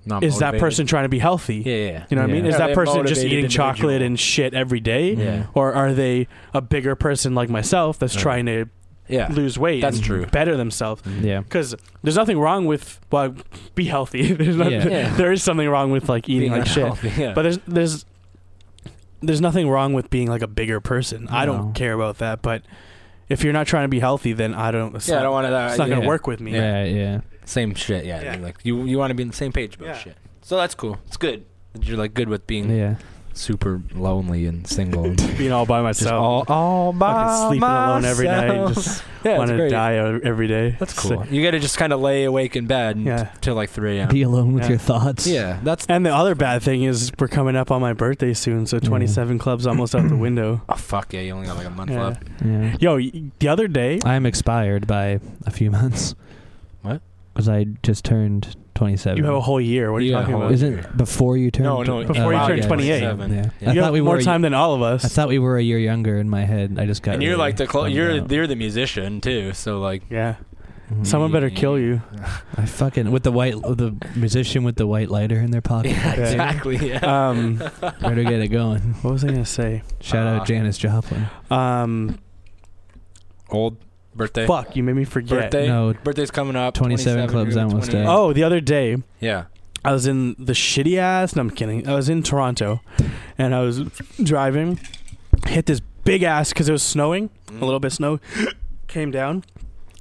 [SPEAKER 1] Not
[SPEAKER 2] is that
[SPEAKER 1] motivated.
[SPEAKER 2] person trying to be healthy?
[SPEAKER 1] Yeah, yeah.
[SPEAKER 2] You know what I mean?
[SPEAKER 1] Yeah.
[SPEAKER 2] Is
[SPEAKER 1] Are
[SPEAKER 2] that
[SPEAKER 1] they
[SPEAKER 2] person just
[SPEAKER 1] motivated
[SPEAKER 2] eating
[SPEAKER 1] individual?
[SPEAKER 2] chocolate and shit every day?
[SPEAKER 3] Mm-hmm.
[SPEAKER 1] Yeah.
[SPEAKER 2] Or are they a bigger person like myself that's
[SPEAKER 1] Yeah.
[SPEAKER 2] trying to
[SPEAKER 1] Yeah.
[SPEAKER 2] lose weight
[SPEAKER 1] That's
[SPEAKER 2] and
[SPEAKER 1] true.
[SPEAKER 2] better themselves?
[SPEAKER 3] yeah.
[SPEAKER 2] because there's nothing wrong with well, be healthy. <laughs> there's not,
[SPEAKER 3] Yeah.
[SPEAKER 1] Yeah.
[SPEAKER 2] there is something wrong with like eating
[SPEAKER 1] Being
[SPEAKER 2] like shit,
[SPEAKER 1] unhealthy, <laughs> Yeah.
[SPEAKER 2] but there's there's there's nothing wrong with being like a bigger person. I
[SPEAKER 3] No.
[SPEAKER 2] don't care about that, but if you're not trying to be healthy, then I don't. It's,
[SPEAKER 1] yeah, I
[SPEAKER 2] not,
[SPEAKER 1] don't want to.
[SPEAKER 2] it's not
[SPEAKER 1] yeah.
[SPEAKER 2] gonna work with me.
[SPEAKER 3] Yeah, yeah,
[SPEAKER 1] Same shit. Yeah.
[SPEAKER 2] Yeah.
[SPEAKER 1] Like you, you want to be on the same page about
[SPEAKER 2] Yeah.
[SPEAKER 1] shit. So that's cool. It's good. that You're like good with being
[SPEAKER 3] yeah.
[SPEAKER 1] super lonely and single.
[SPEAKER 2] <laughs>
[SPEAKER 1] and
[SPEAKER 2] Being all by myself,
[SPEAKER 1] just all, all by
[SPEAKER 2] fucking sleeping alone every night,
[SPEAKER 1] myself.
[SPEAKER 2] just
[SPEAKER 1] <laughs> yeah, it's
[SPEAKER 2] want to
[SPEAKER 1] great.
[SPEAKER 2] die o- every day.
[SPEAKER 1] That's
[SPEAKER 2] So-
[SPEAKER 1] cool. You got to just kind of lay awake in bed and
[SPEAKER 2] Yeah.
[SPEAKER 1] till like 3 a.m.
[SPEAKER 3] Be alone with
[SPEAKER 2] Yeah.
[SPEAKER 3] your thoughts.
[SPEAKER 1] Yeah, that's
[SPEAKER 2] and the other bad thing is we're coming up on my birthday soon,
[SPEAKER 3] Mm-hmm.
[SPEAKER 2] so 27 clubs almost
[SPEAKER 3] <clears throat>
[SPEAKER 2] out the window.
[SPEAKER 1] oh fuck yeah. You only got like a month
[SPEAKER 2] Yeah.
[SPEAKER 1] left.
[SPEAKER 3] yeah.
[SPEAKER 2] Yo, y- the other day,
[SPEAKER 3] I'm expired by a few months.
[SPEAKER 1] What?
[SPEAKER 3] Because I just turned 27.
[SPEAKER 2] you have a whole year. What are you
[SPEAKER 1] Yeah,
[SPEAKER 2] talking
[SPEAKER 1] whole
[SPEAKER 2] about?
[SPEAKER 3] Isn't it before you turn?
[SPEAKER 1] No, no,
[SPEAKER 2] Before you
[SPEAKER 1] wow,
[SPEAKER 2] turn
[SPEAKER 1] yeah,
[SPEAKER 2] 28.
[SPEAKER 1] 27.
[SPEAKER 3] Yeah.
[SPEAKER 2] you
[SPEAKER 3] I
[SPEAKER 2] have
[SPEAKER 3] thought we
[SPEAKER 2] more
[SPEAKER 3] were.
[SPEAKER 2] time than all of
[SPEAKER 3] I
[SPEAKER 2] us.
[SPEAKER 3] thought we were a year younger in my head. I just got.
[SPEAKER 1] And you're
[SPEAKER 3] really
[SPEAKER 1] like the clo-
[SPEAKER 3] bummed
[SPEAKER 1] you're
[SPEAKER 3] out.
[SPEAKER 1] you're the musician too, so like
[SPEAKER 2] yeah.
[SPEAKER 3] Mhm.
[SPEAKER 2] Someone better
[SPEAKER 1] <laughs>
[SPEAKER 2] kill you.
[SPEAKER 3] I fucking with the white with the musician with the white lighter in their pocket.
[SPEAKER 1] yeah, <laughs>
[SPEAKER 2] Yeah.
[SPEAKER 1] exactly. Yeah.
[SPEAKER 2] Um,
[SPEAKER 3] better get it going.
[SPEAKER 2] what was I gonna say?
[SPEAKER 3] Shout
[SPEAKER 1] Uh,
[SPEAKER 3] out Janis Joplin.
[SPEAKER 2] Um,
[SPEAKER 1] Old birthday.
[SPEAKER 2] fuck, you made me forget.
[SPEAKER 1] Birthday.
[SPEAKER 3] No,
[SPEAKER 1] Birthday's coming up.
[SPEAKER 3] 27 clubs
[SPEAKER 1] you're
[SPEAKER 3] almost
[SPEAKER 1] 28.
[SPEAKER 3] out.
[SPEAKER 2] Oh, the other day
[SPEAKER 1] Yeah.
[SPEAKER 2] I was in the shitty ass. No, I'm kidding. I was in Toronto, and I was driving, hit this big ass because it was snowing. A little bit of snow <gasps> came down,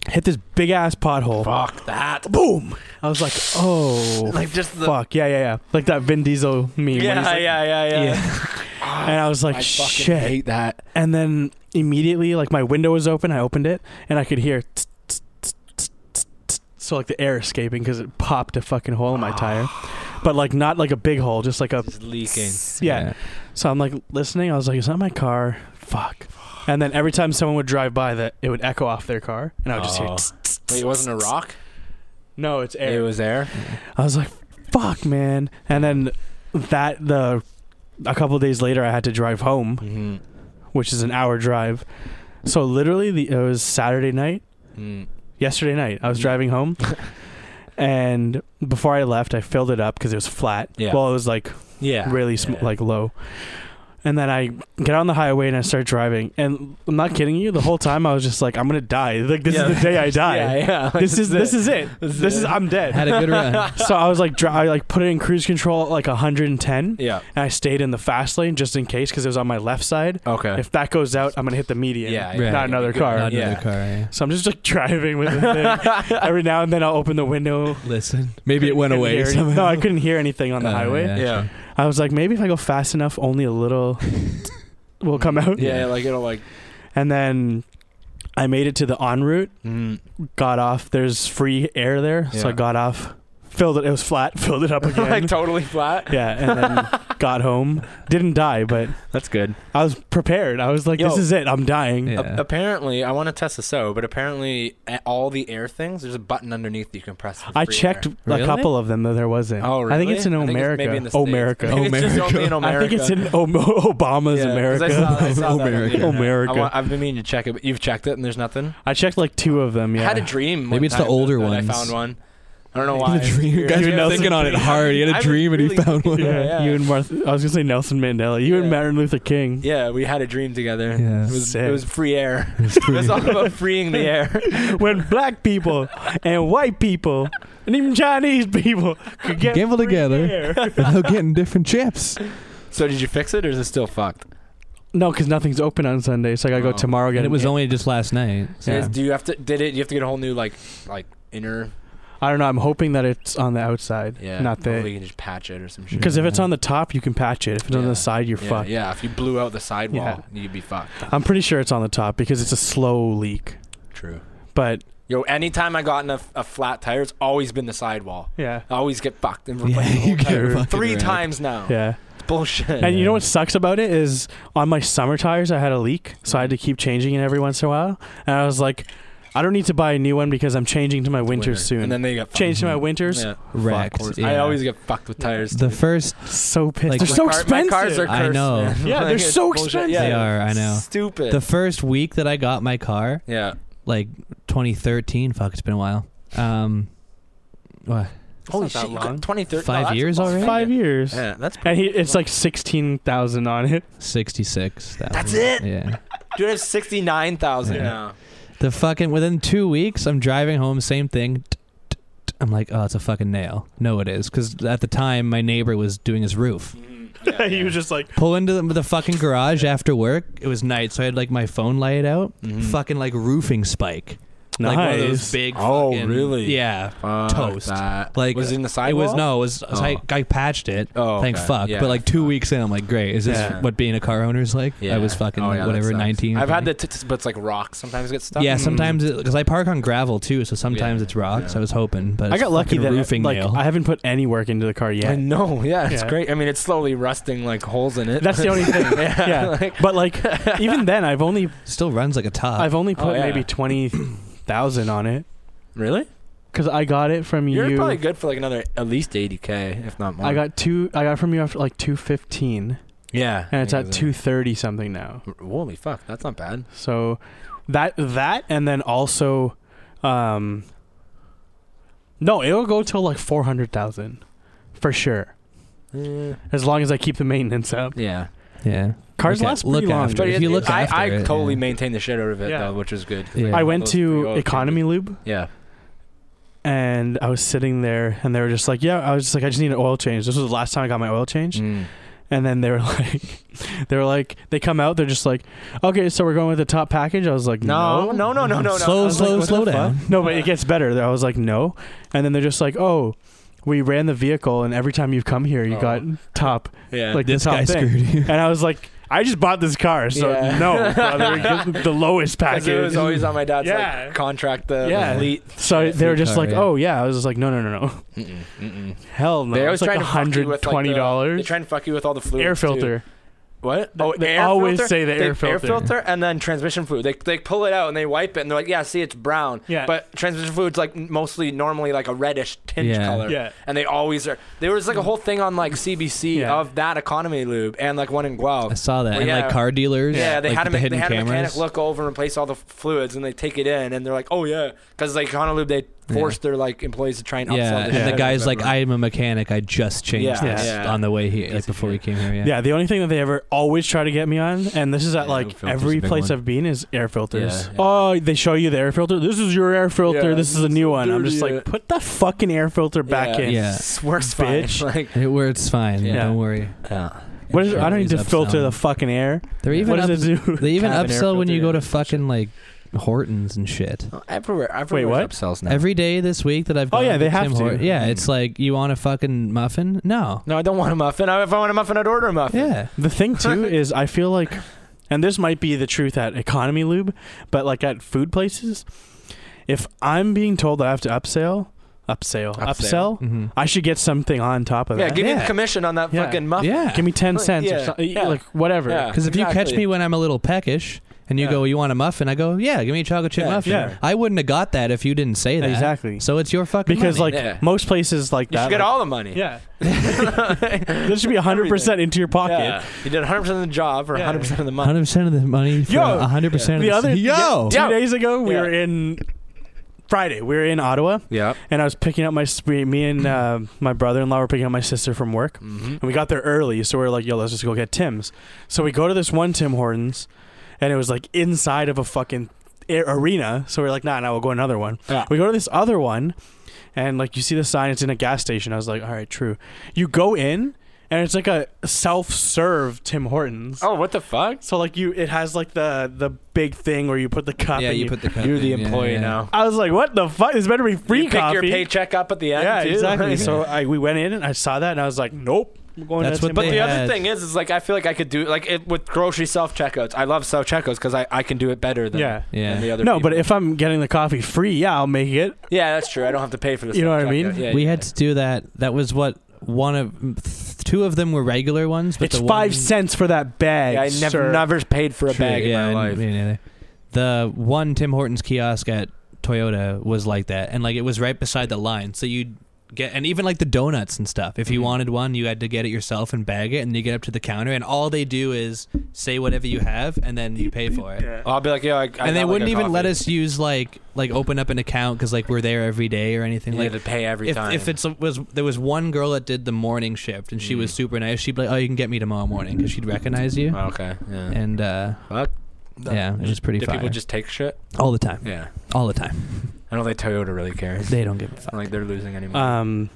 [SPEAKER 2] hit this big ass pothole.
[SPEAKER 1] Fuck that.
[SPEAKER 2] Boom! I was like, oh,
[SPEAKER 1] <laughs> Like just the
[SPEAKER 2] fuck, yeah, yeah, yeah, like that Vin Diesel meme. when
[SPEAKER 1] Yeah,
[SPEAKER 2] he's like-
[SPEAKER 1] yeah, yeah, yeah, <laughs>
[SPEAKER 2] And I was like,
[SPEAKER 1] I fucking
[SPEAKER 2] shit.
[SPEAKER 1] hate that.
[SPEAKER 2] and then immediately like my window was open i opened it and i could hear tsk, tsk, tsk, tsk, tsk, tsk, so like the air escaping because it popped a fucking hole in my tire but like not like a big hole just like a
[SPEAKER 1] It's leaking.
[SPEAKER 2] yeah. so i'm like listening i was like is that my car fuck and then every time someone would drive by that it would echo off their car and i would just hear
[SPEAKER 1] Oh.
[SPEAKER 2] tsk, tsk, tsk,
[SPEAKER 1] Wait, it wasn't a rock.
[SPEAKER 2] no it's air
[SPEAKER 1] It was air.
[SPEAKER 2] i was like fuck man and then that the a couple days later i had to drive home
[SPEAKER 1] Mm-hmm.
[SPEAKER 2] which is an hour drive. So literally, the, it was Saturday night,
[SPEAKER 1] Mm.
[SPEAKER 2] yesterday night.
[SPEAKER 1] Mm-hmm.
[SPEAKER 2] I was driving
[SPEAKER 1] <laughs>
[SPEAKER 2] home, and before I left, I filled it up because it was flat.
[SPEAKER 1] Yeah.
[SPEAKER 2] Well, it was like
[SPEAKER 1] Yeah.
[SPEAKER 2] really sm-
[SPEAKER 1] Yeah.
[SPEAKER 2] like low. And then I get on the highway and I start driving. And I'm not kidding you, the whole time I was just like, I'm gonna die. Like this
[SPEAKER 1] Yeah.
[SPEAKER 2] is the
[SPEAKER 1] <laughs>
[SPEAKER 2] day I die.
[SPEAKER 1] Yeah, yeah. Like,
[SPEAKER 2] This is this
[SPEAKER 1] it.
[SPEAKER 2] is it.
[SPEAKER 1] This is
[SPEAKER 2] This is
[SPEAKER 1] it.
[SPEAKER 2] I'm
[SPEAKER 1] <laughs>
[SPEAKER 2] dead.
[SPEAKER 3] Had a
[SPEAKER 2] <laughs>
[SPEAKER 3] good run.
[SPEAKER 2] So I was like, dri- I like put it in cruise control at like 110,
[SPEAKER 1] Yeah.
[SPEAKER 2] and I stayed in the fast lane just in case because it was on my left side.
[SPEAKER 1] Okay.
[SPEAKER 2] If that goes out, I'm gonna hit the median.
[SPEAKER 1] Yeah.
[SPEAKER 3] Right.
[SPEAKER 1] yeah.
[SPEAKER 2] Not another car.
[SPEAKER 3] Not
[SPEAKER 1] Yeah.
[SPEAKER 3] another car. eh? Yeah.
[SPEAKER 2] So I'm just like driving with the
[SPEAKER 1] <laughs>
[SPEAKER 2] thing. <laughs> Every now and then I'll open the window.
[SPEAKER 3] Listen, maybe it went
[SPEAKER 2] Couldn't
[SPEAKER 3] away
[SPEAKER 2] hear any-
[SPEAKER 3] somehow.
[SPEAKER 2] No, I couldn't hear anything on the
[SPEAKER 3] Oh,
[SPEAKER 2] highway.
[SPEAKER 3] yeah.
[SPEAKER 1] Yeah.
[SPEAKER 2] I was like, maybe if I go fast enough, only a little
[SPEAKER 1] <laughs>
[SPEAKER 2] will come out.
[SPEAKER 1] Yeah. Like it'll like.
[SPEAKER 2] And then I made it to the en route,
[SPEAKER 1] Mm.
[SPEAKER 2] got off. There's free air there. So I
[SPEAKER 1] Yeah.
[SPEAKER 2] got off, filled it. It was flat, <laughs> filled
[SPEAKER 1] <laughs>
[SPEAKER 2] it up
[SPEAKER 1] <laughs>
[SPEAKER 2] again.
[SPEAKER 1] like totally flat.
[SPEAKER 2] yeah. And
[SPEAKER 1] <laughs>
[SPEAKER 2] then got home. Didn't die, but
[SPEAKER 1] That's good.
[SPEAKER 2] I was prepared. I was like, this
[SPEAKER 1] Yo.
[SPEAKER 2] is it. I'm dying.
[SPEAKER 3] Yeah.
[SPEAKER 1] A- apparently, I want to test this out, but apparently, a- all the air things, there's a button underneath that you can press. for
[SPEAKER 2] I
[SPEAKER 1] free
[SPEAKER 2] checked
[SPEAKER 1] air.
[SPEAKER 2] a
[SPEAKER 3] Really?
[SPEAKER 2] couple of them, though there wasn't.
[SPEAKER 1] Oh, really?
[SPEAKER 2] I think it's in America.
[SPEAKER 1] maybe in the States.
[SPEAKER 2] America.
[SPEAKER 1] <laughs> I think it's just only in America.
[SPEAKER 2] I think it's in Om- <laughs> Obama's
[SPEAKER 1] Yeah, 'cause
[SPEAKER 2] America.
[SPEAKER 1] I saw,
[SPEAKER 2] <laughs>
[SPEAKER 1] I saw that on the
[SPEAKER 3] America.
[SPEAKER 1] internet.
[SPEAKER 2] America.
[SPEAKER 1] I want, I've been meaning to check it, but you've checked it and there's nothing.
[SPEAKER 2] I checked like two of them.
[SPEAKER 1] I
[SPEAKER 2] Yeah.
[SPEAKER 1] had a dream.
[SPEAKER 3] Maybe
[SPEAKER 1] one
[SPEAKER 3] it's the
[SPEAKER 1] time
[SPEAKER 3] older
[SPEAKER 1] that I
[SPEAKER 3] ones.
[SPEAKER 1] found one. I don't know why.
[SPEAKER 3] He had a dream. Guys
[SPEAKER 2] been thinking
[SPEAKER 3] on it hard. He had a
[SPEAKER 1] I've been
[SPEAKER 3] dream and he found one.
[SPEAKER 2] yeah,
[SPEAKER 1] <laughs>
[SPEAKER 2] <laughs>
[SPEAKER 1] Yeah,
[SPEAKER 2] You
[SPEAKER 1] yeah.
[SPEAKER 2] and Martha. I was gonna say Nelson Mandela. You and
[SPEAKER 1] Yeah.
[SPEAKER 2] Martin
[SPEAKER 1] <laughs>
[SPEAKER 2] Luther King.
[SPEAKER 1] Yeah, we had a dream together.
[SPEAKER 3] Yeah.
[SPEAKER 1] It was
[SPEAKER 2] Sick.
[SPEAKER 1] it was free air. <laughs>
[SPEAKER 3] It's
[SPEAKER 1] It
[SPEAKER 3] pretty-
[SPEAKER 1] was all about freeing the
[SPEAKER 2] <laughs>
[SPEAKER 1] air.
[SPEAKER 2] when black people and white people and even Chinese people could get
[SPEAKER 3] Gamble
[SPEAKER 2] free
[SPEAKER 3] together.
[SPEAKER 2] air. <laughs>
[SPEAKER 3] without getting different chips.
[SPEAKER 1] So did you fix it or is it still fucked?
[SPEAKER 2] No, because nothing's open on Sunday, so I gotta
[SPEAKER 1] Oh.
[SPEAKER 2] go tomorrow. Get
[SPEAKER 3] And it
[SPEAKER 2] an
[SPEAKER 3] was
[SPEAKER 2] air-
[SPEAKER 3] only just last night.
[SPEAKER 1] So
[SPEAKER 3] So
[SPEAKER 2] Yeah.
[SPEAKER 1] is- do you have to did it you have to get a whole new like like inner
[SPEAKER 2] I don't know. I'm hoping that it's on the outside,
[SPEAKER 1] yeah
[SPEAKER 2] not
[SPEAKER 1] hopefully
[SPEAKER 2] the.
[SPEAKER 1] you can just patch it or some shit.
[SPEAKER 2] Because if it's on the top, you can patch it. If it's on
[SPEAKER 1] Yeah.
[SPEAKER 2] the side, you're
[SPEAKER 1] yeah,
[SPEAKER 2] fucked.
[SPEAKER 1] yeah, if you blew out the sidewall, you'd be fucked.
[SPEAKER 2] I'm pretty sure it's on the top because it's a slow leak.
[SPEAKER 1] True.
[SPEAKER 2] But
[SPEAKER 1] Yo, anytime I got in a, a flat tire, it's always been the sidewall.
[SPEAKER 2] yeah,
[SPEAKER 1] I always get fucked and
[SPEAKER 3] Yeah,
[SPEAKER 1] replaced the
[SPEAKER 3] you
[SPEAKER 1] whole
[SPEAKER 3] get
[SPEAKER 1] tire.
[SPEAKER 3] fucking
[SPEAKER 1] three
[SPEAKER 3] wrecked.
[SPEAKER 1] times now.
[SPEAKER 2] yeah.
[SPEAKER 1] It's bullshit.
[SPEAKER 2] And you know what sucks about it is on my summer tires, I had a leak, so I had to keep changing it every once in a while. And I was like, I don't need to buy a new one because I'm changing to my winters soon.
[SPEAKER 1] And then they got
[SPEAKER 2] Change to my winters.
[SPEAKER 1] Yeah.
[SPEAKER 3] wrecked.
[SPEAKER 1] Fuck.
[SPEAKER 3] yeah.
[SPEAKER 1] I always get fucked with tires.
[SPEAKER 3] the
[SPEAKER 1] dude.
[SPEAKER 3] first
[SPEAKER 2] So pissed.
[SPEAKER 3] Like-
[SPEAKER 2] They're
[SPEAKER 1] My
[SPEAKER 2] so
[SPEAKER 1] car- my
[SPEAKER 2] expensive.
[SPEAKER 1] cars are
[SPEAKER 3] I
[SPEAKER 1] cursed, <laughs>
[SPEAKER 3] know.
[SPEAKER 1] man.
[SPEAKER 2] Yeah,
[SPEAKER 1] Like,
[SPEAKER 2] they're
[SPEAKER 1] it's
[SPEAKER 2] so
[SPEAKER 1] bullshit.
[SPEAKER 2] expensive.
[SPEAKER 1] Yeah.
[SPEAKER 3] they are. I know.
[SPEAKER 1] Stupid.
[SPEAKER 3] The first week that I got my car,
[SPEAKER 1] yeah.
[SPEAKER 3] like 2013. Fuck, it's been a while. Um, what?
[SPEAKER 1] Holy
[SPEAKER 2] not that
[SPEAKER 1] shit! you got
[SPEAKER 2] long.
[SPEAKER 1] 2013.
[SPEAKER 3] Five
[SPEAKER 1] that's
[SPEAKER 3] years
[SPEAKER 1] fucking-
[SPEAKER 3] already?
[SPEAKER 2] Five years.
[SPEAKER 1] Yeah, that's pretty
[SPEAKER 2] And he, it's like sixteen thousand on it. <laughs>
[SPEAKER 3] 66.
[SPEAKER 1] That's it?
[SPEAKER 3] Yeah.
[SPEAKER 1] <laughs> dude. I have sixty nine thousand
[SPEAKER 3] Yeah.
[SPEAKER 1] now.
[SPEAKER 3] The fucking within two weeks, I'm driving home. Same thing. t- t- t- I'm like, oh, it's a fucking nail. No, it is, because at the time my neighbor was doing his roof.
[SPEAKER 1] Mm, <laughs> yeah,
[SPEAKER 2] he
[SPEAKER 1] yeah.
[SPEAKER 2] was just like,
[SPEAKER 3] Pull into the, the fucking garage after work. It was night, so I had like my phone light out.
[SPEAKER 1] Mhm.
[SPEAKER 3] Fucking like roofing spike, like one of those
[SPEAKER 2] Nice.
[SPEAKER 3] big.
[SPEAKER 1] Oh,
[SPEAKER 3] fucking-
[SPEAKER 1] really?
[SPEAKER 3] Yeah.
[SPEAKER 1] Fuck
[SPEAKER 3] toast.
[SPEAKER 1] that.
[SPEAKER 3] Like,
[SPEAKER 1] was it in the
[SPEAKER 3] It
[SPEAKER 1] sidewalk?
[SPEAKER 3] was no, it was so I, I patched it.
[SPEAKER 1] Oh,
[SPEAKER 3] Thank
[SPEAKER 1] okay.
[SPEAKER 3] fuck.
[SPEAKER 1] Yeah.
[SPEAKER 3] But like two weeks in, I'm like, great. Is this
[SPEAKER 1] Yeah.
[SPEAKER 3] what being a car owner is like?
[SPEAKER 1] Yeah.
[SPEAKER 3] I was fucking
[SPEAKER 1] Oh, yeah,
[SPEAKER 3] like,
[SPEAKER 1] that
[SPEAKER 3] whatever,
[SPEAKER 1] sucks.
[SPEAKER 3] 19.
[SPEAKER 1] I've had
[SPEAKER 3] 20.
[SPEAKER 1] the, t- t- but it's like rocks. Sometimes get stuck.
[SPEAKER 3] Yeah,
[SPEAKER 1] Mm.
[SPEAKER 3] sometimes because I park on gravel too, so sometimes
[SPEAKER 1] Yeah.
[SPEAKER 3] it's rocks.
[SPEAKER 1] Yeah.
[SPEAKER 3] I was hoping, but
[SPEAKER 2] I
[SPEAKER 3] it's
[SPEAKER 2] got lucky
[SPEAKER 3] fucking
[SPEAKER 2] that
[SPEAKER 3] roofing
[SPEAKER 2] like
[SPEAKER 3] nail.
[SPEAKER 2] I haven't put any work into the car
[SPEAKER 1] I
[SPEAKER 2] yet.
[SPEAKER 1] know. <laughs> Yeah, it's
[SPEAKER 2] Yeah.
[SPEAKER 1] great. I mean, it's slowly rusting like holes in it.
[SPEAKER 2] That's
[SPEAKER 1] <laughs>
[SPEAKER 2] the only thing.
[SPEAKER 1] yeah.
[SPEAKER 2] yeah,
[SPEAKER 1] <laughs> like-
[SPEAKER 2] but like even then, I've only
[SPEAKER 3] Still runs like a top.
[SPEAKER 2] I've only put
[SPEAKER 1] Oh, yeah.
[SPEAKER 2] maybe twenty thousand on it
[SPEAKER 1] really?
[SPEAKER 2] because I got it from
[SPEAKER 1] You're
[SPEAKER 2] you.
[SPEAKER 1] probably good for like another at least 80k, if not more.
[SPEAKER 2] I got two. I got from you after like two fifteen,
[SPEAKER 1] yeah,
[SPEAKER 2] and it's
[SPEAKER 1] Yeah,
[SPEAKER 2] at
[SPEAKER 1] it-
[SPEAKER 2] two thirty something now.
[SPEAKER 1] Holy fuck, that's not bad.
[SPEAKER 2] So that that and then also, um, no, it'll go till like four hundred thousand, for sure.
[SPEAKER 1] Yeah,
[SPEAKER 2] As long as I keep the maintenance up,
[SPEAKER 1] yeah.
[SPEAKER 3] yeah,
[SPEAKER 2] cars
[SPEAKER 3] Look at-
[SPEAKER 2] last
[SPEAKER 3] look
[SPEAKER 2] pretty long.
[SPEAKER 3] after
[SPEAKER 1] But
[SPEAKER 3] If
[SPEAKER 1] it-
[SPEAKER 3] you look
[SPEAKER 1] I,
[SPEAKER 3] after
[SPEAKER 1] I
[SPEAKER 3] it,
[SPEAKER 1] totally
[SPEAKER 3] yeah.
[SPEAKER 1] maintain the shit out of it
[SPEAKER 2] Yeah.
[SPEAKER 1] though, which is good.
[SPEAKER 3] Yeah.
[SPEAKER 2] I went
[SPEAKER 1] Those three
[SPEAKER 2] to
[SPEAKER 1] old
[SPEAKER 2] Economy Lube
[SPEAKER 1] kids. Yeah,
[SPEAKER 2] and I was sitting there, and they were just like, "Yeah," I was just like, "I just need an oil change." This was the last time I got my oil change.
[SPEAKER 1] Mm.
[SPEAKER 2] And then they were <laughs> like, they were like, they come out, they're just like, okay, so we're going with the top package. I was like,
[SPEAKER 1] No,
[SPEAKER 2] no,
[SPEAKER 1] no, no, no, no, no.
[SPEAKER 3] Slow,
[SPEAKER 1] I was
[SPEAKER 3] slow,
[SPEAKER 1] like, what
[SPEAKER 3] slow
[SPEAKER 1] the
[SPEAKER 3] down.
[SPEAKER 1] fuck?
[SPEAKER 2] No, but it gets better. I was like, no. And then they're just like, oh, we ran the vehicle, and every time you've come here, you
[SPEAKER 1] Oh.
[SPEAKER 2] got
[SPEAKER 1] <laughs>
[SPEAKER 2] top.
[SPEAKER 1] Yeah,
[SPEAKER 2] Like- the
[SPEAKER 3] this
[SPEAKER 2] top
[SPEAKER 3] guy
[SPEAKER 2] thing.
[SPEAKER 3] screwed
[SPEAKER 1] <laughs>
[SPEAKER 3] you.
[SPEAKER 2] And I was like, I just bought this car, so
[SPEAKER 1] Yeah. <laughs>
[SPEAKER 2] no, brother, get the lowest
[SPEAKER 1] 'Cause
[SPEAKER 2] package.
[SPEAKER 1] it was always on my dad's
[SPEAKER 2] Yeah.
[SPEAKER 1] like contract the
[SPEAKER 2] Yeah.
[SPEAKER 1] fleet.
[SPEAKER 2] so they were just
[SPEAKER 3] Car,
[SPEAKER 2] like,
[SPEAKER 3] yeah.
[SPEAKER 2] oh yeah. I was just like, no, no, no, no,
[SPEAKER 1] Mm-mm, mm-mm.
[SPEAKER 2] hell no.
[SPEAKER 1] They
[SPEAKER 2] It
[SPEAKER 1] always
[SPEAKER 2] was like
[SPEAKER 1] trying to fuck you with,
[SPEAKER 2] hundred
[SPEAKER 1] like,
[SPEAKER 2] twenty
[SPEAKER 1] the- They
[SPEAKER 2] dollars
[SPEAKER 1] try and fuck you with all the fluids.
[SPEAKER 2] air
[SPEAKER 1] too. Oh,
[SPEAKER 2] filter.
[SPEAKER 1] What?
[SPEAKER 2] They- they always say the air filter.
[SPEAKER 1] and then transmission fluid. They, they pull it out and they wipe it and they're like, yeah, see, it's brown.
[SPEAKER 2] Yeah.
[SPEAKER 1] But transmission fluid's like mostly normally like a reddish tinge
[SPEAKER 3] Yeah.
[SPEAKER 1] color.
[SPEAKER 2] Yeah.
[SPEAKER 1] And they always are. There was like a whole thing on like CBC
[SPEAKER 2] Yeah.
[SPEAKER 1] of that economy lube and like one in Guelph.
[SPEAKER 3] I saw that.
[SPEAKER 1] Well,
[SPEAKER 3] and
[SPEAKER 1] yeah.
[SPEAKER 3] like car dealers.
[SPEAKER 1] Yeah, they
[SPEAKER 3] like,
[SPEAKER 1] had a
[SPEAKER 3] with the
[SPEAKER 1] me- they
[SPEAKER 3] hidden
[SPEAKER 1] had a mechanic
[SPEAKER 3] cameras.
[SPEAKER 1] look over and replace all the f- fluids, and they take it in, and they're like, "Oh yeah," because like Honolulu, they forced their like employees to try and upsell.
[SPEAKER 3] Yeah,
[SPEAKER 1] the
[SPEAKER 3] and
[SPEAKER 1] shit out
[SPEAKER 3] the
[SPEAKER 1] of
[SPEAKER 3] guy's like,
[SPEAKER 1] everyone.
[SPEAKER 3] "I'm a mechanic. I just changed
[SPEAKER 1] Yeah.
[SPEAKER 3] this
[SPEAKER 1] Yeah.
[SPEAKER 3] on the way here, like
[SPEAKER 1] Easy
[SPEAKER 3] before we
[SPEAKER 1] here.
[SPEAKER 3] came here." Yeah,
[SPEAKER 2] Yeah, the only thing that they ever always try to get me on, and this is at
[SPEAKER 4] Yeah, air
[SPEAKER 2] like
[SPEAKER 4] filter's a
[SPEAKER 2] every
[SPEAKER 4] big
[SPEAKER 2] place
[SPEAKER 4] one.
[SPEAKER 2] I've been, is air filters.
[SPEAKER 4] Yeah, yeah.
[SPEAKER 2] Oh, they show you the air filter. This is your air filter.
[SPEAKER 1] Yeah,
[SPEAKER 2] this is a
[SPEAKER 1] this
[SPEAKER 2] new
[SPEAKER 1] is
[SPEAKER 2] one. I'm just
[SPEAKER 1] dirty.
[SPEAKER 2] like, put the fucking air filter back
[SPEAKER 1] Yeah.
[SPEAKER 2] in. <laughs>
[SPEAKER 3] Yeah.
[SPEAKER 1] This works fine.
[SPEAKER 2] Bitch.
[SPEAKER 1] <laughs> Like,
[SPEAKER 3] It works fine.
[SPEAKER 4] Yeah.
[SPEAKER 3] Don't worry.
[SPEAKER 1] yeah.
[SPEAKER 2] What is? I don't need to
[SPEAKER 3] Everybody's
[SPEAKER 2] filter the
[SPEAKER 3] upselling.
[SPEAKER 2] fucking air.
[SPEAKER 3] They're even
[SPEAKER 2] what
[SPEAKER 3] up,
[SPEAKER 2] does it do? <laughs>
[SPEAKER 3] they even
[SPEAKER 1] Cabin air
[SPEAKER 3] upsell when you
[SPEAKER 1] filter,
[SPEAKER 3] go
[SPEAKER 1] yeah.
[SPEAKER 3] to fucking like Hortons and shit.
[SPEAKER 1] uh, everywhere.
[SPEAKER 2] Wait,
[SPEAKER 1] everywhere
[SPEAKER 2] what?
[SPEAKER 4] Upsells now.
[SPEAKER 3] Every day this week that I've
[SPEAKER 2] Oh,
[SPEAKER 3] gone
[SPEAKER 2] yeah,
[SPEAKER 3] to
[SPEAKER 2] they have
[SPEAKER 3] Tim
[SPEAKER 2] to.
[SPEAKER 3] Hort- yeah,
[SPEAKER 4] Mm.
[SPEAKER 3] it's like you want a fucking muffin? No.
[SPEAKER 1] No, I don't want a muffin. I- If I want a muffin, I'd order a muffin.
[SPEAKER 3] Yeah.
[SPEAKER 2] The thing
[SPEAKER 3] <laughs>
[SPEAKER 2] too is, I feel like, and this might be the truth at economy lube, but like at food places, if I'm being told I have to upsell, upsell,
[SPEAKER 1] Upsell.
[SPEAKER 2] upsell,
[SPEAKER 3] Mm-hmm.
[SPEAKER 2] I should get something on top of
[SPEAKER 1] Yeah,
[SPEAKER 2] that.
[SPEAKER 1] give me
[SPEAKER 3] Yeah.
[SPEAKER 1] the commission on that
[SPEAKER 2] Yeah.
[SPEAKER 1] fucking muffin.
[SPEAKER 3] Yeah.
[SPEAKER 2] Give me ten
[SPEAKER 1] Like,
[SPEAKER 2] cents or
[SPEAKER 1] yeah,
[SPEAKER 2] something,
[SPEAKER 1] yeah.
[SPEAKER 2] like whatever.
[SPEAKER 1] Yeah.
[SPEAKER 3] Because if you catch
[SPEAKER 1] Exactly.
[SPEAKER 3] me when I'm a little peckish and you
[SPEAKER 1] Yeah.
[SPEAKER 3] go, you want a muffin? I go, yeah, give me a chocolate chip
[SPEAKER 1] Yeah,
[SPEAKER 3] muffin.
[SPEAKER 2] yeah.
[SPEAKER 3] I wouldn't have got that if you didn't say that.
[SPEAKER 2] Exactly.
[SPEAKER 3] So it's your fucking
[SPEAKER 2] because
[SPEAKER 3] money.
[SPEAKER 2] like
[SPEAKER 1] Yeah.
[SPEAKER 2] most places like
[SPEAKER 1] You
[SPEAKER 2] that,
[SPEAKER 1] should get
[SPEAKER 2] like-
[SPEAKER 1] all the money.
[SPEAKER 2] yeah, <laughs> this should be hundred percent into your pocket.
[SPEAKER 1] Yeah. You did 100% of the job for
[SPEAKER 2] Yeah.
[SPEAKER 1] 100% of the money.
[SPEAKER 3] 100% of the money for
[SPEAKER 2] Yo,
[SPEAKER 3] 100% of
[SPEAKER 2] The other
[SPEAKER 3] Yo!
[SPEAKER 2] two
[SPEAKER 1] Yeah.
[SPEAKER 2] days ago, we
[SPEAKER 1] Yeah.
[SPEAKER 2] were in Friday. We were in Ottawa,
[SPEAKER 1] Yeah.
[SPEAKER 2] and I was picking up my s- we- me and uh, my brother in law were picking up my sister from work.
[SPEAKER 1] Mm-hmm.
[SPEAKER 2] And we got there early, so we were like, yo, let's just go get Tim's. So we go to this one Tim Hortons, and it was like inside of a fucking a- arena. So we are like, nah, nah, we'll go another one.
[SPEAKER 1] Yeah.
[SPEAKER 2] We go to this other one, and like you see the sign, it's in a gas station. I was like, all right, true. You go in, and it's like a self serve Tim Hortons.
[SPEAKER 1] Oh, what the fuck?
[SPEAKER 2] So like you, it has like the the big thing where you put the cup.
[SPEAKER 3] Yeah,
[SPEAKER 2] and
[SPEAKER 3] you put the cup
[SPEAKER 1] You're
[SPEAKER 3] in,
[SPEAKER 1] the
[SPEAKER 3] yeah,
[SPEAKER 1] employee
[SPEAKER 3] yeah.
[SPEAKER 1] now.
[SPEAKER 2] I was like, what the fuck? This better be free
[SPEAKER 1] you pick
[SPEAKER 2] coffee.
[SPEAKER 1] your paycheck up at the end.
[SPEAKER 2] yeah,
[SPEAKER 1] too.
[SPEAKER 2] exactly. so I we went in and I saw that and I was like, nope. I'm going
[SPEAKER 3] That's
[SPEAKER 2] to
[SPEAKER 3] what
[SPEAKER 2] Tim
[SPEAKER 3] they
[SPEAKER 1] But the other
[SPEAKER 3] had-
[SPEAKER 1] thing is, is like I feel like I could do like it with grocery self checkouts. I love self checkouts because I, I can do it better than
[SPEAKER 2] Yeah.
[SPEAKER 3] Yeah.
[SPEAKER 1] than the other.
[SPEAKER 2] No,
[SPEAKER 1] people.
[SPEAKER 2] but if I'm getting the coffee free, yeah, I'll make it.
[SPEAKER 1] yeah, that's true. I don't have to pay for this.
[SPEAKER 2] You know what I mean?
[SPEAKER 1] Yeah,
[SPEAKER 3] we
[SPEAKER 1] yeah.
[SPEAKER 3] had to do that. That was what one of th- two of them were regular ones. But
[SPEAKER 2] it's
[SPEAKER 3] the
[SPEAKER 2] five
[SPEAKER 3] one,
[SPEAKER 2] cents for that bag.
[SPEAKER 1] Yeah, I never
[SPEAKER 2] sir.
[SPEAKER 1] never paid for a
[SPEAKER 3] True,
[SPEAKER 1] bag
[SPEAKER 3] yeah,
[SPEAKER 1] in my
[SPEAKER 3] and
[SPEAKER 1] life.
[SPEAKER 3] me neither. The one Tim Hortons kiosk at Toyota was like that, and like it was right beside the line, so you'd get and even like the donuts and stuff. If you
[SPEAKER 1] Mhm.
[SPEAKER 3] wanted one, you had to get it yourself and bag it, and you get up to the counter, and all they do is say whatever you have, and then you pay for it.
[SPEAKER 1] I'll be like, yeah, I, I
[SPEAKER 3] And they wouldn't even let us use like like open up an account because like we're there every day or anything
[SPEAKER 1] You
[SPEAKER 3] like
[SPEAKER 1] had to pay every
[SPEAKER 3] if,
[SPEAKER 1] time.
[SPEAKER 3] if it's was there was one girl that did the morning shift and she was
[SPEAKER 1] Mm.
[SPEAKER 3] super nice she'd be like oh you can get me tomorrow morning because she'd recognize you
[SPEAKER 1] Oh, okay, yeah.
[SPEAKER 3] and uh
[SPEAKER 1] Fuck.
[SPEAKER 3] yeah it was pretty
[SPEAKER 1] Do
[SPEAKER 3] fire
[SPEAKER 1] people just take shit?
[SPEAKER 3] all the time
[SPEAKER 1] Yeah,
[SPEAKER 3] all the time
[SPEAKER 1] I don't think Toyota really cares.
[SPEAKER 3] they don't give a
[SPEAKER 1] It's not
[SPEAKER 3] fuck
[SPEAKER 1] like they're losing any money.
[SPEAKER 2] Um,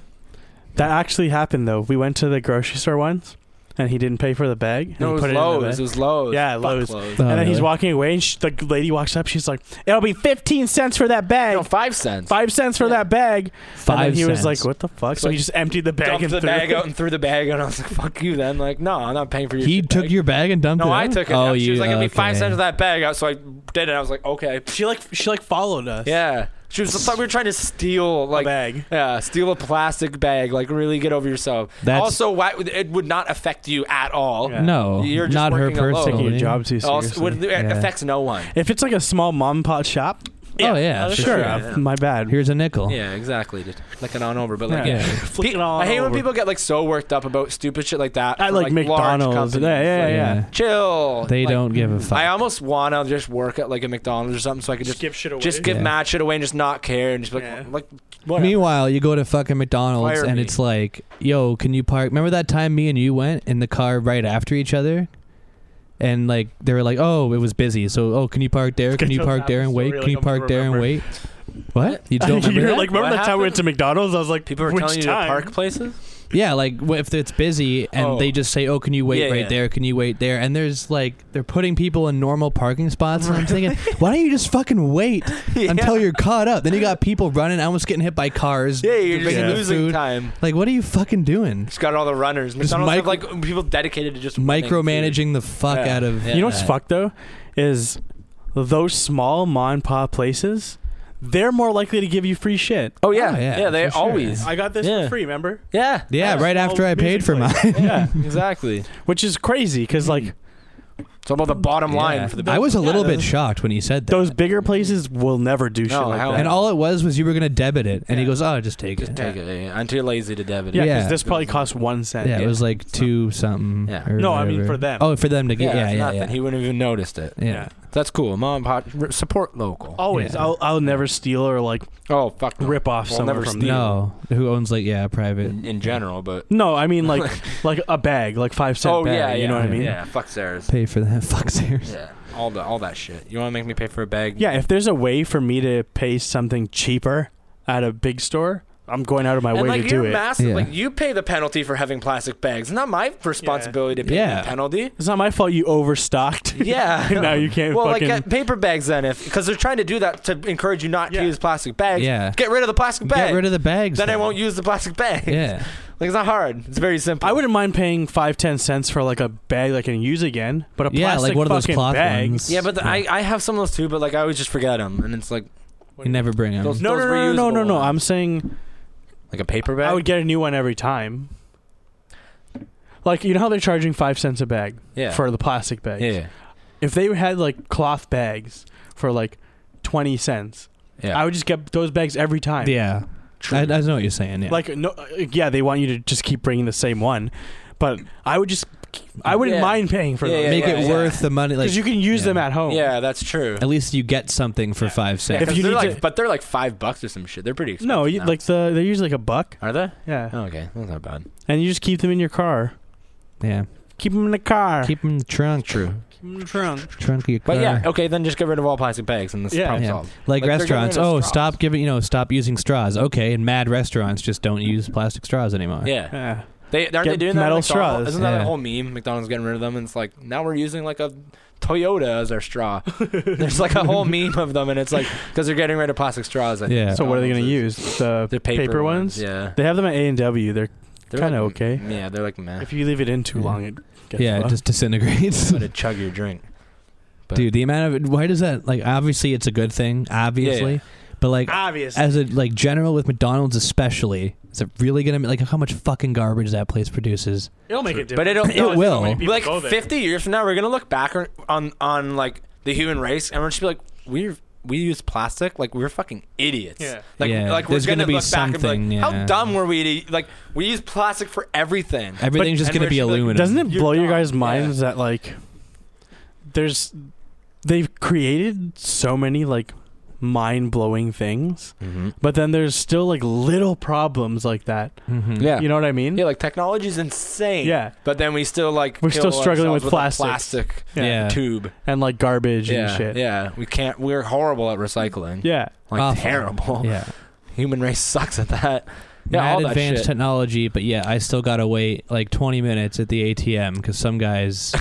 [SPEAKER 2] that actually happened though. We went to the grocery store once, and he didn't pay for the bag. and
[SPEAKER 1] no,
[SPEAKER 2] he
[SPEAKER 1] it was
[SPEAKER 2] put it in the
[SPEAKER 1] Lowe's.
[SPEAKER 2] bag.
[SPEAKER 1] It was Lowe's.
[SPEAKER 2] Yeah,
[SPEAKER 1] Fuck
[SPEAKER 2] Lowe's.
[SPEAKER 1] Lowe's.
[SPEAKER 3] Oh,
[SPEAKER 2] and then he's
[SPEAKER 3] really?
[SPEAKER 2] walking away, and sh the lady walks up. She's like, "It'll be fifteen cents for that bag.
[SPEAKER 1] No, five cents.
[SPEAKER 2] Five cents for
[SPEAKER 1] Yeah.
[SPEAKER 2] that bag."
[SPEAKER 3] five
[SPEAKER 2] and then he was
[SPEAKER 3] cents.
[SPEAKER 2] like, "What the fuck?" So
[SPEAKER 1] So
[SPEAKER 2] he
[SPEAKER 1] I
[SPEAKER 2] just emptied the bag
[SPEAKER 1] Dumped
[SPEAKER 2] and
[SPEAKER 1] the
[SPEAKER 2] threw
[SPEAKER 1] bag
[SPEAKER 2] it.
[SPEAKER 1] out and threw the bag, and I was like, "Fuck you!" Then like, no, I'm not paying for your.
[SPEAKER 3] he
[SPEAKER 1] shit
[SPEAKER 3] took
[SPEAKER 1] bag.
[SPEAKER 3] your bag and dumped
[SPEAKER 1] No,
[SPEAKER 3] it
[SPEAKER 1] I
[SPEAKER 3] out?
[SPEAKER 1] took it.
[SPEAKER 3] oh you
[SPEAKER 1] she was like, "It'll be five
[SPEAKER 3] okay.
[SPEAKER 1] cents of that bag." out," So I did it. I was like, "Okay."
[SPEAKER 2] <laughs> She like she like followed us.
[SPEAKER 1] Yeah, she was. I thought we were trying to steal
[SPEAKER 2] a
[SPEAKER 1] like.
[SPEAKER 2] bag.
[SPEAKER 1] Yeah, steal a plastic bag. Like, really get over yourself.
[SPEAKER 3] That's-
[SPEAKER 1] also, why it would not affect you at all.
[SPEAKER 2] Yeah.
[SPEAKER 3] no
[SPEAKER 1] You're just
[SPEAKER 3] not her
[SPEAKER 1] working alone.
[SPEAKER 2] Taking
[SPEAKER 1] Totally.
[SPEAKER 2] your
[SPEAKER 3] personally
[SPEAKER 2] job too
[SPEAKER 1] It also,
[SPEAKER 2] seriously.
[SPEAKER 1] would, it
[SPEAKER 3] Yeah.
[SPEAKER 1] affects no one.
[SPEAKER 2] If it's like a small mom and pop shop,
[SPEAKER 3] oh yeah for
[SPEAKER 2] sure,
[SPEAKER 3] sure,
[SPEAKER 1] Yeah.
[SPEAKER 2] uh, my bad.
[SPEAKER 3] here's a nickel
[SPEAKER 1] Yeah, exactly. Just like an on over, but
[SPEAKER 2] Yeah.
[SPEAKER 3] <laughs>
[SPEAKER 1] like, yeah.
[SPEAKER 2] Flick
[SPEAKER 1] Pe-
[SPEAKER 2] it all
[SPEAKER 1] I hate
[SPEAKER 2] over.
[SPEAKER 1] when people get like so worked up about stupid shit like that.
[SPEAKER 2] I
[SPEAKER 1] for,
[SPEAKER 2] like,
[SPEAKER 1] large
[SPEAKER 2] McDonald's.
[SPEAKER 1] companies.
[SPEAKER 2] Yeah, yeah,
[SPEAKER 1] Like,
[SPEAKER 2] yeah.
[SPEAKER 3] Yeah.
[SPEAKER 1] Chill.
[SPEAKER 3] they
[SPEAKER 1] Like,
[SPEAKER 3] don't give a fuck
[SPEAKER 1] I almost wanna just work at like a McDonald's or something, so I could just
[SPEAKER 2] Skip shit away.
[SPEAKER 1] just give
[SPEAKER 3] Yeah.
[SPEAKER 1] mad shit away and just not care and just be like,
[SPEAKER 2] Yeah.
[SPEAKER 1] like
[SPEAKER 3] Meanwhile, you go to fucking McDonald's
[SPEAKER 1] Fire
[SPEAKER 3] and
[SPEAKER 1] me.
[SPEAKER 3] it's like, yo, can you park? Remember that time me and you went in the car right after each other? And like they were like, oh, it was busy. So oh, can you park
[SPEAKER 1] <laughs>
[SPEAKER 3] there? Can you
[SPEAKER 2] Schedule
[SPEAKER 3] park there and
[SPEAKER 2] happens
[SPEAKER 3] wait?
[SPEAKER 2] so
[SPEAKER 3] Can
[SPEAKER 2] really
[SPEAKER 3] you
[SPEAKER 2] don't
[SPEAKER 3] park there and wait? What?
[SPEAKER 1] <laughs>
[SPEAKER 3] You don't
[SPEAKER 2] <laughs>
[SPEAKER 3] remember
[SPEAKER 2] You're
[SPEAKER 3] that?
[SPEAKER 2] like, remember
[SPEAKER 1] What
[SPEAKER 2] that time we went to McDonald's? I was like,
[SPEAKER 1] people are
[SPEAKER 2] Which
[SPEAKER 1] telling you to
[SPEAKER 2] time?
[SPEAKER 1] park
[SPEAKER 3] <laughs>
[SPEAKER 1] places.
[SPEAKER 3] yeah, like wh- if it's busy and
[SPEAKER 1] Oh.
[SPEAKER 3] they just say, oh, can you wait
[SPEAKER 1] Yeah,
[SPEAKER 3] right
[SPEAKER 1] yeah.
[SPEAKER 3] there? Can you wait there? And there's like they're putting people in normal parking spots.
[SPEAKER 1] <laughs>
[SPEAKER 3] And I'm thinking, why don't you just fucking wait until you're caught up? Then you got people running, almost getting hit by cars.
[SPEAKER 1] Yeah, you're just
[SPEAKER 3] bringing the
[SPEAKER 1] losing
[SPEAKER 3] food.
[SPEAKER 1] time.
[SPEAKER 3] Like, what are you fucking doing?
[SPEAKER 1] Just got all the runners.
[SPEAKER 3] Just
[SPEAKER 1] McDonald's have
[SPEAKER 3] micro-
[SPEAKER 1] like people dedicated to just running food.
[SPEAKER 3] micromanaging the fuck
[SPEAKER 1] Yeah.
[SPEAKER 3] out of
[SPEAKER 1] Yeah.
[SPEAKER 2] You know what's fucked though is those small mom and pop places. they're more likely to give you free shit.
[SPEAKER 1] Oh yeah,
[SPEAKER 3] Oh, yeah,
[SPEAKER 1] yeah, They
[SPEAKER 3] for sure.
[SPEAKER 1] always.
[SPEAKER 2] I got this
[SPEAKER 1] Yeah.
[SPEAKER 2] for free, remember?
[SPEAKER 1] Yeah,
[SPEAKER 3] Yeah,
[SPEAKER 2] Us,
[SPEAKER 3] right
[SPEAKER 2] all
[SPEAKER 3] after I
[SPEAKER 2] music
[SPEAKER 3] paid for
[SPEAKER 2] players.
[SPEAKER 3] mine. <laughs>
[SPEAKER 2] yeah,
[SPEAKER 1] exactly.
[SPEAKER 2] which is crazy because like
[SPEAKER 1] It's all about the bottom line
[SPEAKER 3] Yeah.
[SPEAKER 1] for the
[SPEAKER 3] I was a
[SPEAKER 2] Yeah,
[SPEAKER 3] little bit
[SPEAKER 2] those-
[SPEAKER 3] shocked when you said that.
[SPEAKER 2] those bigger places will never do shit
[SPEAKER 1] No,
[SPEAKER 2] like
[SPEAKER 1] hell
[SPEAKER 2] that.
[SPEAKER 1] no.
[SPEAKER 3] and all it was was you were gonna debit it, and he
[SPEAKER 2] Yeah.
[SPEAKER 3] goes, "Oh, just take it."
[SPEAKER 1] Take it. yeah. I'm too lazy to debit.
[SPEAKER 2] yeah,
[SPEAKER 1] it.
[SPEAKER 2] because
[SPEAKER 3] Yeah.
[SPEAKER 2] this probably costs one cent.
[SPEAKER 3] Yeah, it was like two something.
[SPEAKER 1] Yeah.
[SPEAKER 3] or
[SPEAKER 2] No, I mean
[SPEAKER 3] whatever.
[SPEAKER 2] for them.
[SPEAKER 3] Oh, for them to get. Yeah,
[SPEAKER 1] it's
[SPEAKER 3] yeah,
[SPEAKER 1] nothing.
[SPEAKER 3] yeah.
[SPEAKER 1] He wouldn't have even noticed it.
[SPEAKER 3] Yeah.
[SPEAKER 1] That's cool. Mom and pop r- support local. Oh,
[SPEAKER 2] Always,
[SPEAKER 3] yeah.
[SPEAKER 2] I'll I'll never steal or like
[SPEAKER 1] fuck, no.
[SPEAKER 2] rip off
[SPEAKER 1] We'll
[SPEAKER 2] someone
[SPEAKER 1] never steal.
[SPEAKER 2] from them.
[SPEAKER 3] No, who owns like yeah, private.
[SPEAKER 1] in, in general, but
[SPEAKER 2] No, I
[SPEAKER 1] <laughs>
[SPEAKER 2] mean like like a bag, like five cent
[SPEAKER 1] oh
[SPEAKER 2] bag.
[SPEAKER 1] yeah, yeah,
[SPEAKER 2] you know what I mean?
[SPEAKER 1] Yeah, fuck Sarah's.
[SPEAKER 3] Pay for <laughs> that. Fuck serious.
[SPEAKER 1] Yeah, all the all that shit. You want to make me pay for a bag?
[SPEAKER 2] Yeah, if there's a way for me to pay something cheaper at a big store, I'm going out of my
[SPEAKER 1] and
[SPEAKER 2] way
[SPEAKER 1] like
[SPEAKER 2] to
[SPEAKER 1] you're
[SPEAKER 2] do it.
[SPEAKER 1] massive.
[SPEAKER 3] Yeah.
[SPEAKER 1] Like you pay the penalty for having plastic bags. Not my responsibility to pay
[SPEAKER 3] Yeah.
[SPEAKER 1] the
[SPEAKER 2] <laughs>
[SPEAKER 1] penalty.
[SPEAKER 2] it's not my fault you overstocked.
[SPEAKER 1] <laughs> Yeah.
[SPEAKER 2] <laughs> now you can't
[SPEAKER 1] Well,
[SPEAKER 2] fucking.
[SPEAKER 1] like uh, paper bags then, if because they're trying to do that to encourage you not
[SPEAKER 2] Yeah.
[SPEAKER 1] to use plastic bags.
[SPEAKER 3] Yeah.
[SPEAKER 1] Get rid of the plastic bag.
[SPEAKER 3] Get rid of the bags.
[SPEAKER 1] then I won't use the plastic bag.
[SPEAKER 3] Yeah.
[SPEAKER 1] Like it's not hard. It's very simple.
[SPEAKER 2] I wouldn't mind paying five ten cents for like a bag that I can use again, but a
[SPEAKER 3] Yeah, like
[SPEAKER 2] plastic
[SPEAKER 3] one of those
[SPEAKER 2] fucking
[SPEAKER 3] cloth
[SPEAKER 2] bag.
[SPEAKER 3] ones.
[SPEAKER 1] Yeah, but the, I I have some of those too, but like I always just forget them, and it's like
[SPEAKER 3] You never bring them.
[SPEAKER 1] Those-
[SPEAKER 2] No, no, no, no, no, no,
[SPEAKER 1] reusable
[SPEAKER 2] no.
[SPEAKER 1] ones.
[SPEAKER 2] I'm saying
[SPEAKER 1] like a paper bag.
[SPEAKER 2] I would get a new one every time. Like you know how they're charging five cents a bag
[SPEAKER 1] yeah.
[SPEAKER 2] for the plastic bags.
[SPEAKER 1] yeah.
[SPEAKER 2] If they had like cloth bags for like twenty cents,
[SPEAKER 1] Yeah.
[SPEAKER 2] I would just get those bags every time.
[SPEAKER 3] yeah. I, I know what you're saying. Yeah.
[SPEAKER 2] Like no, yeah, they want you to just keep bringing the same one, but I would just, I wouldn't
[SPEAKER 1] Yeah.
[SPEAKER 2] mind paying for
[SPEAKER 1] Yeah,
[SPEAKER 2] those
[SPEAKER 1] yeah,
[SPEAKER 3] make
[SPEAKER 1] yeah,
[SPEAKER 3] it
[SPEAKER 1] yeah.
[SPEAKER 3] worth the money. Like
[SPEAKER 2] because you can use
[SPEAKER 3] yeah.
[SPEAKER 2] them at home.
[SPEAKER 1] yeah, that's true.
[SPEAKER 3] at least you get something for five
[SPEAKER 1] Yeah,
[SPEAKER 3] cents.
[SPEAKER 2] If
[SPEAKER 1] 'cause
[SPEAKER 2] you
[SPEAKER 1] they're
[SPEAKER 2] need
[SPEAKER 1] like,
[SPEAKER 2] to-
[SPEAKER 1] but they're like five bucks or some shit. They're pretty expensive.
[SPEAKER 2] No, you,
[SPEAKER 1] now.
[SPEAKER 2] like the they're usually like a buck.
[SPEAKER 1] are they?
[SPEAKER 2] Yeah,
[SPEAKER 1] Oh, okay, that's not bad.
[SPEAKER 2] and you just keep them in your car.
[SPEAKER 3] yeah.
[SPEAKER 2] Keep them in the car.
[SPEAKER 3] Keep them in the trunk.
[SPEAKER 1] True.
[SPEAKER 2] Keep them in the trunk.
[SPEAKER 3] Trunk of your car.
[SPEAKER 1] But yeah, okay, then just get rid of all plastic bags and this
[SPEAKER 2] Yeah.
[SPEAKER 1] problem
[SPEAKER 3] Yeah.
[SPEAKER 1] solved. Like,
[SPEAKER 3] Like,
[SPEAKER 1] they're
[SPEAKER 3] restaurants.
[SPEAKER 1] getting rid
[SPEAKER 3] Oh,
[SPEAKER 1] of straws.
[SPEAKER 3] stop giving. You know, stop using straws. Okay, and mad restaurants just don't use plastic straws anymore.
[SPEAKER 1] Yeah,
[SPEAKER 2] Yeah.
[SPEAKER 1] they aren't they doing
[SPEAKER 2] Get
[SPEAKER 1] that? at
[SPEAKER 2] metal
[SPEAKER 1] McDonald's?
[SPEAKER 2] straws.
[SPEAKER 1] Isn't that
[SPEAKER 3] Yeah.
[SPEAKER 1] a whole meme? McDonald's getting rid of them, and it's like now we're using like a Toyota as our
[SPEAKER 2] <laughs>
[SPEAKER 1] straw. There's like a whole meme of them, and it's like because they're getting rid of plastic straws. I think.
[SPEAKER 3] Yeah.
[SPEAKER 2] So what are they gonna
[SPEAKER 1] McDonald's is-
[SPEAKER 2] use? The
[SPEAKER 1] Oh, The paper,
[SPEAKER 2] ones.
[SPEAKER 1] Yeah,
[SPEAKER 2] They have them at A and W. They're
[SPEAKER 1] They're
[SPEAKER 2] kinda
[SPEAKER 1] like-
[SPEAKER 2] okay.
[SPEAKER 1] Yeah, they're like meh.
[SPEAKER 2] if you leave it in too
[SPEAKER 3] Yeah.
[SPEAKER 2] long, it gets
[SPEAKER 3] Yeah, it
[SPEAKER 2] fucked.
[SPEAKER 3] just disintegrates.
[SPEAKER 1] But to chug your drink. But-
[SPEAKER 3] Dude, the amount of why does that like obviously it's a good thing, obviously.
[SPEAKER 1] Yeah,
[SPEAKER 3] But like
[SPEAKER 2] obvious.
[SPEAKER 3] as a like general with McDonald's especially, is it really gonna like how much fucking garbage that place produces?
[SPEAKER 2] It'll make a
[SPEAKER 1] But
[SPEAKER 2] difference.
[SPEAKER 1] it'll-
[SPEAKER 2] It's how
[SPEAKER 3] it will.
[SPEAKER 2] many people
[SPEAKER 1] like
[SPEAKER 2] go there.
[SPEAKER 1] 50 years from now we're gonna look back on- on on like the human race and we're just be like we're we use plastic like we're fucking idiots.
[SPEAKER 2] Yeah.
[SPEAKER 1] Like,
[SPEAKER 3] Yeah,
[SPEAKER 1] like we're
[SPEAKER 3] there's gonna
[SPEAKER 1] gonna,
[SPEAKER 3] be
[SPEAKER 1] look back and be
[SPEAKER 3] something,
[SPEAKER 1] like,
[SPEAKER 3] yeah.
[SPEAKER 1] how dumb were we to like we use plastic for everything.
[SPEAKER 3] Everything's just
[SPEAKER 1] and
[SPEAKER 3] gonna
[SPEAKER 1] we're
[SPEAKER 3] be
[SPEAKER 1] just like-
[SPEAKER 3] aluminum.
[SPEAKER 2] Doesn't it
[SPEAKER 1] You're
[SPEAKER 2] blow your
[SPEAKER 1] dumb.
[SPEAKER 2] guys'
[SPEAKER 1] Yeah.
[SPEAKER 2] minds that like there's they've created so many like mind blowing things,
[SPEAKER 3] Mm-hmm.
[SPEAKER 2] but then there's still like little problems like that.
[SPEAKER 3] Mhm.
[SPEAKER 1] Yeah.
[SPEAKER 2] You know what I mean?
[SPEAKER 1] Yeah, like technology's insane.
[SPEAKER 2] Yeah.
[SPEAKER 1] But then we still like
[SPEAKER 2] We're still
[SPEAKER 1] kill
[SPEAKER 2] struggling with
[SPEAKER 1] ourselves a
[SPEAKER 2] plastics.
[SPEAKER 1] plastic
[SPEAKER 3] Yeah.
[SPEAKER 1] tube.
[SPEAKER 2] And like garbage and
[SPEAKER 1] Yeah.
[SPEAKER 2] shit.
[SPEAKER 1] Yeah. We can't we're horrible at recycling.
[SPEAKER 2] Yeah.
[SPEAKER 1] Like
[SPEAKER 3] Awful.
[SPEAKER 1] terrible.
[SPEAKER 3] Yeah.
[SPEAKER 1] <laughs> Human race sucks at that. Yeah,
[SPEAKER 3] Mad
[SPEAKER 1] all that
[SPEAKER 3] advanced
[SPEAKER 1] shit.
[SPEAKER 3] technology, but yeah, I still gotta wait like twenty minutes at the ATM because
[SPEAKER 1] <laughs>
[SPEAKER 3] some guy's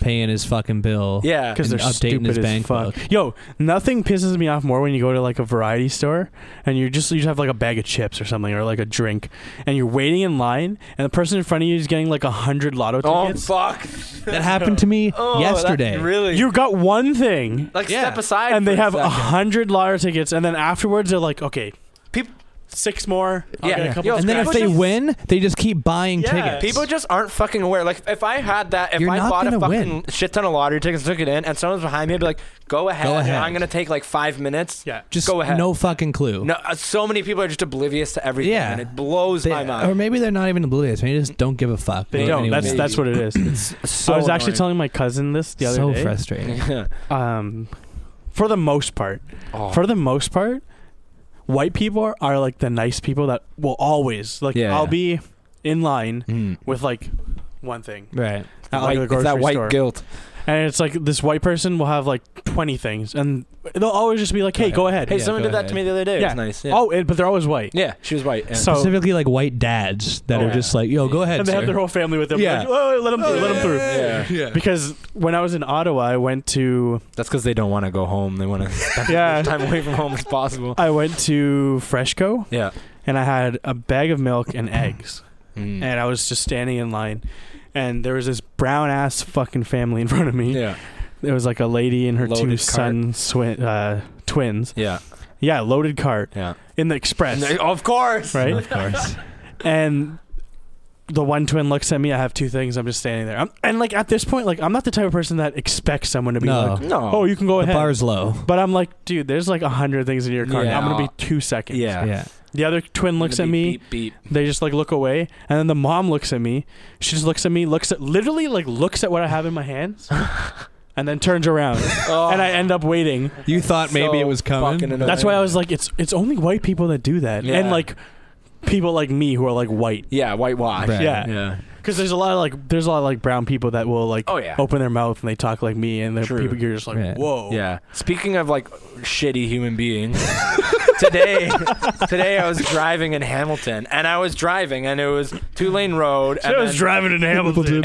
[SPEAKER 3] paying his fucking bill.
[SPEAKER 1] Yeah.
[SPEAKER 2] Because they're
[SPEAKER 3] And updating
[SPEAKER 2] stupid
[SPEAKER 3] his
[SPEAKER 2] as
[SPEAKER 3] bank
[SPEAKER 2] fuck.
[SPEAKER 3] book.
[SPEAKER 2] Yo, nothing pisses me off more when you go to like a variety store and you're just you just have like a bag of chips or something or like a drink and you're waiting in line and the person in front of you is getting like a hundred lotto
[SPEAKER 1] Oh
[SPEAKER 2] tickets.
[SPEAKER 1] fuck.
[SPEAKER 3] That happened to me
[SPEAKER 1] <laughs> Oh, that
[SPEAKER 3] yesterday.
[SPEAKER 1] really?
[SPEAKER 2] you got one thing.
[SPEAKER 1] Like
[SPEAKER 3] Yeah.
[SPEAKER 1] step aside,
[SPEAKER 2] and they
[SPEAKER 1] for
[SPEAKER 2] have
[SPEAKER 1] a
[SPEAKER 2] a
[SPEAKER 3] <laughs>
[SPEAKER 1] second.
[SPEAKER 2] hundred lotto tickets, and then afterwards they're like, okay,
[SPEAKER 1] Peop-
[SPEAKER 2] six more. I'll
[SPEAKER 1] Yeah.
[SPEAKER 2] get a
[SPEAKER 1] Yeah.
[SPEAKER 2] couple
[SPEAKER 1] Yo,
[SPEAKER 2] of
[SPEAKER 3] and then if
[SPEAKER 1] People
[SPEAKER 2] scratches.
[SPEAKER 3] they
[SPEAKER 1] just-
[SPEAKER 3] win, they just keep buying
[SPEAKER 2] Yeah.
[SPEAKER 3] tickets.
[SPEAKER 1] People just aren't fucking aware. Like if I had that, if
[SPEAKER 3] You're
[SPEAKER 1] I
[SPEAKER 3] not
[SPEAKER 1] bought a
[SPEAKER 3] gonna
[SPEAKER 1] fucking
[SPEAKER 3] win.
[SPEAKER 1] shit ton of lottery tickets, took it in, and someone's behind me, I'd be like, "Go ahead,
[SPEAKER 3] Go ahead.
[SPEAKER 1] I'm gonna take like five minutes."
[SPEAKER 2] yeah,
[SPEAKER 3] just
[SPEAKER 1] go ahead.
[SPEAKER 3] no fucking clue.
[SPEAKER 1] No, uh, so many people are just oblivious to everything,
[SPEAKER 3] Yeah.
[SPEAKER 1] and it blows
[SPEAKER 3] They-
[SPEAKER 1] my
[SPEAKER 3] Or
[SPEAKER 1] mind.
[SPEAKER 3] maybe they're not even oblivious. Maybe they just don't give a fuck.
[SPEAKER 2] they don't.
[SPEAKER 3] Anyway.
[SPEAKER 2] That's
[SPEAKER 1] Maybe.
[SPEAKER 2] that's what it is.
[SPEAKER 1] So
[SPEAKER 2] I was actually
[SPEAKER 1] annoying.
[SPEAKER 2] telling my cousin this the other
[SPEAKER 3] so
[SPEAKER 2] day.
[SPEAKER 1] <laughs>
[SPEAKER 3] frustrating.
[SPEAKER 2] Um, for the most part,
[SPEAKER 1] oh,
[SPEAKER 2] for the most part, white people are like the nice people that will always like.
[SPEAKER 1] Yeah,
[SPEAKER 2] I'll
[SPEAKER 1] yeah.
[SPEAKER 2] be in line
[SPEAKER 1] mm.
[SPEAKER 2] with like one thing,
[SPEAKER 3] Right.
[SPEAKER 2] at, like,
[SPEAKER 1] White-
[SPEAKER 2] the
[SPEAKER 1] it's that
[SPEAKER 2] grocery
[SPEAKER 1] white
[SPEAKER 2] store.
[SPEAKER 1] guilt.
[SPEAKER 2] and it's like this white person will have like twenty things, and they'll always just be like,
[SPEAKER 3] Go
[SPEAKER 2] "Hey,
[SPEAKER 3] ahead.
[SPEAKER 2] go ahead."
[SPEAKER 1] Hey,
[SPEAKER 3] Yeah,
[SPEAKER 1] someone
[SPEAKER 3] go
[SPEAKER 1] did that
[SPEAKER 3] ahead.
[SPEAKER 1] to me the other day.
[SPEAKER 2] Yeah.
[SPEAKER 1] It was nice. Yeah.
[SPEAKER 2] Oh, and, but they're always white.
[SPEAKER 1] yeah, she was white. yeah.
[SPEAKER 2] So-
[SPEAKER 3] Specifically, like white dads that
[SPEAKER 1] Oh,
[SPEAKER 3] are
[SPEAKER 1] yeah.
[SPEAKER 3] just like, yo, go ahead.
[SPEAKER 2] and they have
[SPEAKER 3] sir."
[SPEAKER 2] their whole family with them.
[SPEAKER 3] Yeah.
[SPEAKER 2] Like, "Whoa, let them through. let them through.
[SPEAKER 1] Yeah.
[SPEAKER 2] Because when I was in Ottawa, I went to
[SPEAKER 1] that's because they don't want to go home. They want to spend
[SPEAKER 2] Yeah.
[SPEAKER 1] as much <laughs> time away from home as possible.
[SPEAKER 2] I went to Freshco
[SPEAKER 3] <laughs>
[SPEAKER 1] Yeah.
[SPEAKER 2] and I had a bag of milk and eggs,
[SPEAKER 1] Mm.
[SPEAKER 2] and I was just standing in line, and there was this brown ass fucking family in front of me.
[SPEAKER 1] Yeah.
[SPEAKER 2] There was like a lady and her two
[SPEAKER 1] Loaded cart.
[SPEAKER 2] son swi- uh, twins,
[SPEAKER 1] Yeah.
[SPEAKER 2] Yeah, loaded cart
[SPEAKER 1] Yeah.
[SPEAKER 2] in the express,
[SPEAKER 1] of course.
[SPEAKER 2] right?
[SPEAKER 3] Of course.
[SPEAKER 2] and the one twin looks at me. I have two things. I'm just standing there. I'm, and like at this point, like I'm not the type of person that expects someone to be
[SPEAKER 3] No.
[SPEAKER 2] like,
[SPEAKER 1] No.
[SPEAKER 2] "Oh, you can go
[SPEAKER 3] the
[SPEAKER 2] ahead."
[SPEAKER 3] bar's low.
[SPEAKER 2] but I'm like, dude, there's like a hundred things in your car.
[SPEAKER 1] Yeah.
[SPEAKER 2] I'm gonna be two seconds.
[SPEAKER 1] Yeah.
[SPEAKER 3] Yeah.
[SPEAKER 2] The other twin looks at
[SPEAKER 1] Beep,
[SPEAKER 2] me.
[SPEAKER 1] Beep, beep.
[SPEAKER 2] They just like look away, and then the mom looks at me. She just looks at me, looks at literally like looks at what I have in my
[SPEAKER 1] <laughs>
[SPEAKER 2] hands, and then turns around.
[SPEAKER 1] Oh,
[SPEAKER 2] and I end up waiting.
[SPEAKER 3] You thought maybe
[SPEAKER 1] so
[SPEAKER 3] it was coming.
[SPEAKER 1] fucking annoying.
[SPEAKER 2] That's why I was like, it's it's only white people that do that,
[SPEAKER 1] Yeah.
[SPEAKER 2] and like people like me who are like white,
[SPEAKER 1] Yeah, whitewash.
[SPEAKER 3] Right.
[SPEAKER 2] Yeah.
[SPEAKER 1] Yeah.
[SPEAKER 2] because there's a lot of like there's a lot of like brown people that will like
[SPEAKER 1] Oh, yeah.
[SPEAKER 2] open their mouth and they talk like me, and they're
[SPEAKER 1] True.
[SPEAKER 2] people you're just like,
[SPEAKER 3] Yeah.
[SPEAKER 2] whoa,
[SPEAKER 1] Yeah. Speaking of like shitty human
[SPEAKER 2] <laughs>
[SPEAKER 1] beings, today today I was driving in Hamilton and I was driving and it was two lane road and, then-
[SPEAKER 2] driving in Hamilton,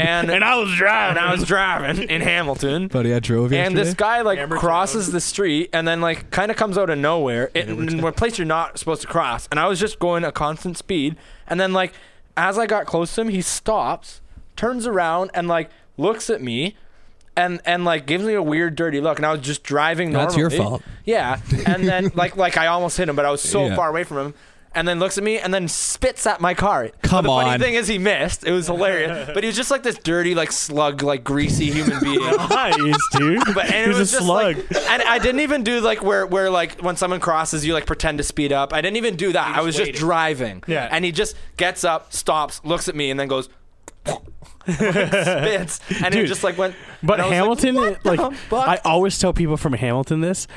[SPEAKER 1] <laughs> and-
[SPEAKER 2] I was
[SPEAKER 1] and <laughs>
[SPEAKER 2] driving.
[SPEAKER 1] I was driving in Hamilton.
[SPEAKER 3] Buddy, I drove yesterday.
[SPEAKER 1] And this guy like
[SPEAKER 2] Hammer
[SPEAKER 1] crosses the street and then like kind of comes out of nowhere it, in a place you're not supposed to cross. And I was just going a constant speed. And then like as I got close to him, he stops, turns around, and like looks at me. And, and like gives me a weird dirty look, and I was just driving. Normally.
[SPEAKER 3] That's your fault.
[SPEAKER 1] Yeah, and
[SPEAKER 3] <laughs>
[SPEAKER 1] then like like I almost hit him, but I was so
[SPEAKER 3] Yeah.
[SPEAKER 1] far away from him. And then looks at me, and then spits at my car.
[SPEAKER 3] Come
[SPEAKER 1] but the
[SPEAKER 3] on.
[SPEAKER 1] funny thing is, he missed. It was hilarious, but he was just like this dirty, like slug, like greasy
[SPEAKER 3] <laughs>
[SPEAKER 1] human being.
[SPEAKER 2] Nice, dude.
[SPEAKER 1] But and
[SPEAKER 2] He
[SPEAKER 1] it
[SPEAKER 2] was
[SPEAKER 1] was,
[SPEAKER 2] a
[SPEAKER 1] just <laughs>
[SPEAKER 2] slug.
[SPEAKER 1] like, and I didn't even do like where where like when someone crosses you like pretend to speed up. I didn't even do that. I was just driving.
[SPEAKER 2] Yeah.
[SPEAKER 1] And he just gets up, stops, looks at me, and then goes.
[SPEAKER 2] <laughs>
[SPEAKER 1] spits and it
[SPEAKER 2] Dude,
[SPEAKER 1] just like went
[SPEAKER 2] But
[SPEAKER 1] and I was
[SPEAKER 2] Hamilton,
[SPEAKER 1] like,
[SPEAKER 2] like,
[SPEAKER 1] "What the fuck?"
[SPEAKER 2] I always tell people from Hamilton this.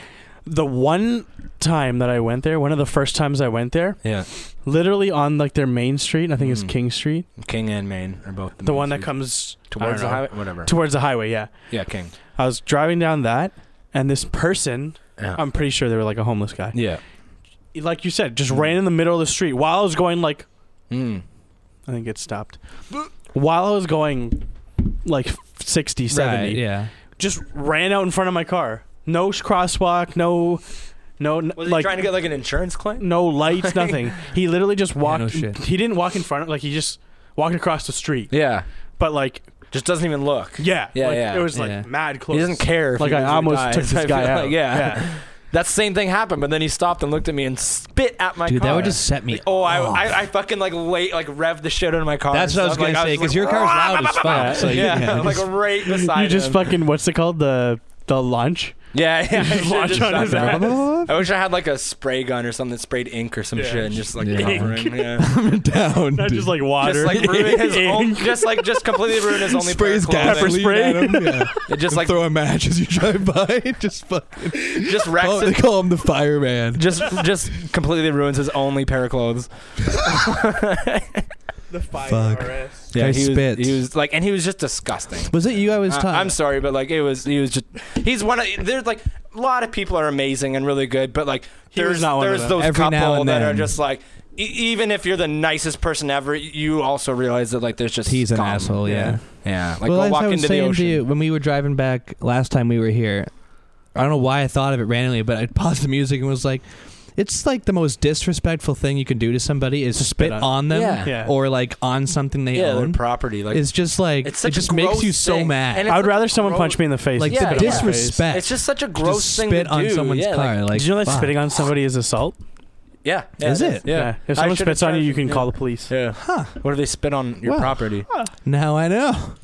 [SPEAKER 2] The one time that I went there, one of the first times I went there,
[SPEAKER 1] yeah
[SPEAKER 2] literally on like their main street, and I think it's
[SPEAKER 1] Mm.
[SPEAKER 2] King Street,
[SPEAKER 1] king and maine are both
[SPEAKER 2] the one that comes
[SPEAKER 1] towards
[SPEAKER 2] I
[SPEAKER 1] the
[SPEAKER 2] don't know,
[SPEAKER 1] highway whatever
[SPEAKER 2] Towards the highway, yeah.
[SPEAKER 1] yeah king
[SPEAKER 2] I was driving down that, and this person,
[SPEAKER 1] yeah
[SPEAKER 2] I'm pretty sure they were like a homeless guy,
[SPEAKER 1] yeah
[SPEAKER 2] like you said, just ran in the middle of the street while I was going like
[SPEAKER 1] mm.
[SPEAKER 2] I think it
[SPEAKER 1] <sniffs>
[SPEAKER 2] stopped. While I was going like 60, 70,
[SPEAKER 3] Right, yeah.
[SPEAKER 2] just ran out in front of my car. No sh- crosswalk, no, no, n-
[SPEAKER 1] was he
[SPEAKER 2] like
[SPEAKER 1] trying to get like an insurance claim <laughs>
[SPEAKER 2] no lights, nothing. He literally just
[SPEAKER 3] no
[SPEAKER 2] walked.
[SPEAKER 3] shit.
[SPEAKER 2] he didn't walk in front of, like he just walked across the street.
[SPEAKER 1] yeah
[SPEAKER 2] But like,
[SPEAKER 1] just doesn't even look
[SPEAKER 2] yeah,
[SPEAKER 1] Yeah,
[SPEAKER 2] like,
[SPEAKER 1] yeah.
[SPEAKER 2] It was like
[SPEAKER 3] Yeah.
[SPEAKER 2] mad close.
[SPEAKER 1] he doesn't care if
[SPEAKER 2] Like
[SPEAKER 1] he
[SPEAKER 2] I
[SPEAKER 1] lives or
[SPEAKER 2] almost
[SPEAKER 1] dies,
[SPEAKER 2] took
[SPEAKER 1] <laughs>
[SPEAKER 2] this
[SPEAKER 1] I feel
[SPEAKER 2] guy
[SPEAKER 1] like.
[SPEAKER 2] out.
[SPEAKER 1] yeah, <laughs>
[SPEAKER 2] Yeah.
[SPEAKER 1] that same thing happened but then he stopped and looked at me and spit at my
[SPEAKER 3] Dude,
[SPEAKER 1] car
[SPEAKER 3] that would just set me.
[SPEAKER 1] Oh, I,
[SPEAKER 3] off.
[SPEAKER 1] I, I fucking like late like rev the shit out of my car.
[SPEAKER 3] That's
[SPEAKER 1] and
[SPEAKER 3] what I was
[SPEAKER 1] stuff.
[SPEAKER 3] gonna
[SPEAKER 1] Like,
[SPEAKER 3] say
[SPEAKER 1] was
[SPEAKER 3] because
[SPEAKER 1] just
[SPEAKER 3] your
[SPEAKER 1] like, "Ah,
[SPEAKER 3] car's
[SPEAKER 1] <laughs>
[SPEAKER 3] loud as
[SPEAKER 2] Yeah.
[SPEAKER 3] fuck. So you-
[SPEAKER 1] yeah, <laughs>
[SPEAKER 3] yeah.
[SPEAKER 1] like right beside.
[SPEAKER 2] you just
[SPEAKER 1] him.
[SPEAKER 2] fucking what's it called the the <laughs> launch?
[SPEAKER 1] yeah, yeah. I
[SPEAKER 2] just
[SPEAKER 1] should've
[SPEAKER 2] launch
[SPEAKER 1] just
[SPEAKER 2] on
[SPEAKER 3] <laughs>
[SPEAKER 1] done
[SPEAKER 2] his
[SPEAKER 1] that.
[SPEAKER 3] ass.
[SPEAKER 1] I wish I had like a spray gun or something that sprayed ink or some
[SPEAKER 2] Yeah.
[SPEAKER 1] shit and just like
[SPEAKER 3] Yeah.
[SPEAKER 1] cover him,
[SPEAKER 3] <laughs>
[SPEAKER 1] yeah.
[SPEAKER 3] down.
[SPEAKER 2] Not
[SPEAKER 3] dude.
[SPEAKER 2] just <laughs> like water.
[SPEAKER 1] just like ruin
[SPEAKER 2] <laughs>
[SPEAKER 3] <laughs>
[SPEAKER 1] his own,
[SPEAKER 2] Ink.
[SPEAKER 1] just like just completely ruin his only
[SPEAKER 3] sprays
[SPEAKER 1] pair of
[SPEAKER 2] Pepper
[SPEAKER 1] clothing.
[SPEAKER 3] gasoline
[SPEAKER 2] spray.
[SPEAKER 3] at him. Yeah.
[SPEAKER 1] It just
[SPEAKER 3] And <laughs>
[SPEAKER 1] like
[SPEAKER 3] throw a match as you drive by. Just fucking.
[SPEAKER 1] just wrecks.
[SPEAKER 3] Oh, they
[SPEAKER 1] his,
[SPEAKER 3] call him the fireman.
[SPEAKER 1] just just completely ruins his only pair of clothes.
[SPEAKER 2] the five
[SPEAKER 3] Fuck.
[SPEAKER 2] RS.
[SPEAKER 3] Guy
[SPEAKER 1] he
[SPEAKER 3] spits.
[SPEAKER 1] was he was like, and he was just disgusting.
[SPEAKER 3] Was it you I was
[SPEAKER 1] I-
[SPEAKER 3] talking?
[SPEAKER 1] Uh, I'm sorry, but like it was, he was just. He's one of. There's like a lot of people are amazing and really good, but like
[SPEAKER 2] He was
[SPEAKER 1] there's
[SPEAKER 2] not one of
[SPEAKER 1] there's
[SPEAKER 2] them.
[SPEAKER 1] those
[SPEAKER 3] Every now
[SPEAKER 1] couple
[SPEAKER 3] and
[SPEAKER 1] that are
[SPEAKER 3] then.
[SPEAKER 1] just like. e- Even if you're the nicest person ever, you also realize that like there's just
[SPEAKER 3] He's an
[SPEAKER 1] scum.
[SPEAKER 3] asshole, yeah.
[SPEAKER 1] yeah. Like
[SPEAKER 3] well,
[SPEAKER 1] go
[SPEAKER 3] as
[SPEAKER 1] walk
[SPEAKER 3] I was
[SPEAKER 1] into the
[SPEAKER 3] saying
[SPEAKER 1] ocean.
[SPEAKER 3] to you, when we were driving back last time we were here, I don't know why I thought of it randomly, but I paused the music and was like, "It's like the most disrespectful thing you can do to somebody is
[SPEAKER 2] Just
[SPEAKER 3] spit,
[SPEAKER 2] spit on-
[SPEAKER 3] on, them,
[SPEAKER 1] Yeah.
[SPEAKER 2] Yeah.
[SPEAKER 3] or like on something they
[SPEAKER 1] yeah, their
[SPEAKER 3] own."
[SPEAKER 1] property. Like
[SPEAKER 3] it's just like
[SPEAKER 1] It's
[SPEAKER 3] it
[SPEAKER 1] such a
[SPEAKER 3] just makes
[SPEAKER 1] gross
[SPEAKER 3] you so
[SPEAKER 1] thing.
[SPEAKER 3] mad.
[SPEAKER 1] And
[SPEAKER 2] I
[SPEAKER 1] it's
[SPEAKER 2] would
[SPEAKER 1] like
[SPEAKER 2] rather someone
[SPEAKER 1] gross.
[SPEAKER 2] punch me in the face.
[SPEAKER 3] like
[SPEAKER 2] than
[SPEAKER 1] yeah,
[SPEAKER 3] the
[SPEAKER 2] spit on my face.
[SPEAKER 3] disrespect.
[SPEAKER 1] it's just such a
[SPEAKER 3] to
[SPEAKER 1] gross thing
[SPEAKER 3] spit
[SPEAKER 1] to
[SPEAKER 3] on
[SPEAKER 1] do.
[SPEAKER 3] someone's
[SPEAKER 1] yeah,
[SPEAKER 3] car.
[SPEAKER 1] Like,
[SPEAKER 3] Like,
[SPEAKER 2] Did you know that
[SPEAKER 3] fuck.
[SPEAKER 2] spitting on somebody is assault?
[SPEAKER 1] yeah, yeah,
[SPEAKER 3] Is
[SPEAKER 1] it
[SPEAKER 3] it?
[SPEAKER 1] Yeah.
[SPEAKER 2] If
[SPEAKER 1] I
[SPEAKER 2] someone
[SPEAKER 1] should've
[SPEAKER 2] spits on you,
[SPEAKER 1] charged
[SPEAKER 2] you can
[SPEAKER 1] yeah.
[SPEAKER 2] call the
[SPEAKER 1] <laughs>
[SPEAKER 2] police.
[SPEAKER 1] Yeah.
[SPEAKER 3] Huh.
[SPEAKER 1] What do they spit on your
[SPEAKER 3] Well.
[SPEAKER 1] property?
[SPEAKER 3] Now I know.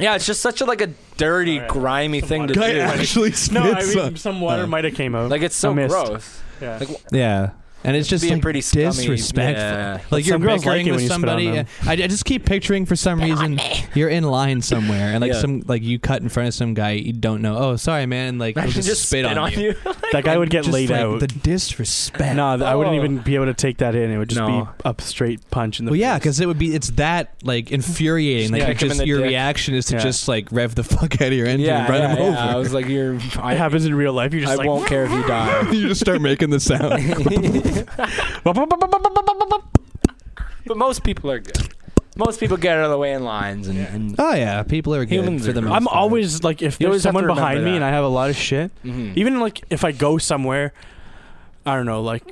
[SPEAKER 1] Yeah, it's just such a like a dirty,
[SPEAKER 2] All right.
[SPEAKER 1] grimy thing to
[SPEAKER 3] Guy
[SPEAKER 2] <laughs>
[SPEAKER 1] do.
[SPEAKER 3] <laughs> actually spits
[SPEAKER 2] No, I
[SPEAKER 3] on.
[SPEAKER 2] mean some water
[SPEAKER 3] Uh,
[SPEAKER 2] might have came out.
[SPEAKER 1] Like it's so
[SPEAKER 2] I missed.
[SPEAKER 1] gross.
[SPEAKER 2] yeah.
[SPEAKER 1] like,
[SPEAKER 3] Yeah. And it's just
[SPEAKER 1] Being
[SPEAKER 3] like
[SPEAKER 1] pretty scummy,
[SPEAKER 3] disrespectful.
[SPEAKER 1] yeah.
[SPEAKER 3] Like you're
[SPEAKER 2] Some girls like
[SPEAKER 3] bickering
[SPEAKER 2] it
[SPEAKER 3] with
[SPEAKER 2] when you spit on
[SPEAKER 3] somebody.
[SPEAKER 2] them.
[SPEAKER 3] I, I just keep picturing for some reason
[SPEAKER 1] <laughs>
[SPEAKER 3] you're in line somewhere and like
[SPEAKER 1] Yeah.
[SPEAKER 3] some like you cut in front of some guy you don't know. Oh, sorry, man. And, like he'll
[SPEAKER 1] Imagine
[SPEAKER 3] just, spit, on, you.
[SPEAKER 2] that guy would get
[SPEAKER 3] Just,
[SPEAKER 2] laid
[SPEAKER 3] like,
[SPEAKER 2] out.
[SPEAKER 3] The disrespect.
[SPEAKER 2] no, th- I wouldn't
[SPEAKER 1] Oh.
[SPEAKER 2] even be able to take that in. It would just
[SPEAKER 1] No.
[SPEAKER 2] be a straight punch in the
[SPEAKER 3] Well, yeah,
[SPEAKER 2] face.
[SPEAKER 3] because it would be it's that like infuriating.
[SPEAKER 1] Just
[SPEAKER 3] Like you
[SPEAKER 1] kick him in
[SPEAKER 3] just
[SPEAKER 1] the
[SPEAKER 3] your
[SPEAKER 1] dick.
[SPEAKER 3] reaction is to
[SPEAKER 2] Yeah.
[SPEAKER 3] just like rev the <laughs> fuck out of your engine and run him
[SPEAKER 1] I
[SPEAKER 3] over.
[SPEAKER 1] was like, you're. <laughs> I,
[SPEAKER 2] it happens in real life. You just
[SPEAKER 1] I
[SPEAKER 2] like
[SPEAKER 1] won't care if you die.
[SPEAKER 3] <laughs> you just start making the sound.
[SPEAKER 1] <laughs> but most people are good. Most people get out of the way in lines and. and
[SPEAKER 3] oh yeah, people are good
[SPEAKER 1] Humans
[SPEAKER 3] for
[SPEAKER 1] are
[SPEAKER 3] the
[SPEAKER 1] gross.
[SPEAKER 3] most
[SPEAKER 2] I'm
[SPEAKER 3] part.
[SPEAKER 2] always like if
[SPEAKER 1] You
[SPEAKER 2] there's
[SPEAKER 1] always have to
[SPEAKER 2] someone
[SPEAKER 1] remember
[SPEAKER 2] behind me
[SPEAKER 1] that.
[SPEAKER 2] and I have a lot of shit,
[SPEAKER 1] Mhm.
[SPEAKER 2] even like if I go somewhere, I don't know, like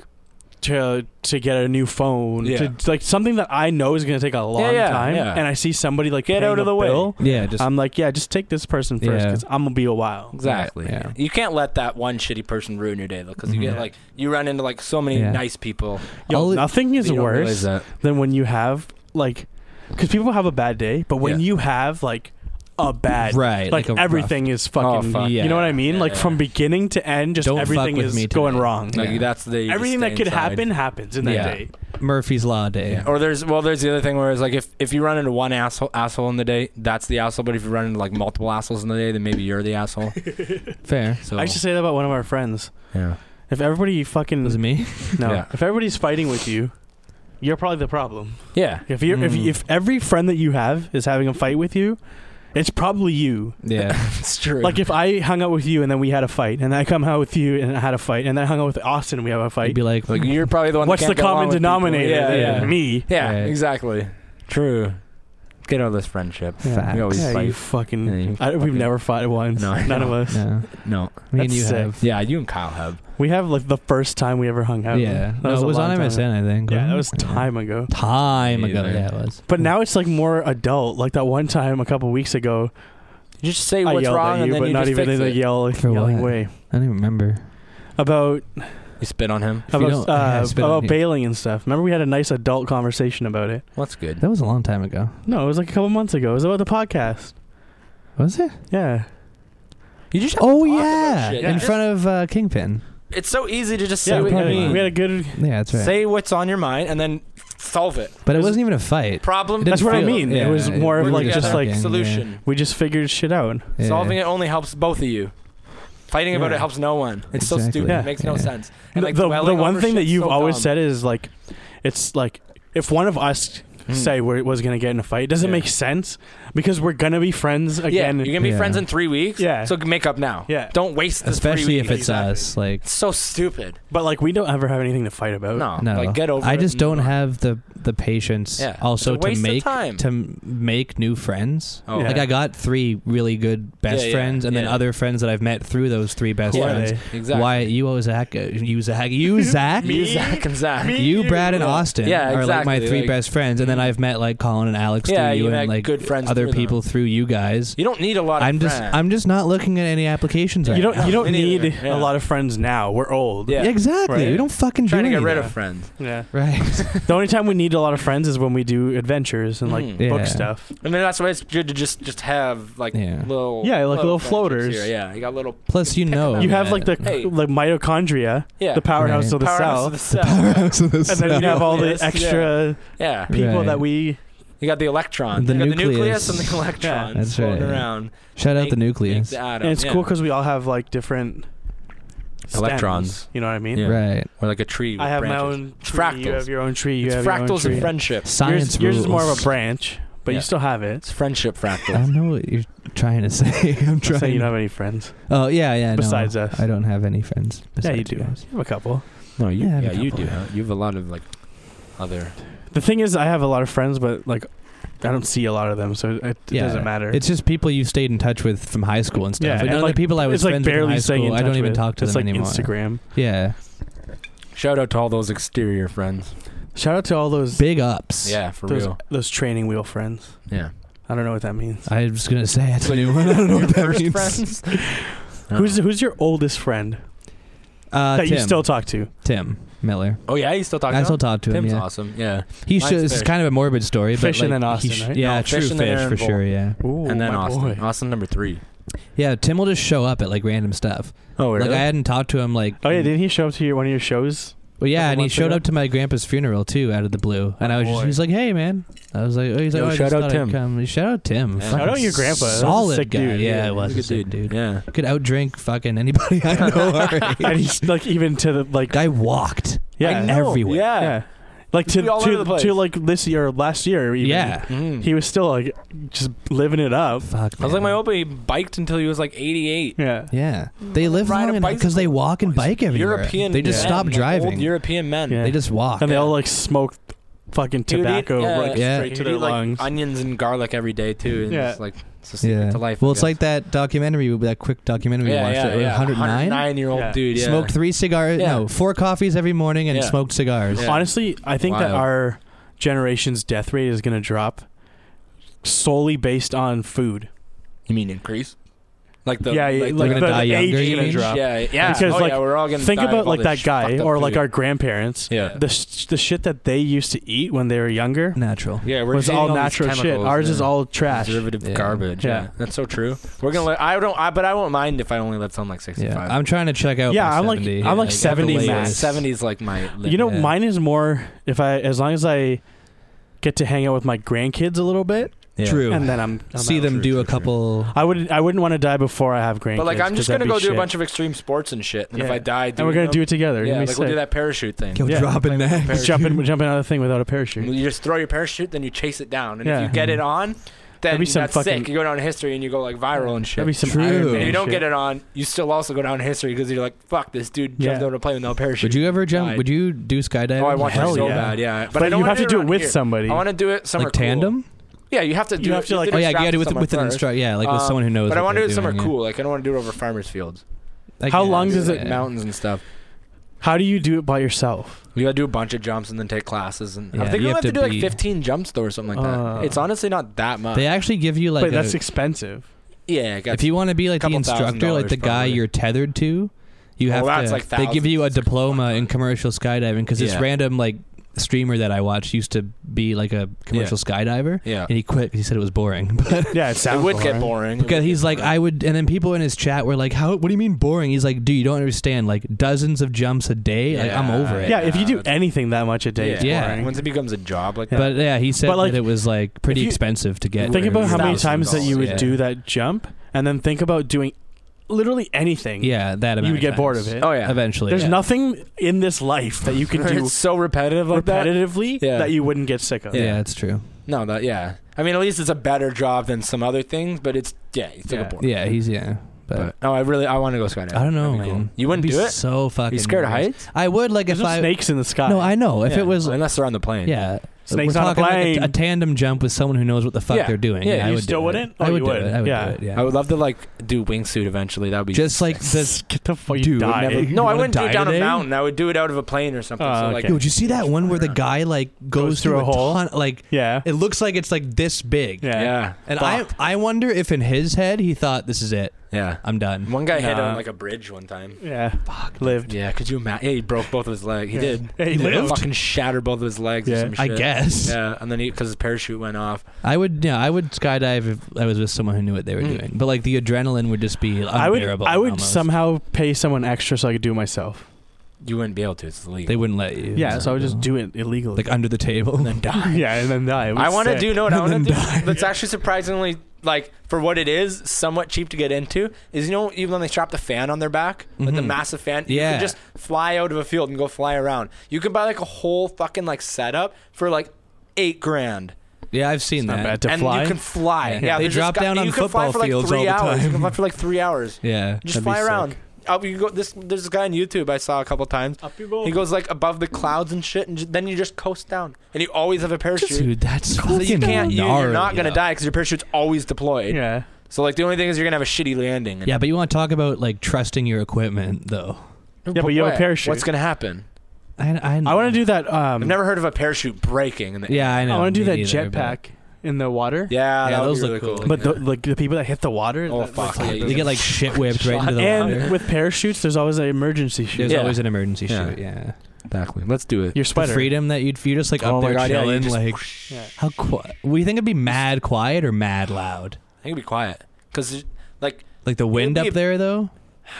[SPEAKER 2] to to get a new phone,
[SPEAKER 1] Yeah.
[SPEAKER 2] to, like something that I know is going to take a long
[SPEAKER 1] yeah,
[SPEAKER 2] time,
[SPEAKER 1] yeah.
[SPEAKER 2] and I see somebody like
[SPEAKER 1] Get
[SPEAKER 2] paying
[SPEAKER 1] out of
[SPEAKER 2] a
[SPEAKER 1] the way.
[SPEAKER 2] bill,
[SPEAKER 3] Yeah, just
[SPEAKER 2] I'm like, yeah, just take this person first
[SPEAKER 3] Yeah.
[SPEAKER 2] because I'm gonna be a while.
[SPEAKER 1] Exactly.
[SPEAKER 3] Yeah.
[SPEAKER 1] You can't let that one shitty person ruin your day though, because you
[SPEAKER 3] Mhm.
[SPEAKER 1] get like you run into like so many
[SPEAKER 3] Yeah.
[SPEAKER 1] nice people.
[SPEAKER 2] Yo,
[SPEAKER 3] I'll-
[SPEAKER 2] nothing is
[SPEAKER 1] that you don't
[SPEAKER 2] worse
[SPEAKER 1] realize that.
[SPEAKER 2] than when you have like, because people have a bad day, but when
[SPEAKER 1] Yeah.
[SPEAKER 2] you have like a bad,
[SPEAKER 3] right,
[SPEAKER 2] like,
[SPEAKER 3] a rough-
[SPEAKER 2] everything is fucking.
[SPEAKER 1] Oh, fuck.
[SPEAKER 3] Yeah.
[SPEAKER 2] You know what I mean?
[SPEAKER 1] Yeah,
[SPEAKER 2] like
[SPEAKER 1] yeah.
[SPEAKER 2] from beginning to end, just
[SPEAKER 3] Don't fuck
[SPEAKER 2] everything
[SPEAKER 3] with
[SPEAKER 2] is
[SPEAKER 3] me
[SPEAKER 2] going
[SPEAKER 3] today.
[SPEAKER 2] wrong.
[SPEAKER 1] Like,
[SPEAKER 3] Yeah.
[SPEAKER 1] that's the day you just
[SPEAKER 2] Everything that
[SPEAKER 1] stay
[SPEAKER 2] could
[SPEAKER 1] inside.
[SPEAKER 2] happen happens in that
[SPEAKER 1] Yeah.
[SPEAKER 2] day.
[SPEAKER 3] Murphy's Law Day.
[SPEAKER 1] Yeah. Or there's well, there's the other thing where it's like if, if you run into one asshole asshole in the day, that's the asshole. But if you run into like multiple assholes in the day, then maybe you're the
[SPEAKER 2] <laughs>
[SPEAKER 1] asshole.
[SPEAKER 3] Fair.
[SPEAKER 1] So
[SPEAKER 2] I used to say that about one of our friends.
[SPEAKER 1] yeah,
[SPEAKER 2] If everybody fucking
[SPEAKER 3] Was it me?
[SPEAKER 2] no,
[SPEAKER 1] Yeah.
[SPEAKER 2] if everybody's fighting with you, you're probably the problem.
[SPEAKER 1] yeah,
[SPEAKER 2] If you if
[SPEAKER 1] Hmm.
[SPEAKER 3] Mm.
[SPEAKER 2] if every friend that you have is having a fight with you, it's probably you.
[SPEAKER 1] <laughs>
[SPEAKER 3] Yeah.
[SPEAKER 1] it's true.
[SPEAKER 2] Like if I hung out with you and then we had a fight, and I come out with you and I had a fight, and then I hung out with Austin and we have a
[SPEAKER 3] I'd
[SPEAKER 2] fight.
[SPEAKER 3] be like,
[SPEAKER 1] Like, you're probably the one. that
[SPEAKER 2] What's the
[SPEAKER 1] can't get along
[SPEAKER 2] common
[SPEAKER 1] with people.
[SPEAKER 2] denominator?
[SPEAKER 1] Yeah,
[SPEAKER 3] yeah.
[SPEAKER 1] yeah,
[SPEAKER 2] Me.
[SPEAKER 1] yeah,
[SPEAKER 3] Right.
[SPEAKER 1] exactly. True. Get out of this friendship.
[SPEAKER 3] Facts.
[SPEAKER 1] We always
[SPEAKER 2] Yeah,
[SPEAKER 1] fight.
[SPEAKER 2] you fucking.
[SPEAKER 1] Yeah, you
[SPEAKER 2] I, we've
[SPEAKER 1] fucking-
[SPEAKER 2] never fought once.
[SPEAKER 1] No, I
[SPEAKER 2] None of
[SPEAKER 1] know.
[SPEAKER 2] us.
[SPEAKER 3] yeah.
[SPEAKER 1] No.
[SPEAKER 3] Me and
[SPEAKER 2] That's
[SPEAKER 3] you
[SPEAKER 2] sick.
[SPEAKER 3] have.
[SPEAKER 1] Yeah, you and Kyle have.
[SPEAKER 2] We have like the first time we ever hung out.
[SPEAKER 3] Yeah.
[SPEAKER 2] that
[SPEAKER 3] No,
[SPEAKER 2] was
[SPEAKER 3] it
[SPEAKER 2] a
[SPEAKER 3] was
[SPEAKER 2] long
[SPEAKER 3] on
[SPEAKER 2] time
[SPEAKER 3] MSN, I think.
[SPEAKER 2] Yeah, that
[SPEAKER 3] wasn't
[SPEAKER 2] was
[SPEAKER 3] it?
[SPEAKER 2] time ago.
[SPEAKER 3] Time
[SPEAKER 1] Me
[SPEAKER 3] ago.
[SPEAKER 1] either.
[SPEAKER 3] Yeah, it was.
[SPEAKER 2] But now it's like more adult. Like that one time a couple weeks ago,
[SPEAKER 1] You just say
[SPEAKER 2] I
[SPEAKER 1] what's
[SPEAKER 2] yelled
[SPEAKER 1] wrong,
[SPEAKER 2] at you,
[SPEAKER 1] and then
[SPEAKER 2] but
[SPEAKER 1] you
[SPEAKER 2] not
[SPEAKER 1] just
[SPEAKER 2] even
[SPEAKER 1] fix
[SPEAKER 2] in a
[SPEAKER 1] it.
[SPEAKER 2] yell,
[SPEAKER 3] For
[SPEAKER 2] yelling
[SPEAKER 3] what?
[SPEAKER 2] way.
[SPEAKER 3] I don't even remember.
[SPEAKER 2] About
[SPEAKER 1] You spit on him.
[SPEAKER 3] you
[SPEAKER 2] about
[SPEAKER 3] don't- yeah,
[SPEAKER 2] uh,
[SPEAKER 3] spit on
[SPEAKER 2] about
[SPEAKER 3] it.
[SPEAKER 2] bailing and stuff. Remember we had a nice adult conversation about it.
[SPEAKER 1] That's good.
[SPEAKER 3] That was a long time ago.
[SPEAKER 2] No, it was like a couple months ago. It was about the podcast.
[SPEAKER 3] Was it?
[SPEAKER 2] Yeah.
[SPEAKER 1] You just have to
[SPEAKER 3] Oh
[SPEAKER 1] talk about
[SPEAKER 3] yeah,
[SPEAKER 1] shit.
[SPEAKER 3] in
[SPEAKER 1] Just-
[SPEAKER 3] front of uh, Kingpin.
[SPEAKER 1] It's so easy to just say
[SPEAKER 2] yeah,
[SPEAKER 1] what
[SPEAKER 2] we,
[SPEAKER 1] you
[SPEAKER 2] had,
[SPEAKER 1] mean.
[SPEAKER 2] we had a good.
[SPEAKER 3] Yeah, that's right.
[SPEAKER 1] Say what's on your mind, and then solve it.
[SPEAKER 3] but it wasn't even a fight.
[SPEAKER 1] Problem.
[SPEAKER 3] Didn't
[SPEAKER 2] That's what I
[SPEAKER 3] feel-
[SPEAKER 2] mean. It
[SPEAKER 3] yeah,
[SPEAKER 2] was more of
[SPEAKER 3] we were
[SPEAKER 2] like just like-
[SPEAKER 3] talking,
[SPEAKER 1] solution.
[SPEAKER 2] We just figured shit out.
[SPEAKER 3] yeah.
[SPEAKER 1] Solving it only helps both of you. Fighting about
[SPEAKER 2] Yeah.
[SPEAKER 1] it helps no one. It's so
[SPEAKER 3] Exactly.
[SPEAKER 1] stupid.
[SPEAKER 2] Yeah.
[SPEAKER 1] It makes no
[SPEAKER 3] Yeah.
[SPEAKER 1] sense.
[SPEAKER 2] The-
[SPEAKER 1] And like
[SPEAKER 2] the the
[SPEAKER 1] dwelling
[SPEAKER 2] one
[SPEAKER 1] over
[SPEAKER 2] thing that
[SPEAKER 1] shit's
[SPEAKER 2] you've
[SPEAKER 1] so
[SPEAKER 2] always
[SPEAKER 1] dumb.
[SPEAKER 2] said is like, it's like if one of us
[SPEAKER 1] Mm.
[SPEAKER 2] say we're, was gonna get in a fight, it doesn't
[SPEAKER 1] Yeah.
[SPEAKER 2] make sense because we're gonna be friends
[SPEAKER 1] yeah,
[SPEAKER 2] again.
[SPEAKER 1] you're gonna be
[SPEAKER 3] Yeah.
[SPEAKER 1] friends in three weeks.
[SPEAKER 2] Yeah.
[SPEAKER 1] So make up now.
[SPEAKER 2] Yeah.
[SPEAKER 1] Don't waste the
[SPEAKER 3] Especially
[SPEAKER 1] three
[SPEAKER 3] if
[SPEAKER 1] weeks.
[SPEAKER 3] it's uh, us. Like
[SPEAKER 1] It's so stupid.
[SPEAKER 2] but like we don't ever have anything to fight about.
[SPEAKER 1] No.
[SPEAKER 3] Oh, no,
[SPEAKER 1] Like get over.
[SPEAKER 3] I
[SPEAKER 1] it
[SPEAKER 3] just
[SPEAKER 1] and
[SPEAKER 3] don't
[SPEAKER 1] move on.
[SPEAKER 3] have the the patience.
[SPEAKER 1] Yeah.
[SPEAKER 3] Also
[SPEAKER 1] It's a
[SPEAKER 3] to
[SPEAKER 1] waste of
[SPEAKER 3] make
[SPEAKER 1] time.
[SPEAKER 3] to m- make new friends.
[SPEAKER 1] Oh.
[SPEAKER 3] Like
[SPEAKER 2] Yeah.
[SPEAKER 3] I got three really good best
[SPEAKER 1] Yeah, yeah,
[SPEAKER 3] friends, and then
[SPEAKER 1] yeah.
[SPEAKER 3] other friends that I've met through those three best
[SPEAKER 2] Who are
[SPEAKER 3] friends.
[SPEAKER 2] they?
[SPEAKER 1] Exactly.
[SPEAKER 3] Wyatt, you, oh, Zach, uh, you, Zach, you,
[SPEAKER 1] <laughs>
[SPEAKER 3] Zach,
[SPEAKER 1] Me, Zach, and Zach.
[SPEAKER 2] Me,
[SPEAKER 3] you, Brad, and
[SPEAKER 2] Yeah.
[SPEAKER 3] Austin
[SPEAKER 1] Yeah,
[SPEAKER 3] are like my
[SPEAKER 1] exactly,
[SPEAKER 3] three
[SPEAKER 1] like- mm.
[SPEAKER 3] best friends, and then I've met like Colin and Alex
[SPEAKER 1] Yeah,
[SPEAKER 3] through you,
[SPEAKER 1] you
[SPEAKER 3] and
[SPEAKER 1] met
[SPEAKER 3] like
[SPEAKER 1] good friends
[SPEAKER 3] other
[SPEAKER 1] through them.
[SPEAKER 3] people through you guys.
[SPEAKER 1] You don't need a lot. Of
[SPEAKER 3] I'm just,
[SPEAKER 1] friends.
[SPEAKER 3] I'm just not looking at any applications.
[SPEAKER 2] You
[SPEAKER 3] right
[SPEAKER 2] don't
[SPEAKER 3] now.
[SPEAKER 2] you don't
[SPEAKER 1] Me
[SPEAKER 2] need
[SPEAKER 1] neither. Yeah.
[SPEAKER 2] a lot of friends now. We're old.
[SPEAKER 1] Yeah.
[SPEAKER 3] exactly.
[SPEAKER 2] Right.
[SPEAKER 3] We don't fucking
[SPEAKER 1] trying to
[SPEAKER 3] do
[SPEAKER 1] get
[SPEAKER 3] any
[SPEAKER 1] rid
[SPEAKER 3] that.
[SPEAKER 1] of friends.
[SPEAKER 2] Yeah.
[SPEAKER 3] Right.
[SPEAKER 2] <laughs>
[SPEAKER 3] <laughs>
[SPEAKER 2] the only time we need a lot of friends is when we do adventures and like
[SPEAKER 1] Mm.
[SPEAKER 3] Yeah.
[SPEAKER 2] book stuff.
[SPEAKER 1] I mean, that's why it's good to just just have like
[SPEAKER 3] Yeah.
[SPEAKER 1] little
[SPEAKER 2] Yeah, like little
[SPEAKER 1] friendships
[SPEAKER 2] floaters.
[SPEAKER 1] Here. Yeah, you got little
[SPEAKER 3] Plus, you know,
[SPEAKER 2] You have like the
[SPEAKER 1] Oh, Hey.
[SPEAKER 2] like mitochondria,
[SPEAKER 1] yeah
[SPEAKER 2] the powerhouse
[SPEAKER 3] Right.
[SPEAKER 2] of the
[SPEAKER 1] powerhouse
[SPEAKER 2] cell,
[SPEAKER 1] of the
[SPEAKER 3] <laughs>
[SPEAKER 1] cell.
[SPEAKER 2] and then you have all
[SPEAKER 1] <laughs>
[SPEAKER 2] the
[SPEAKER 1] Yes, yeah.
[SPEAKER 2] extra
[SPEAKER 1] <laughs> yeah,
[SPEAKER 2] people
[SPEAKER 3] Right.
[SPEAKER 2] that we.
[SPEAKER 1] you got the electron,
[SPEAKER 3] The
[SPEAKER 1] you got the
[SPEAKER 3] nucleus.
[SPEAKER 1] nucleus and the <laughs> electrons
[SPEAKER 3] that's
[SPEAKER 1] floating
[SPEAKER 3] right.
[SPEAKER 1] around.
[SPEAKER 3] Shout out
[SPEAKER 1] Make-
[SPEAKER 3] the
[SPEAKER 1] Make
[SPEAKER 3] nucleus.
[SPEAKER 1] the atom.
[SPEAKER 2] And it's
[SPEAKER 1] yeah.
[SPEAKER 2] cool because we all have like different stems,
[SPEAKER 1] Electrons.
[SPEAKER 2] you know what I mean?
[SPEAKER 1] Yeah.
[SPEAKER 3] Right.
[SPEAKER 1] Or like a tree. With
[SPEAKER 2] I have my
[SPEAKER 1] branches.
[SPEAKER 2] own
[SPEAKER 1] It's
[SPEAKER 2] tree. You
[SPEAKER 1] fractals.
[SPEAKER 2] have your own tree. You
[SPEAKER 1] It's
[SPEAKER 2] have
[SPEAKER 1] fractals
[SPEAKER 2] your own
[SPEAKER 1] and
[SPEAKER 2] tree.
[SPEAKER 1] friendship.
[SPEAKER 3] Science
[SPEAKER 2] yours, yours is more of
[SPEAKER 3] rules.
[SPEAKER 2] a branch, but you
[SPEAKER 1] Yeah.
[SPEAKER 2] still have it.
[SPEAKER 1] It's friendship
[SPEAKER 3] I
[SPEAKER 1] fractals.
[SPEAKER 3] know what you're trying to <laughs> say. I'm
[SPEAKER 2] So
[SPEAKER 3] trying.
[SPEAKER 2] you don't have any friends.
[SPEAKER 3] oh yeah, yeah. no.
[SPEAKER 2] Besides us.
[SPEAKER 3] I don't have any friends.
[SPEAKER 2] Yeah,
[SPEAKER 3] Besides
[SPEAKER 2] you do. You
[SPEAKER 3] guys.
[SPEAKER 2] have a couple.
[SPEAKER 1] no, you
[SPEAKER 3] Yeah, I
[SPEAKER 1] yeah,
[SPEAKER 3] have a
[SPEAKER 1] you
[SPEAKER 3] couple.
[SPEAKER 1] do. Huh? You have a lot of like other.
[SPEAKER 2] The thing is, I have a lot of friends, but like, I don't see a lot of them, so it, it
[SPEAKER 3] Yeah,
[SPEAKER 2] doesn't matter.
[SPEAKER 3] It's just people you stayed in touch with from high school and stuff.
[SPEAKER 2] Yeah,
[SPEAKER 3] But
[SPEAKER 2] and,
[SPEAKER 3] none of
[SPEAKER 2] like,
[SPEAKER 3] the people I
[SPEAKER 2] it's
[SPEAKER 3] was
[SPEAKER 2] like
[SPEAKER 3] friends with in
[SPEAKER 2] barely
[SPEAKER 3] high
[SPEAKER 2] staying.
[SPEAKER 3] school,
[SPEAKER 2] in
[SPEAKER 3] I
[SPEAKER 2] touch
[SPEAKER 3] don't even
[SPEAKER 2] with.
[SPEAKER 3] talk to
[SPEAKER 2] it's
[SPEAKER 3] them
[SPEAKER 2] like
[SPEAKER 3] anymore.
[SPEAKER 2] Instagram.
[SPEAKER 3] Yeah.
[SPEAKER 1] Shout out to all those exterior friends.
[SPEAKER 2] Shout out to all those
[SPEAKER 3] Big ups.
[SPEAKER 1] Yeah, for
[SPEAKER 2] those
[SPEAKER 1] real.
[SPEAKER 2] those training wheel friends.
[SPEAKER 1] Yeah.
[SPEAKER 2] I don't know what that means.
[SPEAKER 3] I was gonna say it's a <laughs> new one. I don't know what that means.
[SPEAKER 1] friends.
[SPEAKER 2] Who's who's your oldest friend
[SPEAKER 3] <laughs> Uh,
[SPEAKER 2] that
[SPEAKER 3] Tim.
[SPEAKER 2] you still talk to?
[SPEAKER 3] Tim Miller.
[SPEAKER 1] Oh yeah, you still talking?
[SPEAKER 3] I still
[SPEAKER 1] to
[SPEAKER 3] talk to
[SPEAKER 1] him?
[SPEAKER 3] him.
[SPEAKER 1] Tim's
[SPEAKER 3] yeah.
[SPEAKER 1] awesome. Yeah.
[SPEAKER 3] He
[SPEAKER 1] Mine's
[SPEAKER 3] should. It's
[SPEAKER 1] Fish.
[SPEAKER 3] kind of a morbid story, but
[SPEAKER 2] Fish
[SPEAKER 3] like,
[SPEAKER 2] and then
[SPEAKER 3] he
[SPEAKER 2] Austin,
[SPEAKER 3] sh-
[SPEAKER 2] right?
[SPEAKER 3] Yeah,
[SPEAKER 1] No,
[SPEAKER 3] true
[SPEAKER 1] Fish
[SPEAKER 3] fish,
[SPEAKER 1] and then Aaron
[SPEAKER 3] for
[SPEAKER 1] Bull.
[SPEAKER 3] sure. Yeah,
[SPEAKER 2] Ooh,
[SPEAKER 1] and then
[SPEAKER 2] my
[SPEAKER 1] Austin.
[SPEAKER 2] boy.
[SPEAKER 1] Austin number three.
[SPEAKER 3] yeah. Tim will just show up at like random stuff.
[SPEAKER 1] Oh,
[SPEAKER 3] Like I hadn't talked to him like.
[SPEAKER 2] Oh yeah, didn't he show up to your, one of your shows?
[SPEAKER 3] Well, yeah,
[SPEAKER 2] couple
[SPEAKER 3] and he
[SPEAKER 2] months
[SPEAKER 3] showed
[SPEAKER 2] ago?
[SPEAKER 3] up to my grandpa's funeral too, out of the blue. And I was just,
[SPEAKER 2] boy.
[SPEAKER 3] he was like, "Hey, man." I was like, "Oh, he's like,
[SPEAKER 1] Yo,
[SPEAKER 3] oh, I
[SPEAKER 1] shout
[SPEAKER 3] just
[SPEAKER 1] out
[SPEAKER 3] thought I'd
[SPEAKER 1] Tim.
[SPEAKER 3] come." Shout out Tim.
[SPEAKER 1] Yeah.
[SPEAKER 3] Fucking
[SPEAKER 2] Shout out your grandpa. That was a
[SPEAKER 3] Solid
[SPEAKER 2] sick
[SPEAKER 3] guy.
[SPEAKER 2] dude.
[SPEAKER 3] Yeah,
[SPEAKER 2] Yeah,
[SPEAKER 3] it was a sick dude.
[SPEAKER 1] Yeah.
[SPEAKER 3] Could outdrink fucking anybody
[SPEAKER 1] <laughs>
[SPEAKER 3] I know.
[SPEAKER 2] and
[SPEAKER 3] already.
[SPEAKER 2] he's like even to the like
[SPEAKER 3] Guy walked.
[SPEAKER 2] yeah
[SPEAKER 3] know. everywhere.
[SPEAKER 1] Yeah.
[SPEAKER 2] yeah like to
[SPEAKER 1] Be all over
[SPEAKER 2] to,
[SPEAKER 1] the place.
[SPEAKER 2] to like this year or last year even,
[SPEAKER 3] Yeah.
[SPEAKER 1] Mhm.
[SPEAKER 2] he was still like just living it up
[SPEAKER 3] Fuck.
[SPEAKER 1] I was like my
[SPEAKER 3] man.
[SPEAKER 1] opa. He biked until he was like 88.
[SPEAKER 2] yeah
[SPEAKER 3] Yeah, they live
[SPEAKER 1] Ride a
[SPEAKER 3] long enough because they
[SPEAKER 1] bicycle.
[SPEAKER 3] walk and bike everywhere.
[SPEAKER 1] European.
[SPEAKER 3] They just
[SPEAKER 1] men, like,
[SPEAKER 3] stop
[SPEAKER 1] old
[SPEAKER 3] driving.
[SPEAKER 1] European men.
[SPEAKER 2] Yeah.
[SPEAKER 3] They just walk.
[SPEAKER 2] and they
[SPEAKER 1] Yeah.
[SPEAKER 2] all like smoked fucking
[SPEAKER 1] Dude, eat-
[SPEAKER 2] tobacco
[SPEAKER 1] yeah,
[SPEAKER 2] right
[SPEAKER 3] yeah.
[SPEAKER 2] straight to
[SPEAKER 1] You'd
[SPEAKER 2] their
[SPEAKER 1] eat, like,
[SPEAKER 2] lungs.
[SPEAKER 1] onions and garlic every day too. And
[SPEAKER 2] Yeah.
[SPEAKER 1] yeah, like it's a secret to life. I
[SPEAKER 3] well, it's
[SPEAKER 1] guess.
[SPEAKER 3] like that documentary, that quick documentary we
[SPEAKER 1] yeah,
[SPEAKER 3] watched.
[SPEAKER 1] yeah,
[SPEAKER 3] that,
[SPEAKER 1] yeah.
[SPEAKER 3] 109?
[SPEAKER 1] year old
[SPEAKER 2] Yeah.
[SPEAKER 1] dude. Yeah.
[SPEAKER 3] Smoked three cigars,
[SPEAKER 1] Yeah.
[SPEAKER 3] no, four coffees every morning and
[SPEAKER 1] Yeah.
[SPEAKER 3] smoked cigars.
[SPEAKER 1] Yeah.
[SPEAKER 2] Honestly, I think that
[SPEAKER 1] Wild.
[SPEAKER 2] our generation's death rate is going to drop solely based on food.
[SPEAKER 1] You mean increase? Like the
[SPEAKER 2] yeah,
[SPEAKER 1] like,
[SPEAKER 2] like
[SPEAKER 3] gonna
[SPEAKER 2] the, the
[SPEAKER 3] die
[SPEAKER 2] age
[SPEAKER 3] younger,
[SPEAKER 2] is
[SPEAKER 3] you
[SPEAKER 2] going to
[SPEAKER 3] mean?
[SPEAKER 2] drop.
[SPEAKER 1] Yeah, yeah.
[SPEAKER 2] Because,
[SPEAKER 1] oh,
[SPEAKER 2] like,
[SPEAKER 1] yeah, we're all gonna
[SPEAKER 2] Think
[SPEAKER 1] die of
[SPEAKER 2] about
[SPEAKER 1] all
[SPEAKER 2] like
[SPEAKER 1] this
[SPEAKER 2] that guy
[SPEAKER 1] fucked up
[SPEAKER 2] or like
[SPEAKER 1] food.
[SPEAKER 2] our grandparents.
[SPEAKER 1] yeah,
[SPEAKER 2] The sh- the shit that they used to eat when they were younger
[SPEAKER 3] Natural.
[SPEAKER 1] yeah. We're
[SPEAKER 2] was
[SPEAKER 1] just
[SPEAKER 2] all
[SPEAKER 1] eating these
[SPEAKER 2] natural shit.
[SPEAKER 1] chemicals,
[SPEAKER 2] Ours is
[SPEAKER 1] yeah.
[SPEAKER 2] all trash.
[SPEAKER 1] derivative
[SPEAKER 3] Yeah.
[SPEAKER 1] garbage.
[SPEAKER 2] Yeah.
[SPEAKER 1] Yeah. that's so true. We're gonna. Let, I don't. I, but I won't mind if I only live something like
[SPEAKER 3] Yeah,
[SPEAKER 1] sixty-five.
[SPEAKER 3] I'm trying to check out.
[SPEAKER 2] Yeah,
[SPEAKER 3] my
[SPEAKER 2] I'm like-
[SPEAKER 3] 70.
[SPEAKER 2] I'm like
[SPEAKER 3] I got the
[SPEAKER 2] 70
[SPEAKER 3] latest.
[SPEAKER 2] max.
[SPEAKER 1] Seventies like my. Limit.
[SPEAKER 2] You know,
[SPEAKER 3] Yeah.
[SPEAKER 2] mine is more if I as long as I get to hang out with my grandkids a little bit,
[SPEAKER 1] Yeah.
[SPEAKER 3] True.
[SPEAKER 2] and then I'm, I'm
[SPEAKER 3] See
[SPEAKER 2] out.
[SPEAKER 3] them
[SPEAKER 1] true,
[SPEAKER 3] do
[SPEAKER 1] true,
[SPEAKER 3] a
[SPEAKER 1] true.
[SPEAKER 3] couple.
[SPEAKER 2] I would I wouldn't want to die before I have grandkids.
[SPEAKER 1] But like, I'm
[SPEAKER 2] 'cause
[SPEAKER 1] just
[SPEAKER 2] that'd
[SPEAKER 1] gonna
[SPEAKER 2] be
[SPEAKER 1] go do
[SPEAKER 2] shit.
[SPEAKER 1] a bunch of extreme sports and shit. And
[SPEAKER 2] Yeah.
[SPEAKER 1] if I die,
[SPEAKER 2] and we're gonna do it together.
[SPEAKER 1] Yeah,
[SPEAKER 2] Yeah,
[SPEAKER 1] like we'll do that parachute thing.
[SPEAKER 3] Yo,
[SPEAKER 2] Yeah.
[SPEAKER 3] drop it
[SPEAKER 1] Like,
[SPEAKER 3] next.
[SPEAKER 1] parachute.
[SPEAKER 2] Jump in, jump in another thing without a parachute.
[SPEAKER 1] You just throw your parachute, then you chase it down, and
[SPEAKER 2] Yeah.
[SPEAKER 1] if you get it on, then
[SPEAKER 2] That'd be some
[SPEAKER 1] that's
[SPEAKER 2] fucking-
[SPEAKER 1] sick. You go down in history and you go like viral and shit.
[SPEAKER 2] That'd be some
[SPEAKER 3] True.
[SPEAKER 2] Iron Man
[SPEAKER 1] and if you don't
[SPEAKER 2] shit.
[SPEAKER 1] get it on, you still also go down in history because you're like, fuck, this dude jumped
[SPEAKER 2] Yeah.
[SPEAKER 1] over to play with no parachute.
[SPEAKER 3] Would you ever jump?
[SPEAKER 1] Died.
[SPEAKER 3] Would you do skydiving?
[SPEAKER 1] Oh, I want
[SPEAKER 2] Hell
[SPEAKER 1] to so
[SPEAKER 2] yeah.
[SPEAKER 1] bad, yeah. But,
[SPEAKER 2] But,
[SPEAKER 1] I don't
[SPEAKER 2] you
[SPEAKER 1] wanna
[SPEAKER 2] have to
[SPEAKER 1] it
[SPEAKER 2] do it
[SPEAKER 1] around
[SPEAKER 2] with
[SPEAKER 1] here.
[SPEAKER 2] somebody.
[SPEAKER 1] I want to do it somewhere
[SPEAKER 3] like
[SPEAKER 1] cool.
[SPEAKER 3] tandem.
[SPEAKER 1] Yeah, you have to.
[SPEAKER 2] You
[SPEAKER 1] do
[SPEAKER 2] have
[SPEAKER 1] it-
[SPEAKER 2] to, like-
[SPEAKER 1] do
[SPEAKER 3] Oh
[SPEAKER 1] it
[SPEAKER 3] yeah, you gotta
[SPEAKER 1] strapped
[SPEAKER 3] do
[SPEAKER 1] to
[SPEAKER 3] it with,
[SPEAKER 1] someone
[SPEAKER 3] with an
[SPEAKER 1] first.
[SPEAKER 3] instructor. Yeah, like with
[SPEAKER 1] Um,
[SPEAKER 3] someone who knows.
[SPEAKER 1] But I want
[SPEAKER 3] want to
[SPEAKER 1] to do it somewhere cool. Like I don't want to do it over farmers' fields.
[SPEAKER 2] How long does it-
[SPEAKER 1] Like mountains and stuff.
[SPEAKER 2] How do you do it by yourself?
[SPEAKER 1] You gotta do a bunch of jumps and then take classes. And
[SPEAKER 3] Yeah,
[SPEAKER 1] I think
[SPEAKER 3] you
[SPEAKER 1] you
[SPEAKER 3] have
[SPEAKER 1] have to,
[SPEAKER 3] to
[SPEAKER 1] do
[SPEAKER 3] be-
[SPEAKER 1] like 15 jumps though, or something like
[SPEAKER 2] Uh,
[SPEAKER 1] that. It's honestly not that much.
[SPEAKER 3] They actually give you like.
[SPEAKER 2] but that's
[SPEAKER 1] <laughs>
[SPEAKER 3] a-
[SPEAKER 2] expensive.
[SPEAKER 1] yeah, I guess.
[SPEAKER 3] if you want to be like the
[SPEAKER 1] couple thousand
[SPEAKER 3] instructor, like the
[SPEAKER 1] dollars
[SPEAKER 3] guy
[SPEAKER 1] probably.
[SPEAKER 3] you're tethered to, you
[SPEAKER 1] Oh,
[SPEAKER 3] have
[SPEAKER 1] that's
[SPEAKER 3] to.
[SPEAKER 1] like
[SPEAKER 3] they give you a
[SPEAKER 1] thousands.
[SPEAKER 3] diploma in commercial skydiving because this
[SPEAKER 1] Yeah.
[SPEAKER 3] random like streamer that I watched used to be like a commercial skydiver,
[SPEAKER 1] yeah,
[SPEAKER 3] and he quit 'cause he said it was boring. <laughs> But
[SPEAKER 2] Yeah, it
[SPEAKER 1] it
[SPEAKER 2] sounds.
[SPEAKER 1] would get
[SPEAKER 2] boring.
[SPEAKER 1] boring. It
[SPEAKER 3] because
[SPEAKER 1] would
[SPEAKER 3] he's
[SPEAKER 1] get
[SPEAKER 3] like,
[SPEAKER 1] boring.
[SPEAKER 3] I would, and then people in his chat were like, "How? What do you mean boring?" He's like, "Dude, you don't understand. Like dozens of jumps a day. Like I'm
[SPEAKER 1] Yeah.
[SPEAKER 3] over it."
[SPEAKER 2] Yeah, if you do
[SPEAKER 1] that's-
[SPEAKER 2] anything that much a day, it's
[SPEAKER 3] Yeah.
[SPEAKER 2] boring.
[SPEAKER 1] Once it becomes a job like that.
[SPEAKER 3] But yeah, he said
[SPEAKER 2] But, like,
[SPEAKER 3] that it was like pretty
[SPEAKER 2] if you-
[SPEAKER 3] expensive to get.
[SPEAKER 2] Think
[SPEAKER 3] where
[SPEAKER 2] about
[SPEAKER 3] he
[SPEAKER 2] how many
[SPEAKER 3] was.
[SPEAKER 2] times that you would
[SPEAKER 3] Yeah.
[SPEAKER 2] do that jump, and then think about doing literally anything.
[SPEAKER 3] Yeah, that amount
[SPEAKER 2] you would
[SPEAKER 3] of
[SPEAKER 2] get bored of
[SPEAKER 3] times.
[SPEAKER 2] it.
[SPEAKER 1] oh yeah,
[SPEAKER 3] Eventually,
[SPEAKER 2] There's
[SPEAKER 3] yeah.
[SPEAKER 2] nothing in this life that you
[SPEAKER 3] <laughs>
[SPEAKER 2] can
[SPEAKER 1] <laughs>
[SPEAKER 2] do
[SPEAKER 1] it's so repetitive like that.
[SPEAKER 2] repetitively
[SPEAKER 1] Yeah.
[SPEAKER 2] that you wouldn't get sick of.
[SPEAKER 3] Yeah,
[SPEAKER 1] Yeah.
[SPEAKER 3] it's true.
[SPEAKER 1] No, that yeah. I mean, at least it's a better job than some other things, but it's yeah, it's still
[SPEAKER 2] Yeah.
[SPEAKER 1] a boring.
[SPEAKER 3] Yeah, he's yeah, but,
[SPEAKER 1] But no, I really I want to go skydiving.
[SPEAKER 3] I don't know,
[SPEAKER 1] That'd be cool.
[SPEAKER 3] man.
[SPEAKER 1] You wouldn't
[SPEAKER 3] I'd be
[SPEAKER 1] do it?
[SPEAKER 3] So fucking.
[SPEAKER 1] You scared of
[SPEAKER 3] nervous.
[SPEAKER 1] heights?
[SPEAKER 3] I would like
[SPEAKER 2] There's
[SPEAKER 3] if
[SPEAKER 2] no
[SPEAKER 3] I.
[SPEAKER 2] snakes in the sky.
[SPEAKER 3] No, I know. If
[SPEAKER 1] Yeah.
[SPEAKER 3] it was,
[SPEAKER 1] unless they're on the plane.
[SPEAKER 3] yeah,
[SPEAKER 2] Snakes
[SPEAKER 3] we're
[SPEAKER 2] on a
[SPEAKER 3] talking Like
[SPEAKER 2] plane.
[SPEAKER 3] a, a tandem jump with someone who knows what the fuck
[SPEAKER 1] Yeah.
[SPEAKER 3] they're doing.
[SPEAKER 1] Yeah,
[SPEAKER 3] Yeah, I
[SPEAKER 1] you
[SPEAKER 3] would
[SPEAKER 2] still
[SPEAKER 3] do it.
[SPEAKER 2] wouldn't? Oh,
[SPEAKER 3] I would
[SPEAKER 2] you
[SPEAKER 3] do
[SPEAKER 2] would.
[SPEAKER 3] it. I would
[SPEAKER 2] Yeah.
[SPEAKER 3] do it. Yeah,
[SPEAKER 1] I would love to like do wingsuit eventually. That would be
[SPEAKER 3] just like
[SPEAKER 1] sick.
[SPEAKER 3] this.
[SPEAKER 2] <laughs> get the fuck
[SPEAKER 3] Dude,
[SPEAKER 2] you
[SPEAKER 3] would
[SPEAKER 2] die.
[SPEAKER 1] Never-
[SPEAKER 3] You <laughs>
[SPEAKER 1] no, I
[SPEAKER 3] wanna
[SPEAKER 1] wouldn't do
[SPEAKER 3] die
[SPEAKER 1] it down
[SPEAKER 3] today?
[SPEAKER 1] a mountain. I would do it out of a plane or something.
[SPEAKER 2] Oh,
[SPEAKER 1] so like
[SPEAKER 2] okay.
[SPEAKER 3] Yo, did you see that one where the guy like goes,
[SPEAKER 2] through a hole?
[SPEAKER 3] Ton, like
[SPEAKER 2] yeah.
[SPEAKER 3] it looks like it's like this big.
[SPEAKER 2] Yeah.
[SPEAKER 1] yeah,
[SPEAKER 3] And I, I wonder if in his head he thought this is it.
[SPEAKER 1] yeah.
[SPEAKER 3] I'm done.
[SPEAKER 1] One guy hit
[SPEAKER 2] Nah.
[SPEAKER 1] on like a bridge one time.
[SPEAKER 2] Yeah. Fuck. Lived.
[SPEAKER 1] Yeah, could you imagine? Yeah, he broke both of his legs. He
[SPEAKER 2] Yeah.
[SPEAKER 1] did.
[SPEAKER 2] Yeah, he lived?
[SPEAKER 1] Fucking shattered both of his legs.
[SPEAKER 2] Yeah.
[SPEAKER 1] or some
[SPEAKER 3] I
[SPEAKER 1] shit.
[SPEAKER 3] guess.
[SPEAKER 1] Yeah, and then he because his parachute went off.
[SPEAKER 3] I would. Yeah, I would skydive if I was with someone who knew what they were
[SPEAKER 1] Mm.
[SPEAKER 3] doing. But like the adrenaline would just be
[SPEAKER 2] I would.
[SPEAKER 3] unbearable.
[SPEAKER 2] I would
[SPEAKER 3] almost.
[SPEAKER 2] somehow pay someone extra so I could do it myself.
[SPEAKER 1] You wouldn't be able to. It's illegal.
[SPEAKER 3] They wouldn't let you.
[SPEAKER 2] Yeah. So I would just do it illegally.
[SPEAKER 3] like under the table.
[SPEAKER 1] and then die.
[SPEAKER 2] <laughs> yeah, and then die. It was
[SPEAKER 1] I want to
[SPEAKER 2] sick.
[SPEAKER 1] do no, what I
[SPEAKER 3] And
[SPEAKER 1] want to
[SPEAKER 3] then
[SPEAKER 1] do. That's actually surprisingly like for what it is, somewhat cheap to get into. Is you know even when they strap the fan on their back, like the
[SPEAKER 3] Mhm.
[SPEAKER 1] massive fan, you
[SPEAKER 3] Yeah.
[SPEAKER 1] can just fly out of a field and go fly around. You can buy like a whole fucking like setup for like eight grand.
[SPEAKER 3] <laughs> Yeah, I've seen
[SPEAKER 2] Not
[SPEAKER 3] that.
[SPEAKER 2] bad to
[SPEAKER 1] and
[SPEAKER 2] fly.
[SPEAKER 1] you can fly.
[SPEAKER 3] Yeah.
[SPEAKER 1] Yeah,
[SPEAKER 3] They
[SPEAKER 1] there's
[SPEAKER 3] drop
[SPEAKER 1] this guy-
[SPEAKER 3] down on
[SPEAKER 1] you can fly
[SPEAKER 3] football
[SPEAKER 1] for like
[SPEAKER 3] fields
[SPEAKER 1] three
[SPEAKER 3] all the
[SPEAKER 1] hours. You
[SPEAKER 3] time.
[SPEAKER 1] can fly for like three hours.
[SPEAKER 3] Yeah.
[SPEAKER 1] Just
[SPEAKER 2] That'd be
[SPEAKER 1] fly
[SPEAKER 2] sick.
[SPEAKER 1] around. Uh, you go. This there's this guy on YouTube I saw a couple times.
[SPEAKER 2] Up you go.
[SPEAKER 1] He goes like above the clouds and shit, and j- then you just coast down, and you always have a parachute.
[SPEAKER 3] Dude, that's
[SPEAKER 1] So you
[SPEAKER 3] fucking
[SPEAKER 1] can't. You,
[SPEAKER 3] gnarly,
[SPEAKER 1] you're not gonna
[SPEAKER 3] though.
[SPEAKER 1] die because your parachute's always deployed.
[SPEAKER 2] Yeah.
[SPEAKER 1] So like the only thing is you're gonna have a shitty landing.
[SPEAKER 3] Yeah, but you want to talk about like trusting your equipment though.
[SPEAKER 2] Yeah, but you have a
[SPEAKER 1] what-
[SPEAKER 2] parachute.
[SPEAKER 1] What's gonna happen?
[SPEAKER 3] I
[SPEAKER 2] I want to do that. Um.
[SPEAKER 1] I've never heard of a parachute breaking. In the
[SPEAKER 3] <laughs> Yeah, I know.
[SPEAKER 2] I want to do that
[SPEAKER 3] me neither, but-
[SPEAKER 2] jetpack in the water.
[SPEAKER 1] Yeah,
[SPEAKER 3] Yeah,
[SPEAKER 1] that
[SPEAKER 3] those
[SPEAKER 1] would be
[SPEAKER 3] look
[SPEAKER 1] really
[SPEAKER 3] cool.
[SPEAKER 1] cool.
[SPEAKER 2] But
[SPEAKER 1] yeah.
[SPEAKER 2] the, like the people that hit the water.
[SPEAKER 1] Oh,
[SPEAKER 2] that-
[SPEAKER 1] fuck,
[SPEAKER 2] that's-
[SPEAKER 1] yeah,
[SPEAKER 3] They get like shit whipped right into the
[SPEAKER 2] and
[SPEAKER 3] water.
[SPEAKER 2] with parachutes, there's always an emergency chute.
[SPEAKER 3] There's
[SPEAKER 1] Yeah.
[SPEAKER 3] always an emergency
[SPEAKER 1] Yeah.
[SPEAKER 3] shoot. Yeah.
[SPEAKER 1] exactly. Let's do it.
[SPEAKER 2] Your
[SPEAKER 3] The
[SPEAKER 2] sweater.
[SPEAKER 3] freedom that you'd you're just like
[SPEAKER 1] oh
[SPEAKER 3] up
[SPEAKER 1] my
[SPEAKER 3] there
[SPEAKER 1] god, yeah, you
[SPEAKER 3] chilling
[SPEAKER 1] just,
[SPEAKER 3] like
[SPEAKER 2] Yeah.
[SPEAKER 3] how quiet. We think it'd be mad quiet or mad loud.
[SPEAKER 1] I think it'd be quiet because like
[SPEAKER 3] Like the wind
[SPEAKER 1] be
[SPEAKER 3] up
[SPEAKER 1] a-
[SPEAKER 3] there though,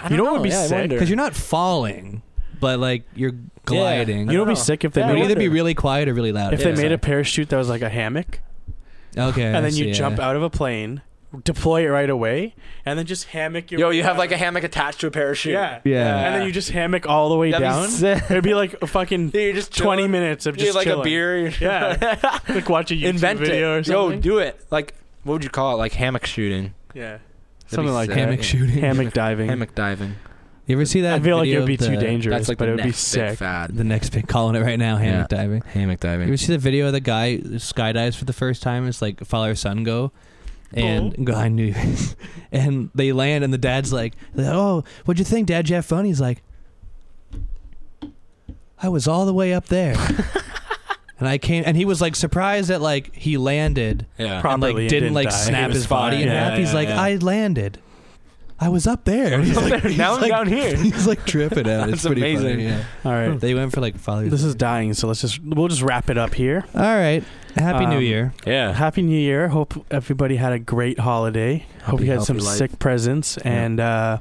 [SPEAKER 1] I
[SPEAKER 2] You
[SPEAKER 1] don't
[SPEAKER 2] know what would be
[SPEAKER 1] yeah, I
[SPEAKER 2] sick?
[SPEAKER 1] wonder.
[SPEAKER 3] because you're not falling, but like you're gliding.
[SPEAKER 1] I
[SPEAKER 2] You know,
[SPEAKER 1] don't
[SPEAKER 2] what'd be
[SPEAKER 1] know.
[SPEAKER 2] sick if they
[SPEAKER 1] Yeah,
[SPEAKER 3] it would
[SPEAKER 2] made
[SPEAKER 1] I
[SPEAKER 3] either be
[SPEAKER 1] wonder.
[SPEAKER 3] really quiet or really loud.
[SPEAKER 2] if
[SPEAKER 1] Yeah.
[SPEAKER 2] they made a parachute that was like a hammock,
[SPEAKER 3] okay,
[SPEAKER 2] and
[SPEAKER 3] I
[SPEAKER 2] then you
[SPEAKER 3] see,
[SPEAKER 2] jump
[SPEAKER 3] yeah.
[SPEAKER 2] out of a plane, deploy it right away, and then just hammock your.
[SPEAKER 1] Yo,
[SPEAKER 2] way
[SPEAKER 1] you have
[SPEAKER 2] down.
[SPEAKER 1] like a hammock attached to a parachute.
[SPEAKER 2] yeah,
[SPEAKER 3] Yeah.
[SPEAKER 2] and then you just hammock all the way
[SPEAKER 1] That'd be
[SPEAKER 2] down.
[SPEAKER 1] sick. <laughs>
[SPEAKER 2] It'd be like a fucking
[SPEAKER 1] Yeah, you're just
[SPEAKER 2] twenty
[SPEAKER 1] chilling.
[SPEAKER 2] minutes of
[SPEAKER 1] You
[SPEAKER 2] just
[SPEAKER 1] like
[SPEAKER 2] chilling.
[SPEAKER 1] a beer. <laughs>
[SPEAKER 2] Yeah. like watch a YouTube
[SPEAKER 1] Invent
[SPEAKER 2] video
[SPEAKER 1] it.
[SPEAKER 2] or something.
[SPEAKER 1] Yo, do it. Like what would you call it? Like hammock shooting.
[SPEAKER 2] yeah,
[SPEAKER 1] That'd be
[SPEAKER 2] something like
[SPEAKER 1] sick.
[SPEAKER 3] hammock
[SPEAKER 1] Yeah.
[SPEAKER 3] shooting.
[SPEAKER 2] hammock diving.
[SPEAKER 1] Hammock diving.
[SPEAKER 3] You ever see that?
[SPEAKER 2] I feel like it
[SPEAKER 3] video
[SPEAKER 2] would be
[SPEAKER 3] of
[SPEAKER 2] too
[SPEAKER 3] the-
[SPEAKER 2] dangerous,
[SPEAKER 1] That's like
[SPEAKER 2] but
[SPEAKER 1] the
[SPEAKER 2] it would be
[SPEAKER 1] next big
[SPEAKER 2] sick.
[SPEAKER 1] fad.
[SPEAKER 3] The next big calling it right now, hammock diving.
[SPEAKER 1] Hammock
[SPEAKER 3] You ever
[SPEAKER 1] diving.
[SPEAKER 3] see the video of the guy who skydives for the first time? It's like follow her son go, and
[SPEAKER 2] Oh.
[SPEAKER 3] go, I knew, <laughs> and they land, and the dad's like, "Oh, what'd you think, Dad? Did you have fun?" He's like, "I was all the way up
[SPEAKER 2] <laughs>
[SPEAKER 3] there, and I came." And he was like surprised that like he landed
[SPEAKER 1] Yeah.
[SPEAKER 2] Pro- Properly
[SPEAKER 3] and like
[SPEAKER 2] and
[SPEAKER 3] didn't,
[SPEAKER 2] didn't
[SPEAKER 3] like
[SPEAKER 2] die.
[SPEAKER 3] snap
[SPEAKER 1] He was
[SPEAKER 3] his body
[SPEAKER 1] fine.
[SPEAKER 3] in
[SPEAKER 1] Yeah,
[SPEAKER 3] half. He's
[SPEAKER 1] yeah,
[SPEAKER 3] like,
[SPEAKER 1] yeah.
[SPEAKER 3] "I landed." I was up
[SPEAKER 1] <laughs>
[SPEAKER 3] there. He's like,
[SPEAKER 1] now I'm
[SPEAKER 3] like-
[SPEAKER 1] down here.
[SPEAKER 3] <laughs> He's like tripping out. It's
[SPEAKER 1] That's
[SPEAKER 3] pretty
[SPEAKER 1] amazing.
[SPEAKER 3] funny. Yeah.
[SPEAKER 2] All right.
[SPEAKER 3] They went for like follow.
[SPEAKER 2] This is dying, so let's just we'll just wrap it up here.
[SPEAKER 3] all right. Happy New
[SPEAKER 2] Um,
[SPEAKER 3] Year.
[SPEAKER 1] Yeah.
[SPEAKER 2] Happy New Year. Hope everybody had a great holiday. hope you had some sick presents and uh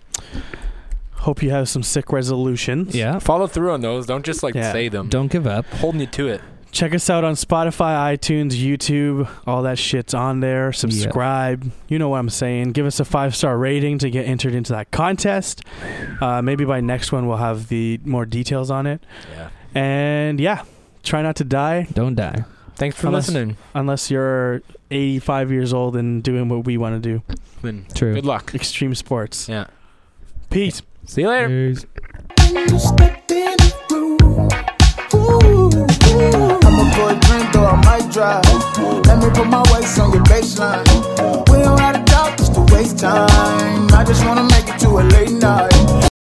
[SPEAKER 2] hope you have some sick resolutions.
[SPEAKER 3] Yeah.
[SPEAKER 1] Follow through on those. Don't just like
[SPEAKER 2] Yeah.
[SPEAKER 1] say them.
[SPEAKER 3] Don't give up.
[SPEAKER 1] Holding you to it.
[SPEAKER 2] Check us out on Spotify, iTunes, YouTube. All that shit's on there. Subscribe. You know what I'm saying. Give us a five star rating to get entered into that contest. Uh, maybe by next one we'll have the more details on it.
[SPEAKER 1] Yeah.
[SPEAKER 2] And yeah, try not to die
[SPEAKER 3] Don't die.
[SPEAKER 1] Thanks for
[SPEAKER 2] Unless-
[SPEAKER 1] listening.
[SPEAKER 2] unless you're 85 years old and doing what we want to do.
[SPEAKER 3] True.
[SPEAKER 1] Good luck.
[SPEAKER 2] <laughs> Extreme sports.
[SPEAKER 1] Yeah.
[SPEAKER 2] Peace.
[SPEAKER 1] See you later.
[SPEAKER 4] I'm a boy drink, though I might drive. Let me put my waist on your baseline. We don't have to talk, just to waste time. I just wanna make it to a late night.